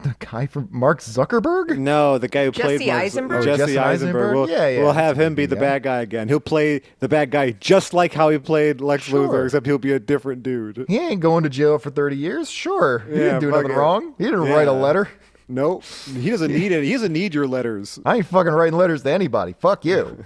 the guy from Mark Zuckerberg.
No, the guy who played
Jesse
Mark-
Eisenberg?
Oh,
Oh,
Jesse,
Jesse Eisenberg?
Eisenberg. We'll,
Yeah, yeah,
we'll
that's
have
a
him be
good
the
guy.
bad guy again. He'll play the bad guy just like how he played Lex
Sure.
Luthor, except he'll be a different dude.
He ain't going to jail for thirty years. Sure, he didn't
Yeah,
do
fuck
nothing
it.
wrong. He didn't write a
Yeah.
letter.
Nope. He doesn't need it. He doesn't need your letters.
I ain't fucking writing letters to anybody. Fuck you.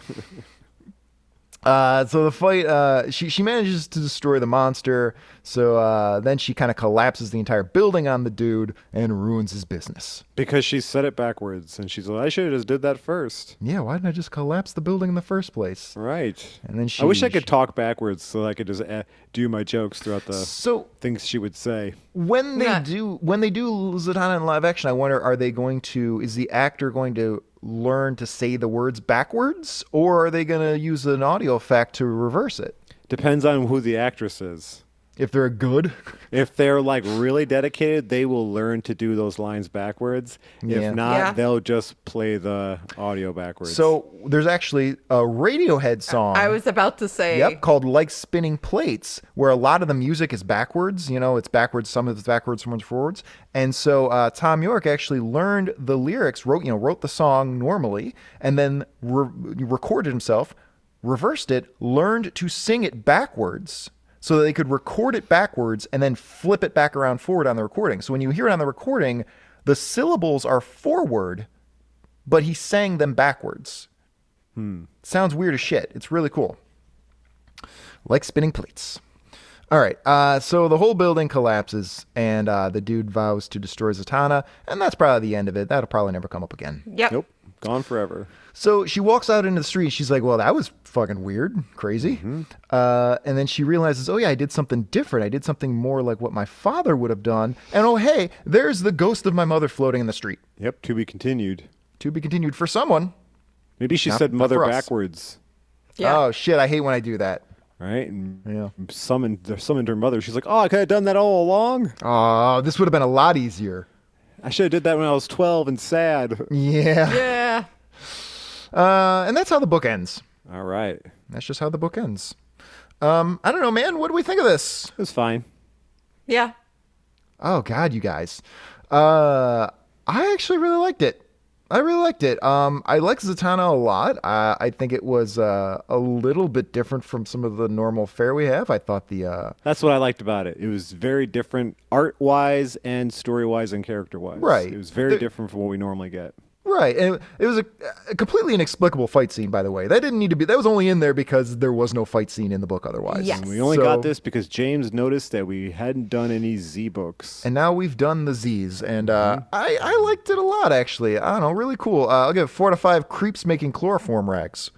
Uh, so the fight, uh, she she manages to destroy the monster. So uh, then she kind of collapses the entire building on the dude and ruins his business.
Because she said it backwards, and she's like, I should have just did that first.
Yeah, why didn't I just collapse the building in the first place?
Right.
And then she.
I wish I could talk backwards so I could just eh, do my jokes throughout the
So
things she would say.
when they
Yeah.
do when they do Zatanna in live action, I wonder are they going to is the actor going to learn to say the words backwards, or are they going to use an audio effect to reverse it?
Depends on who the actress is.
If they're good,
If they're like really dedicated, they will learn to do those lines backwards.
Yeah.
If not,
Yeah.
they'll just play the audio backwards.
so there's actually a Radiohead song.
I was about to say.
Yep, called Like Spinning Plates, where a lot of the music is backwards. You know, it's backwards, some of it's backwards, some of it's forwards. And so uh, Tom York actually learned the lyrics, wrote, you know, wrote the song normally, and then re- recorded himself, reversed it, learned to sing it backwards so that they could record it backwards and then flip it back around forward on the recording. So when you hear it on the recording, the syllables are forward, but he sang them backwards. Sounds weird as shit. It's really cool like spinning plates. All right, uh, so the whole building collapses, and uh, the dude vows to destroy Zatanna, and that's probably the end of it. That'll probably never come up again.
Yep.
Nope. Gone forever.
So she walks out into the street, and she's like, "Well, that was fucking weird, crazy." Uh, and then she realizes, "Oh yeah, I did something different. I did something more like what my father would have done." And oh hey, there's the ghost of my mother floating in the street.
Yep. To be continued.
To be continued for someone.
Maybe she
Not-
said
not
mother
for us.
backwards,
Yeah.
Oh shit, I hate when I do that.
right? And
Yeah.
summoned summoned her mother. She's like, "Oh, I could have done that all along.
Oh, this would have been a lot easier.
I should have did that when I was 12 and sad."
Yeah.
Yeah.
Uh, and that's how the book ends.
All right. It
That's just how the book ends. Um, I don't know, man. What do we think of this?
was fine.
Yeah.
Oh God, you guys. Uh, I actually really liked it. I really liked it. Um, I like Zatanna a lot. Uh, I think it was uh, a little bit different from some of the normal fare we have. I thought the uh,
That's what I liked about it. It was very different art wise and story wise and character wise.
Right.
It was very
The-
different from what we normally get.
right. And it, it was a, a completely inexplicable fight scene, by the way. That didn't need to be. That was only in there because there was no fight scene in the book otherwise.
Yes.
We only
So-
got this because James noticed that we hadn't done any Z books.
And now we've done the Z's, and uh,
Mm-hmm.
I, I liked it a lot, actually. I don't know, really cool. Uh, I'll give it four to five creeps making chloroform rags.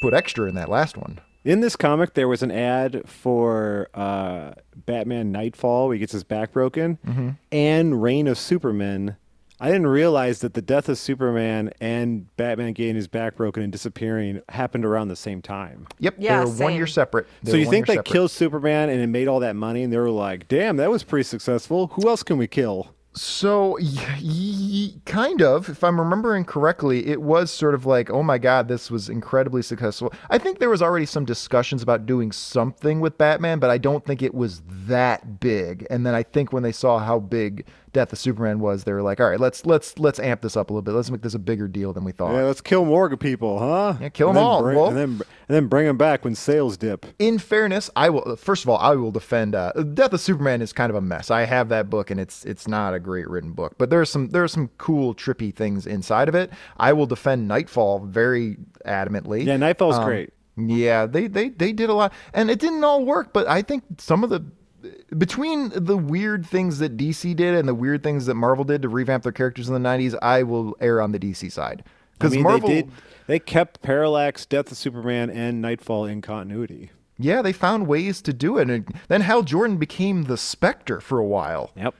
Put extra in that last one.
In this comic, there was an ad for uh, Batman Nightfall, where he gets his back broken,
Mm-hmm.
and Reign of Superman. I didn't realize that the death of Superman and Batman getting his back broken and disappearing happened around the same time.
Yep,
Yeah,
they were one
same.
year separate. They
so
were
you
one
think
year
they
separate.
killed Superman and it made all that money, and they were like, "Damn, that was pretty successful. Who else can we kill?"
So, y- y- kind of, if I'm remembering correctly, it was sort of like, oh my God, this was incredibly successful. I think there was already some discussions about doing something with Batman, but I don't think it was that big. And then I think when they saw how big Death of Superman was, they were like, all right, let's let's let's amp this up a little bit. Let's make this a bigger deal than we thought.
Yeah, let's kill more people, huh?
Yeah, kill
And
'em
then
all,
bring-
Wolf.
and then and then bring them back when sales dip.
in fairness, I will. First of all, I will defend. Uh, Death of Superman is kind of a mess. I have that book, and it's it's not a great written book, but there's some there's some cool trippy things inside of it. I will defend Nightfall very adamantly. Um,
Yeah, Nightfall's great.
Yeah, they they they did a lot, and it didn't all work. But I think some of the between the weird things that DC did and the weird things that Marvel did to revamp their characters in the '90s, I will err on the DC side
I
because
mean,
Marvel.
they did. They kept Parallax, Death of Superman, and Nightfall in continuity.
Yeah, they found ways to do it. And then Hal Jordan became the Spectre for a while.
Yep.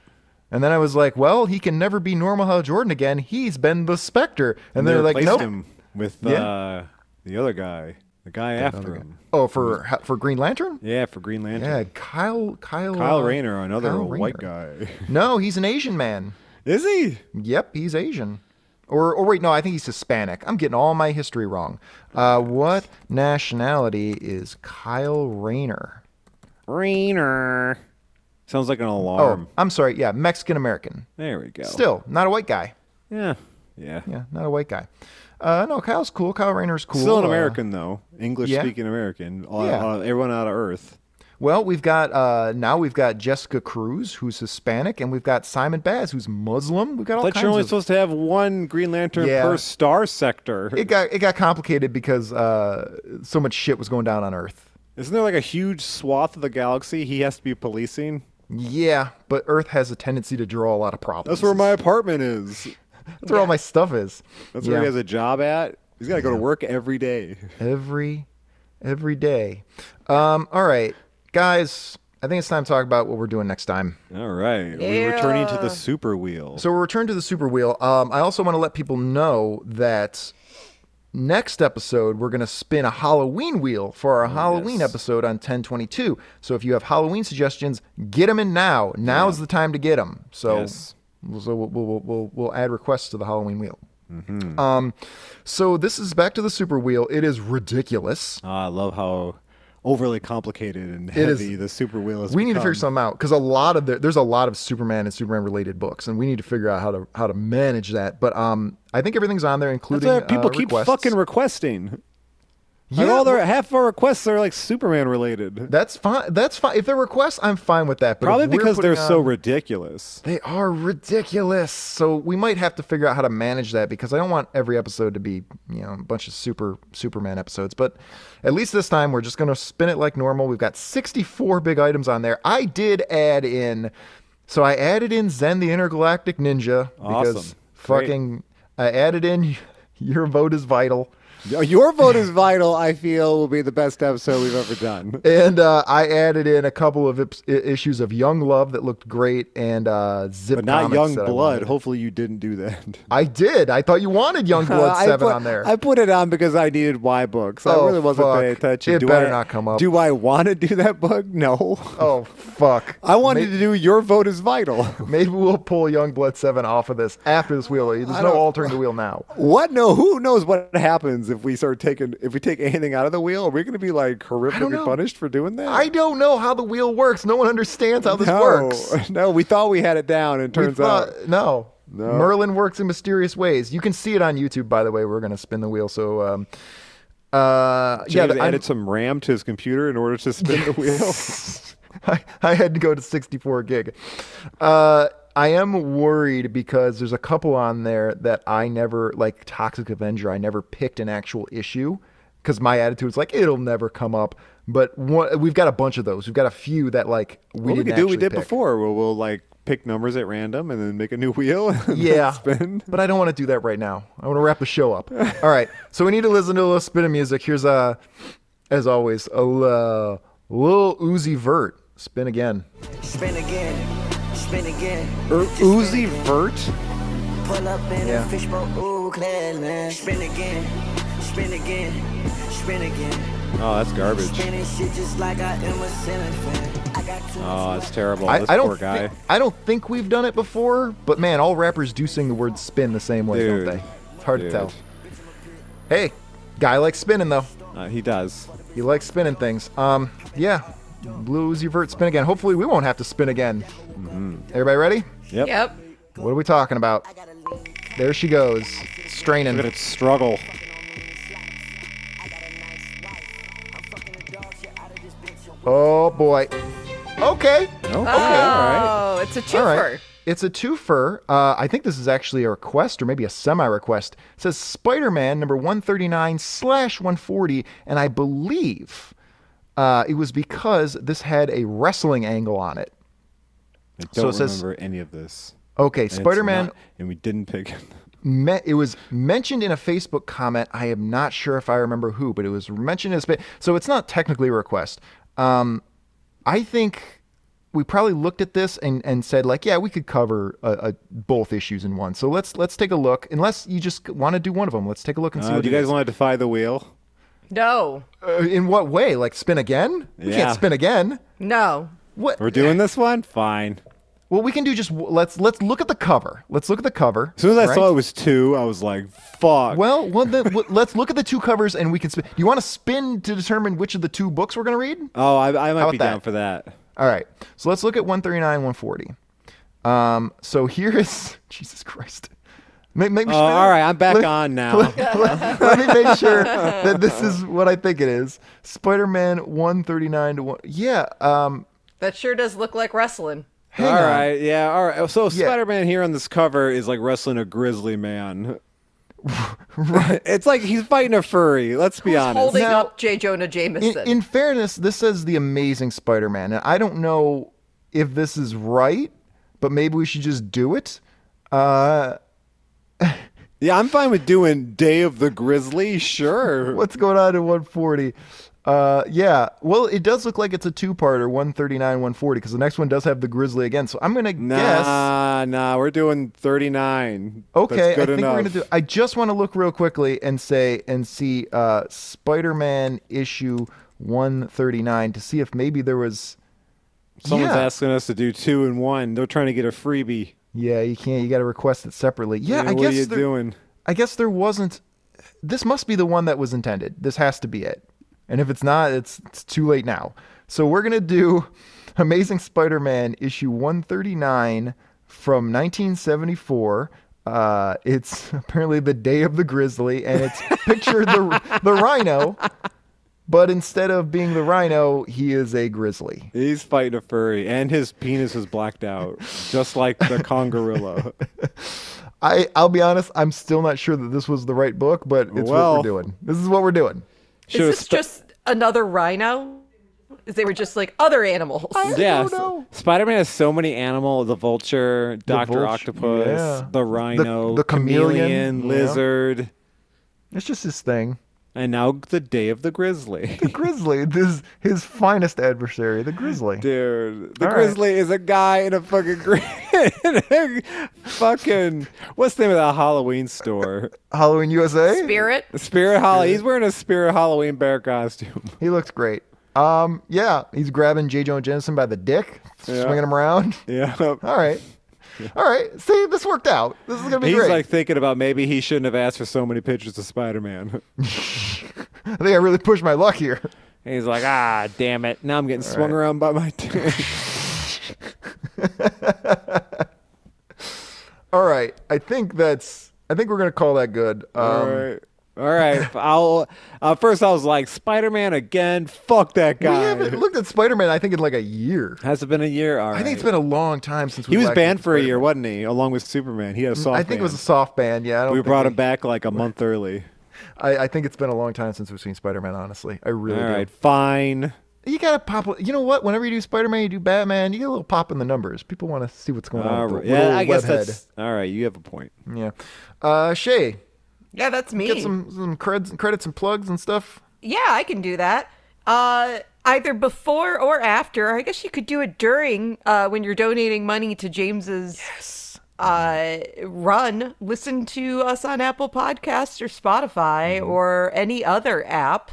And then I was like, well, he can never be normal Hal Jordan again. He's been the Spectre. And,
they
they're like,
replaced
nope.
him with
Yeah.
uh, the other guy, the guy after him.
Oh, for for Green Lantern?
Mm-hmm. Yeah, for Green Lantern.
Yeah, Kyle Kyle
Kyle
uh,
Rayner, another
Kyle
old
Rayner.
white guy.
No, he's an Asian man.
Is he?
Yep, he's Asian. Or, or wait, no, I think he's Hispanic. I'm getting all my history wrong. Uh, what nationality is Kyle Rayner?
Rayner. Sounds like an alarm.
Oh, I'm sorry. Yeah, Mexican American.
There we go.
Still, not a white guy.
Yeah. Yeah.
Yeah, not a white guy. Uh, no, Kyle's cool. Kyle Rayner's cool.
Still an
Uh,
American though, English speaking American. All-
Yeah.
all- everyone out of Earth.
well, we've got uh, now we've got Jessica Cruz, who's Hispanic, and we've got Simon Baz, who's Muslim. We've got all
But
kinds
you're only
of.
supposed to have one Green Lantern
Yeah.
per star sector.
it got it got complicated because uh, so much shit was going down on Earth.
Isn't there like a huge swath of the galaxy he has to be policing?
Yeah, but Earth has a tendency to draw a lot of problems.
That's where my apartment is.
That's where all my stuff is.
That's
yeah.
where he has a job at. He's got to go to work every day.
every every day. Um, all right, guys, I think it's time to talk about what we're doing next time.
All right. We're returning to the
Yeah.
super wheel.
So we'll return to the super wheel. Um, I also want to let people know that next episode we're going to spin a Halloween wheel for our Halloween episode on 1022. So if you have Halloween suggestions, get them in now. Now's the time to get them. So
Yes.
so we'll, we'll, we'll, we'll add requests to the Halloween wheel. Um, so this is back to the super wheel. It is ridiculous.
Ah, I love how overly complicated and
is-
heavy the super wheel is.
we need to figure something out because a lot of the, there's a lot of Superman and Superman related books, and we need to figure out how to how to manage that. But um, I think everything's on there,
That's
including
why people
uh,
keep
requests.
fucking requesting. Yeah,
Yeah,
all their half of our requests are like Superman related.
That's fine. That's fine. If they're requests, I'm fine with that. But if
Probably
we're
because
putting
they're so
on-
ridiculous.
they are ridiculous. So we might have to figure out how to manage that because I don't want every episode to be you know a bunch of super Superman episodes. But at least this time we're just going to spin it like normal. We've got 64 big items on there. I did add in, so I added in Zen the Intergalactic Ninja because
Awesome. Great.
fucking I added in your vote is vital.
Your vote is vital. I feel will be the best episode we've ever done.
And uh, I added in a couple of ips- i- issues of Young Love that looked great, and uh, Zip.
But not
Comics
Young
that I
Blood.
wanted.
Hopefully you didn't do that.
I did. I thought you wanted Young Blood
Uh, I
Seven
put,
on there.
I put it on because I needed Y books. I
Oh,
really wasn't
fuck.
paying attention.
It
do
better
I,
not come up.
Do I want to do that book? No.
oh fuck!
I wanted to do Your Vote is Vital.
Maybe we'll pull Young Blood Seven off of this after this wheel. There's no
don't-
altering the wheel now.
What? No. Who knows what happens if we start taking if we take anything out of the wheel? Are we going to be like horrifically
know.
punished for doing that?
I don't know how the wheel works. No one understands how this
no.
works.
No, we thought we had it down. and It
We
turns
thought-
out
no. Merlin works in mysterious ways. You can see it on YouTube, by the way. We're gonna spin the wheel. So, um, uh, yeah,
James
the- I'm-
added some RAM to his computer in order to spin the wheel.
I, I had to go to 64 gig. Uh, I am worried because there's a couple on there that I never like Toxic Avenger. I never picked an actual issue because my attitude was like it'll never come up. But one, we've got a bunch of those. We've got a few that like we
What we
didn't
could do what we
actually
did
pick.
before. We'll, we'll like pick numbers at random and then make a new wheel. And then
Yeah,
spin.
but I don't want to do that right now. I want to wrap the show up. All right, so we need to listen to a little spin of music. Here's uh, as always, a little, little Uzi Vert spin again.
Spin again, spin again.
Or Uzi Vert.
Pull up in
Yeah.
a fishbowl, ooh, clan, man. Spin again, spin again, spin again.
Oh, that's garbage.
Spinning shit just like I am a ceiling fan. I got too
Oh,
much
that's terrible.
I,
this
I don't
poor guy.
thi- I don't think we've done it before, but man, all rappers do sing the word spin the same way,
Dude.
don't they? It's hard
Dude.
to tell. Hey, guy likes spinning though.
Uh, he does.
He likes spinning things. Um, yeah. Blues, you vert, spin again. Hopefully, we won't have to spin again.
Mm-hmm.
Everybody ready?
Yep.
Yep.
What are we talking about? There she goes, straining.
Look at it struggle.
Oh boy. Okay.
Oh, okay, all right.
Oh, it's a twofer.
All right. It's a twofer. Uh, I think this is actually a request or maybe a semi request. It says Spider Man number 139 slash 140. And I believe uh, it was because this had a wrestling angle on it.
I
So
don't
it says-
remember any of this.
Okay,
And it's
Spider Man
not- and we didn't pick.
me- it was mentioned in a Facebook comment. I am not sure if I remember who, but it was mentioned as so it's not technically a request. Um, I think we probably looked at this and, and said like, yeah, we could cover uh, uh, both issues in one. So let's let's take a look. Unless you just want to do one of them, let's take a look and see.
Uh,
what
do you
it
guys
is.
want to defy the wheel?
No.
Uh, in what way? Like spin again? We
Yeah.
can't spin again.
No.
What?
We're doing this one. Fine.
well, we can do just let's let's look at the cover. Let's look at the cover.
As soon as I
right?
saw it was two, I was like, "Fuck."
Well, well, then, w- let's look at the two covers and we can spin. You want to spin to determine which of the two books we're going to read?
oh, I, I might
about
be down
that?
for that.
All right. So let's look at 139, 140. Um, so here is Jesus Christ. Maybe, maybe
Oh, all right, I'm back on now.
let, let me make sure that this is what I think it is. Spider-Man 139 to 1. Yeah, um
That sure does look like wrestling.
All right, yeah, all right. So
Yeah.
Spider-Man here on this cover is like wrestling a grizzly man. right. It's like he's fighting a furry. Let's be
Who's
honest.
holding
Now-
up J. Jonah
in,
Jameson?
in fairness, this says the Amazing Spider-Man, and I don't know if this is right, but maybe we should just do it. Uh,
Yeah, I'm fine with doing Day of the Grizzly. Sure.
What's going on in 140? Uh, yeah. Well, it does look like it's a two-parter, 139, 140, because the next one does have the Grizzly again. So I'm gonna guess.
Nah, nah. We're doing 39.
Okay,
That's
I
good
think
enough.
we're gonna do. I just want to look real quickly and say and see uh, Spider-Man issue 139 to see if maybe there was.
Someone's
uh, Yeah.
asking us to do two and one. They're trying to get a freebie.
Yeah, you can't. You got to request it separately. Yeah,
You know,
I
what
guess
are you
there,
doing?
I guess there wasn't. This must be the one that was intended. This has to be it. And if it's not, it's, it's too late now. So we're going to do Amazing Spider Man issue 139 from 1974. Uh, it's apparently the day of the grizzly, and it's picture the the rhino, but instead of being the rhino, he is a grizzly.
He's fighting a furry, and his penis is blacked out, just like the Kongorilla.
I I'll be honest, I'm still not sure that this was the right book, but it's what
Well.
we're doing. This is what we're doing.
is
Should've
this
spe-
just another rhino? Is they were just like other animals.
yeah,
don't know.
Spider Man has so many animals: the vulture, Doctor
vulture,
Octopus,
yeah. The-
the rhino,
the chameleon, yeah.
lizard,
It's just his thing.
and now the day of the grizzly.
Grizzly, this his finest adversary, the Grizzly.
Dude, the
All right.
grizzly is a guy in a fucking gri- in a fucking what's the name of that Halloween store?
Halloween USA.
Spirit.
Spirit Holly. He's wearing a Spirit Halloween bear costume.
He looks great. Um, yeah, he's grabbing J. Jonah Jameson by the dick,
Yeah.
swinging him around.
Yeah.
All right, all right. See, this worked out. This is gonna be
He's
great.
like thinking about maybe he shouldn't have asked for so many pictures of Spider Man.
I think I really pushed my luck here.
he's like, ah, damn it. Now I'm getting swung around by my dick.
All right, I think that's. I think we're gonna call that good. Um,
All right. All right. I'll uh, first I was like, Spider Man again, fuck that
We
guy.
haven't looked at Spider Man. I think in like a year.
Has it been a year? All right.
I think it's been a long time since we
he was
last
banned
looked at
for a year,
Spider-Man.
wasn't he? Along with Superman. He had a soft
I think it was a
ban.
soft ban. Yeah, I don't
We
think
brought
we-
him back like a month early.
I, I think it's been a long time since we've seen Spider Man. Honestly, I
All
really do.
right, fine.
You gotta pop. You know what? Whenever you do Spider Man, you do Batman. You get a little pop in the numbers. People want to see what's going
All
on.
right.
With the
Yeah,
little
I guess
webhead.
that's all right. You have a point.
yeah. Uh, Shay,
Yeah, that's me.
get some some creds, credits and plugs and stuff.
Yeah, I can do that. Uh, either before or after. I guess you could do it during uh, when you're donating money to James's uh, run. Listen to us on Apple Podcasts or Spotify
Mm-hmm.
or any other app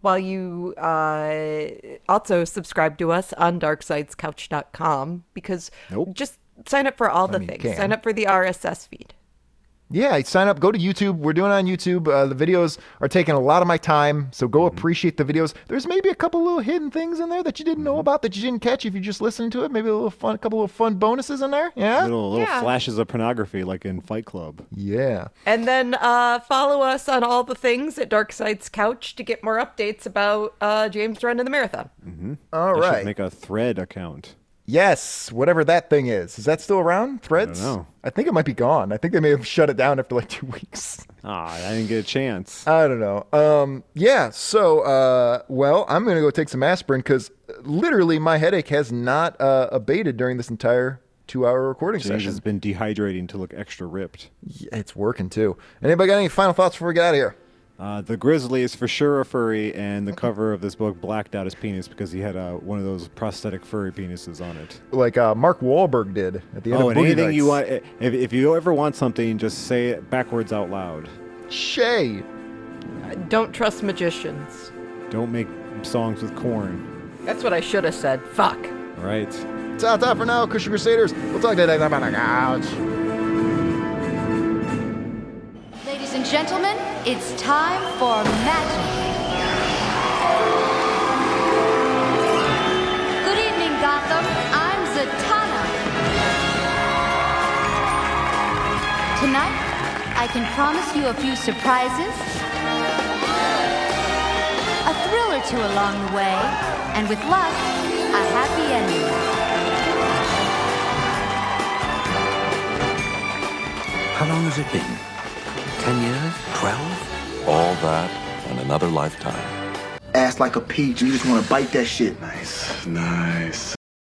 while you uh, also subscribe to us on darksidescouch.com because
Nope.
just sign up for all the
mean, you
things.
can.
Sign up for the RSS feed.
Yeah, sign up. Go to YouTube. We're doing it on YouTube. Uh, the videos are taking a lot of my time, so
Mm-hmm.
go appreciate the videos. There's maybe a couple little hidden things in there that you didn't
Mm-hmm.
know about that you didn't catch if you just listened to it. Maybe a little fun, a couple little fun bonuses in there. Oh, Yeah,
Little little
Yeah.
flashes of pornography, like in Fight Club.
yeah.
And then uh, follow us on all the things at Dark Side's Couch to get more updates about uh, James running the marathon.
All
I
right.
should make a thread account.
Yes, whatever that thing is. Is that still around? Threads?
know.
I think it might be gone. I think they may have shut it down after like two weeks.
Ah, I didn't get a chance.
I don't know. Um, yeah. So, uh, well, I'm gonna go take some aspirin because literally my headache has not uh, abated during this entire two-hour recording
James
session.
has been dehydrating to look extra ripped.
Yeah, it's working too. Anybody got any final thoughts before we get out of here?
Uh, the grizzly is for sure a furry, and the cover of this book blacked out his penis because he had uh, one of those prosthetic furry penises on it.
Like uh, Mark Wahlberg did at the end
Oh,
of
and
Boogie
anything you
Nights.
want, if, if you ever want something, just say it backwards out loud.
Shay.
Don't trust magicians.
Don't make songs with corn.
That's what I should have said. Fuck.
All right.
Ta ta for now, Cushion Crusaders. We'll talk to you later on the couch.
Ladies and gentlemen, it's time for magic. Good evening, Gotham. I'm Zatanna. Tonight, I can promise you a few surprises, a thrill or two along the way, and with luck, a happy ending.
How long has it been? Ten years? Twelve? All that and another lifetime.
Ass like a peach, and you just want to bite that shit.
Nice, nice.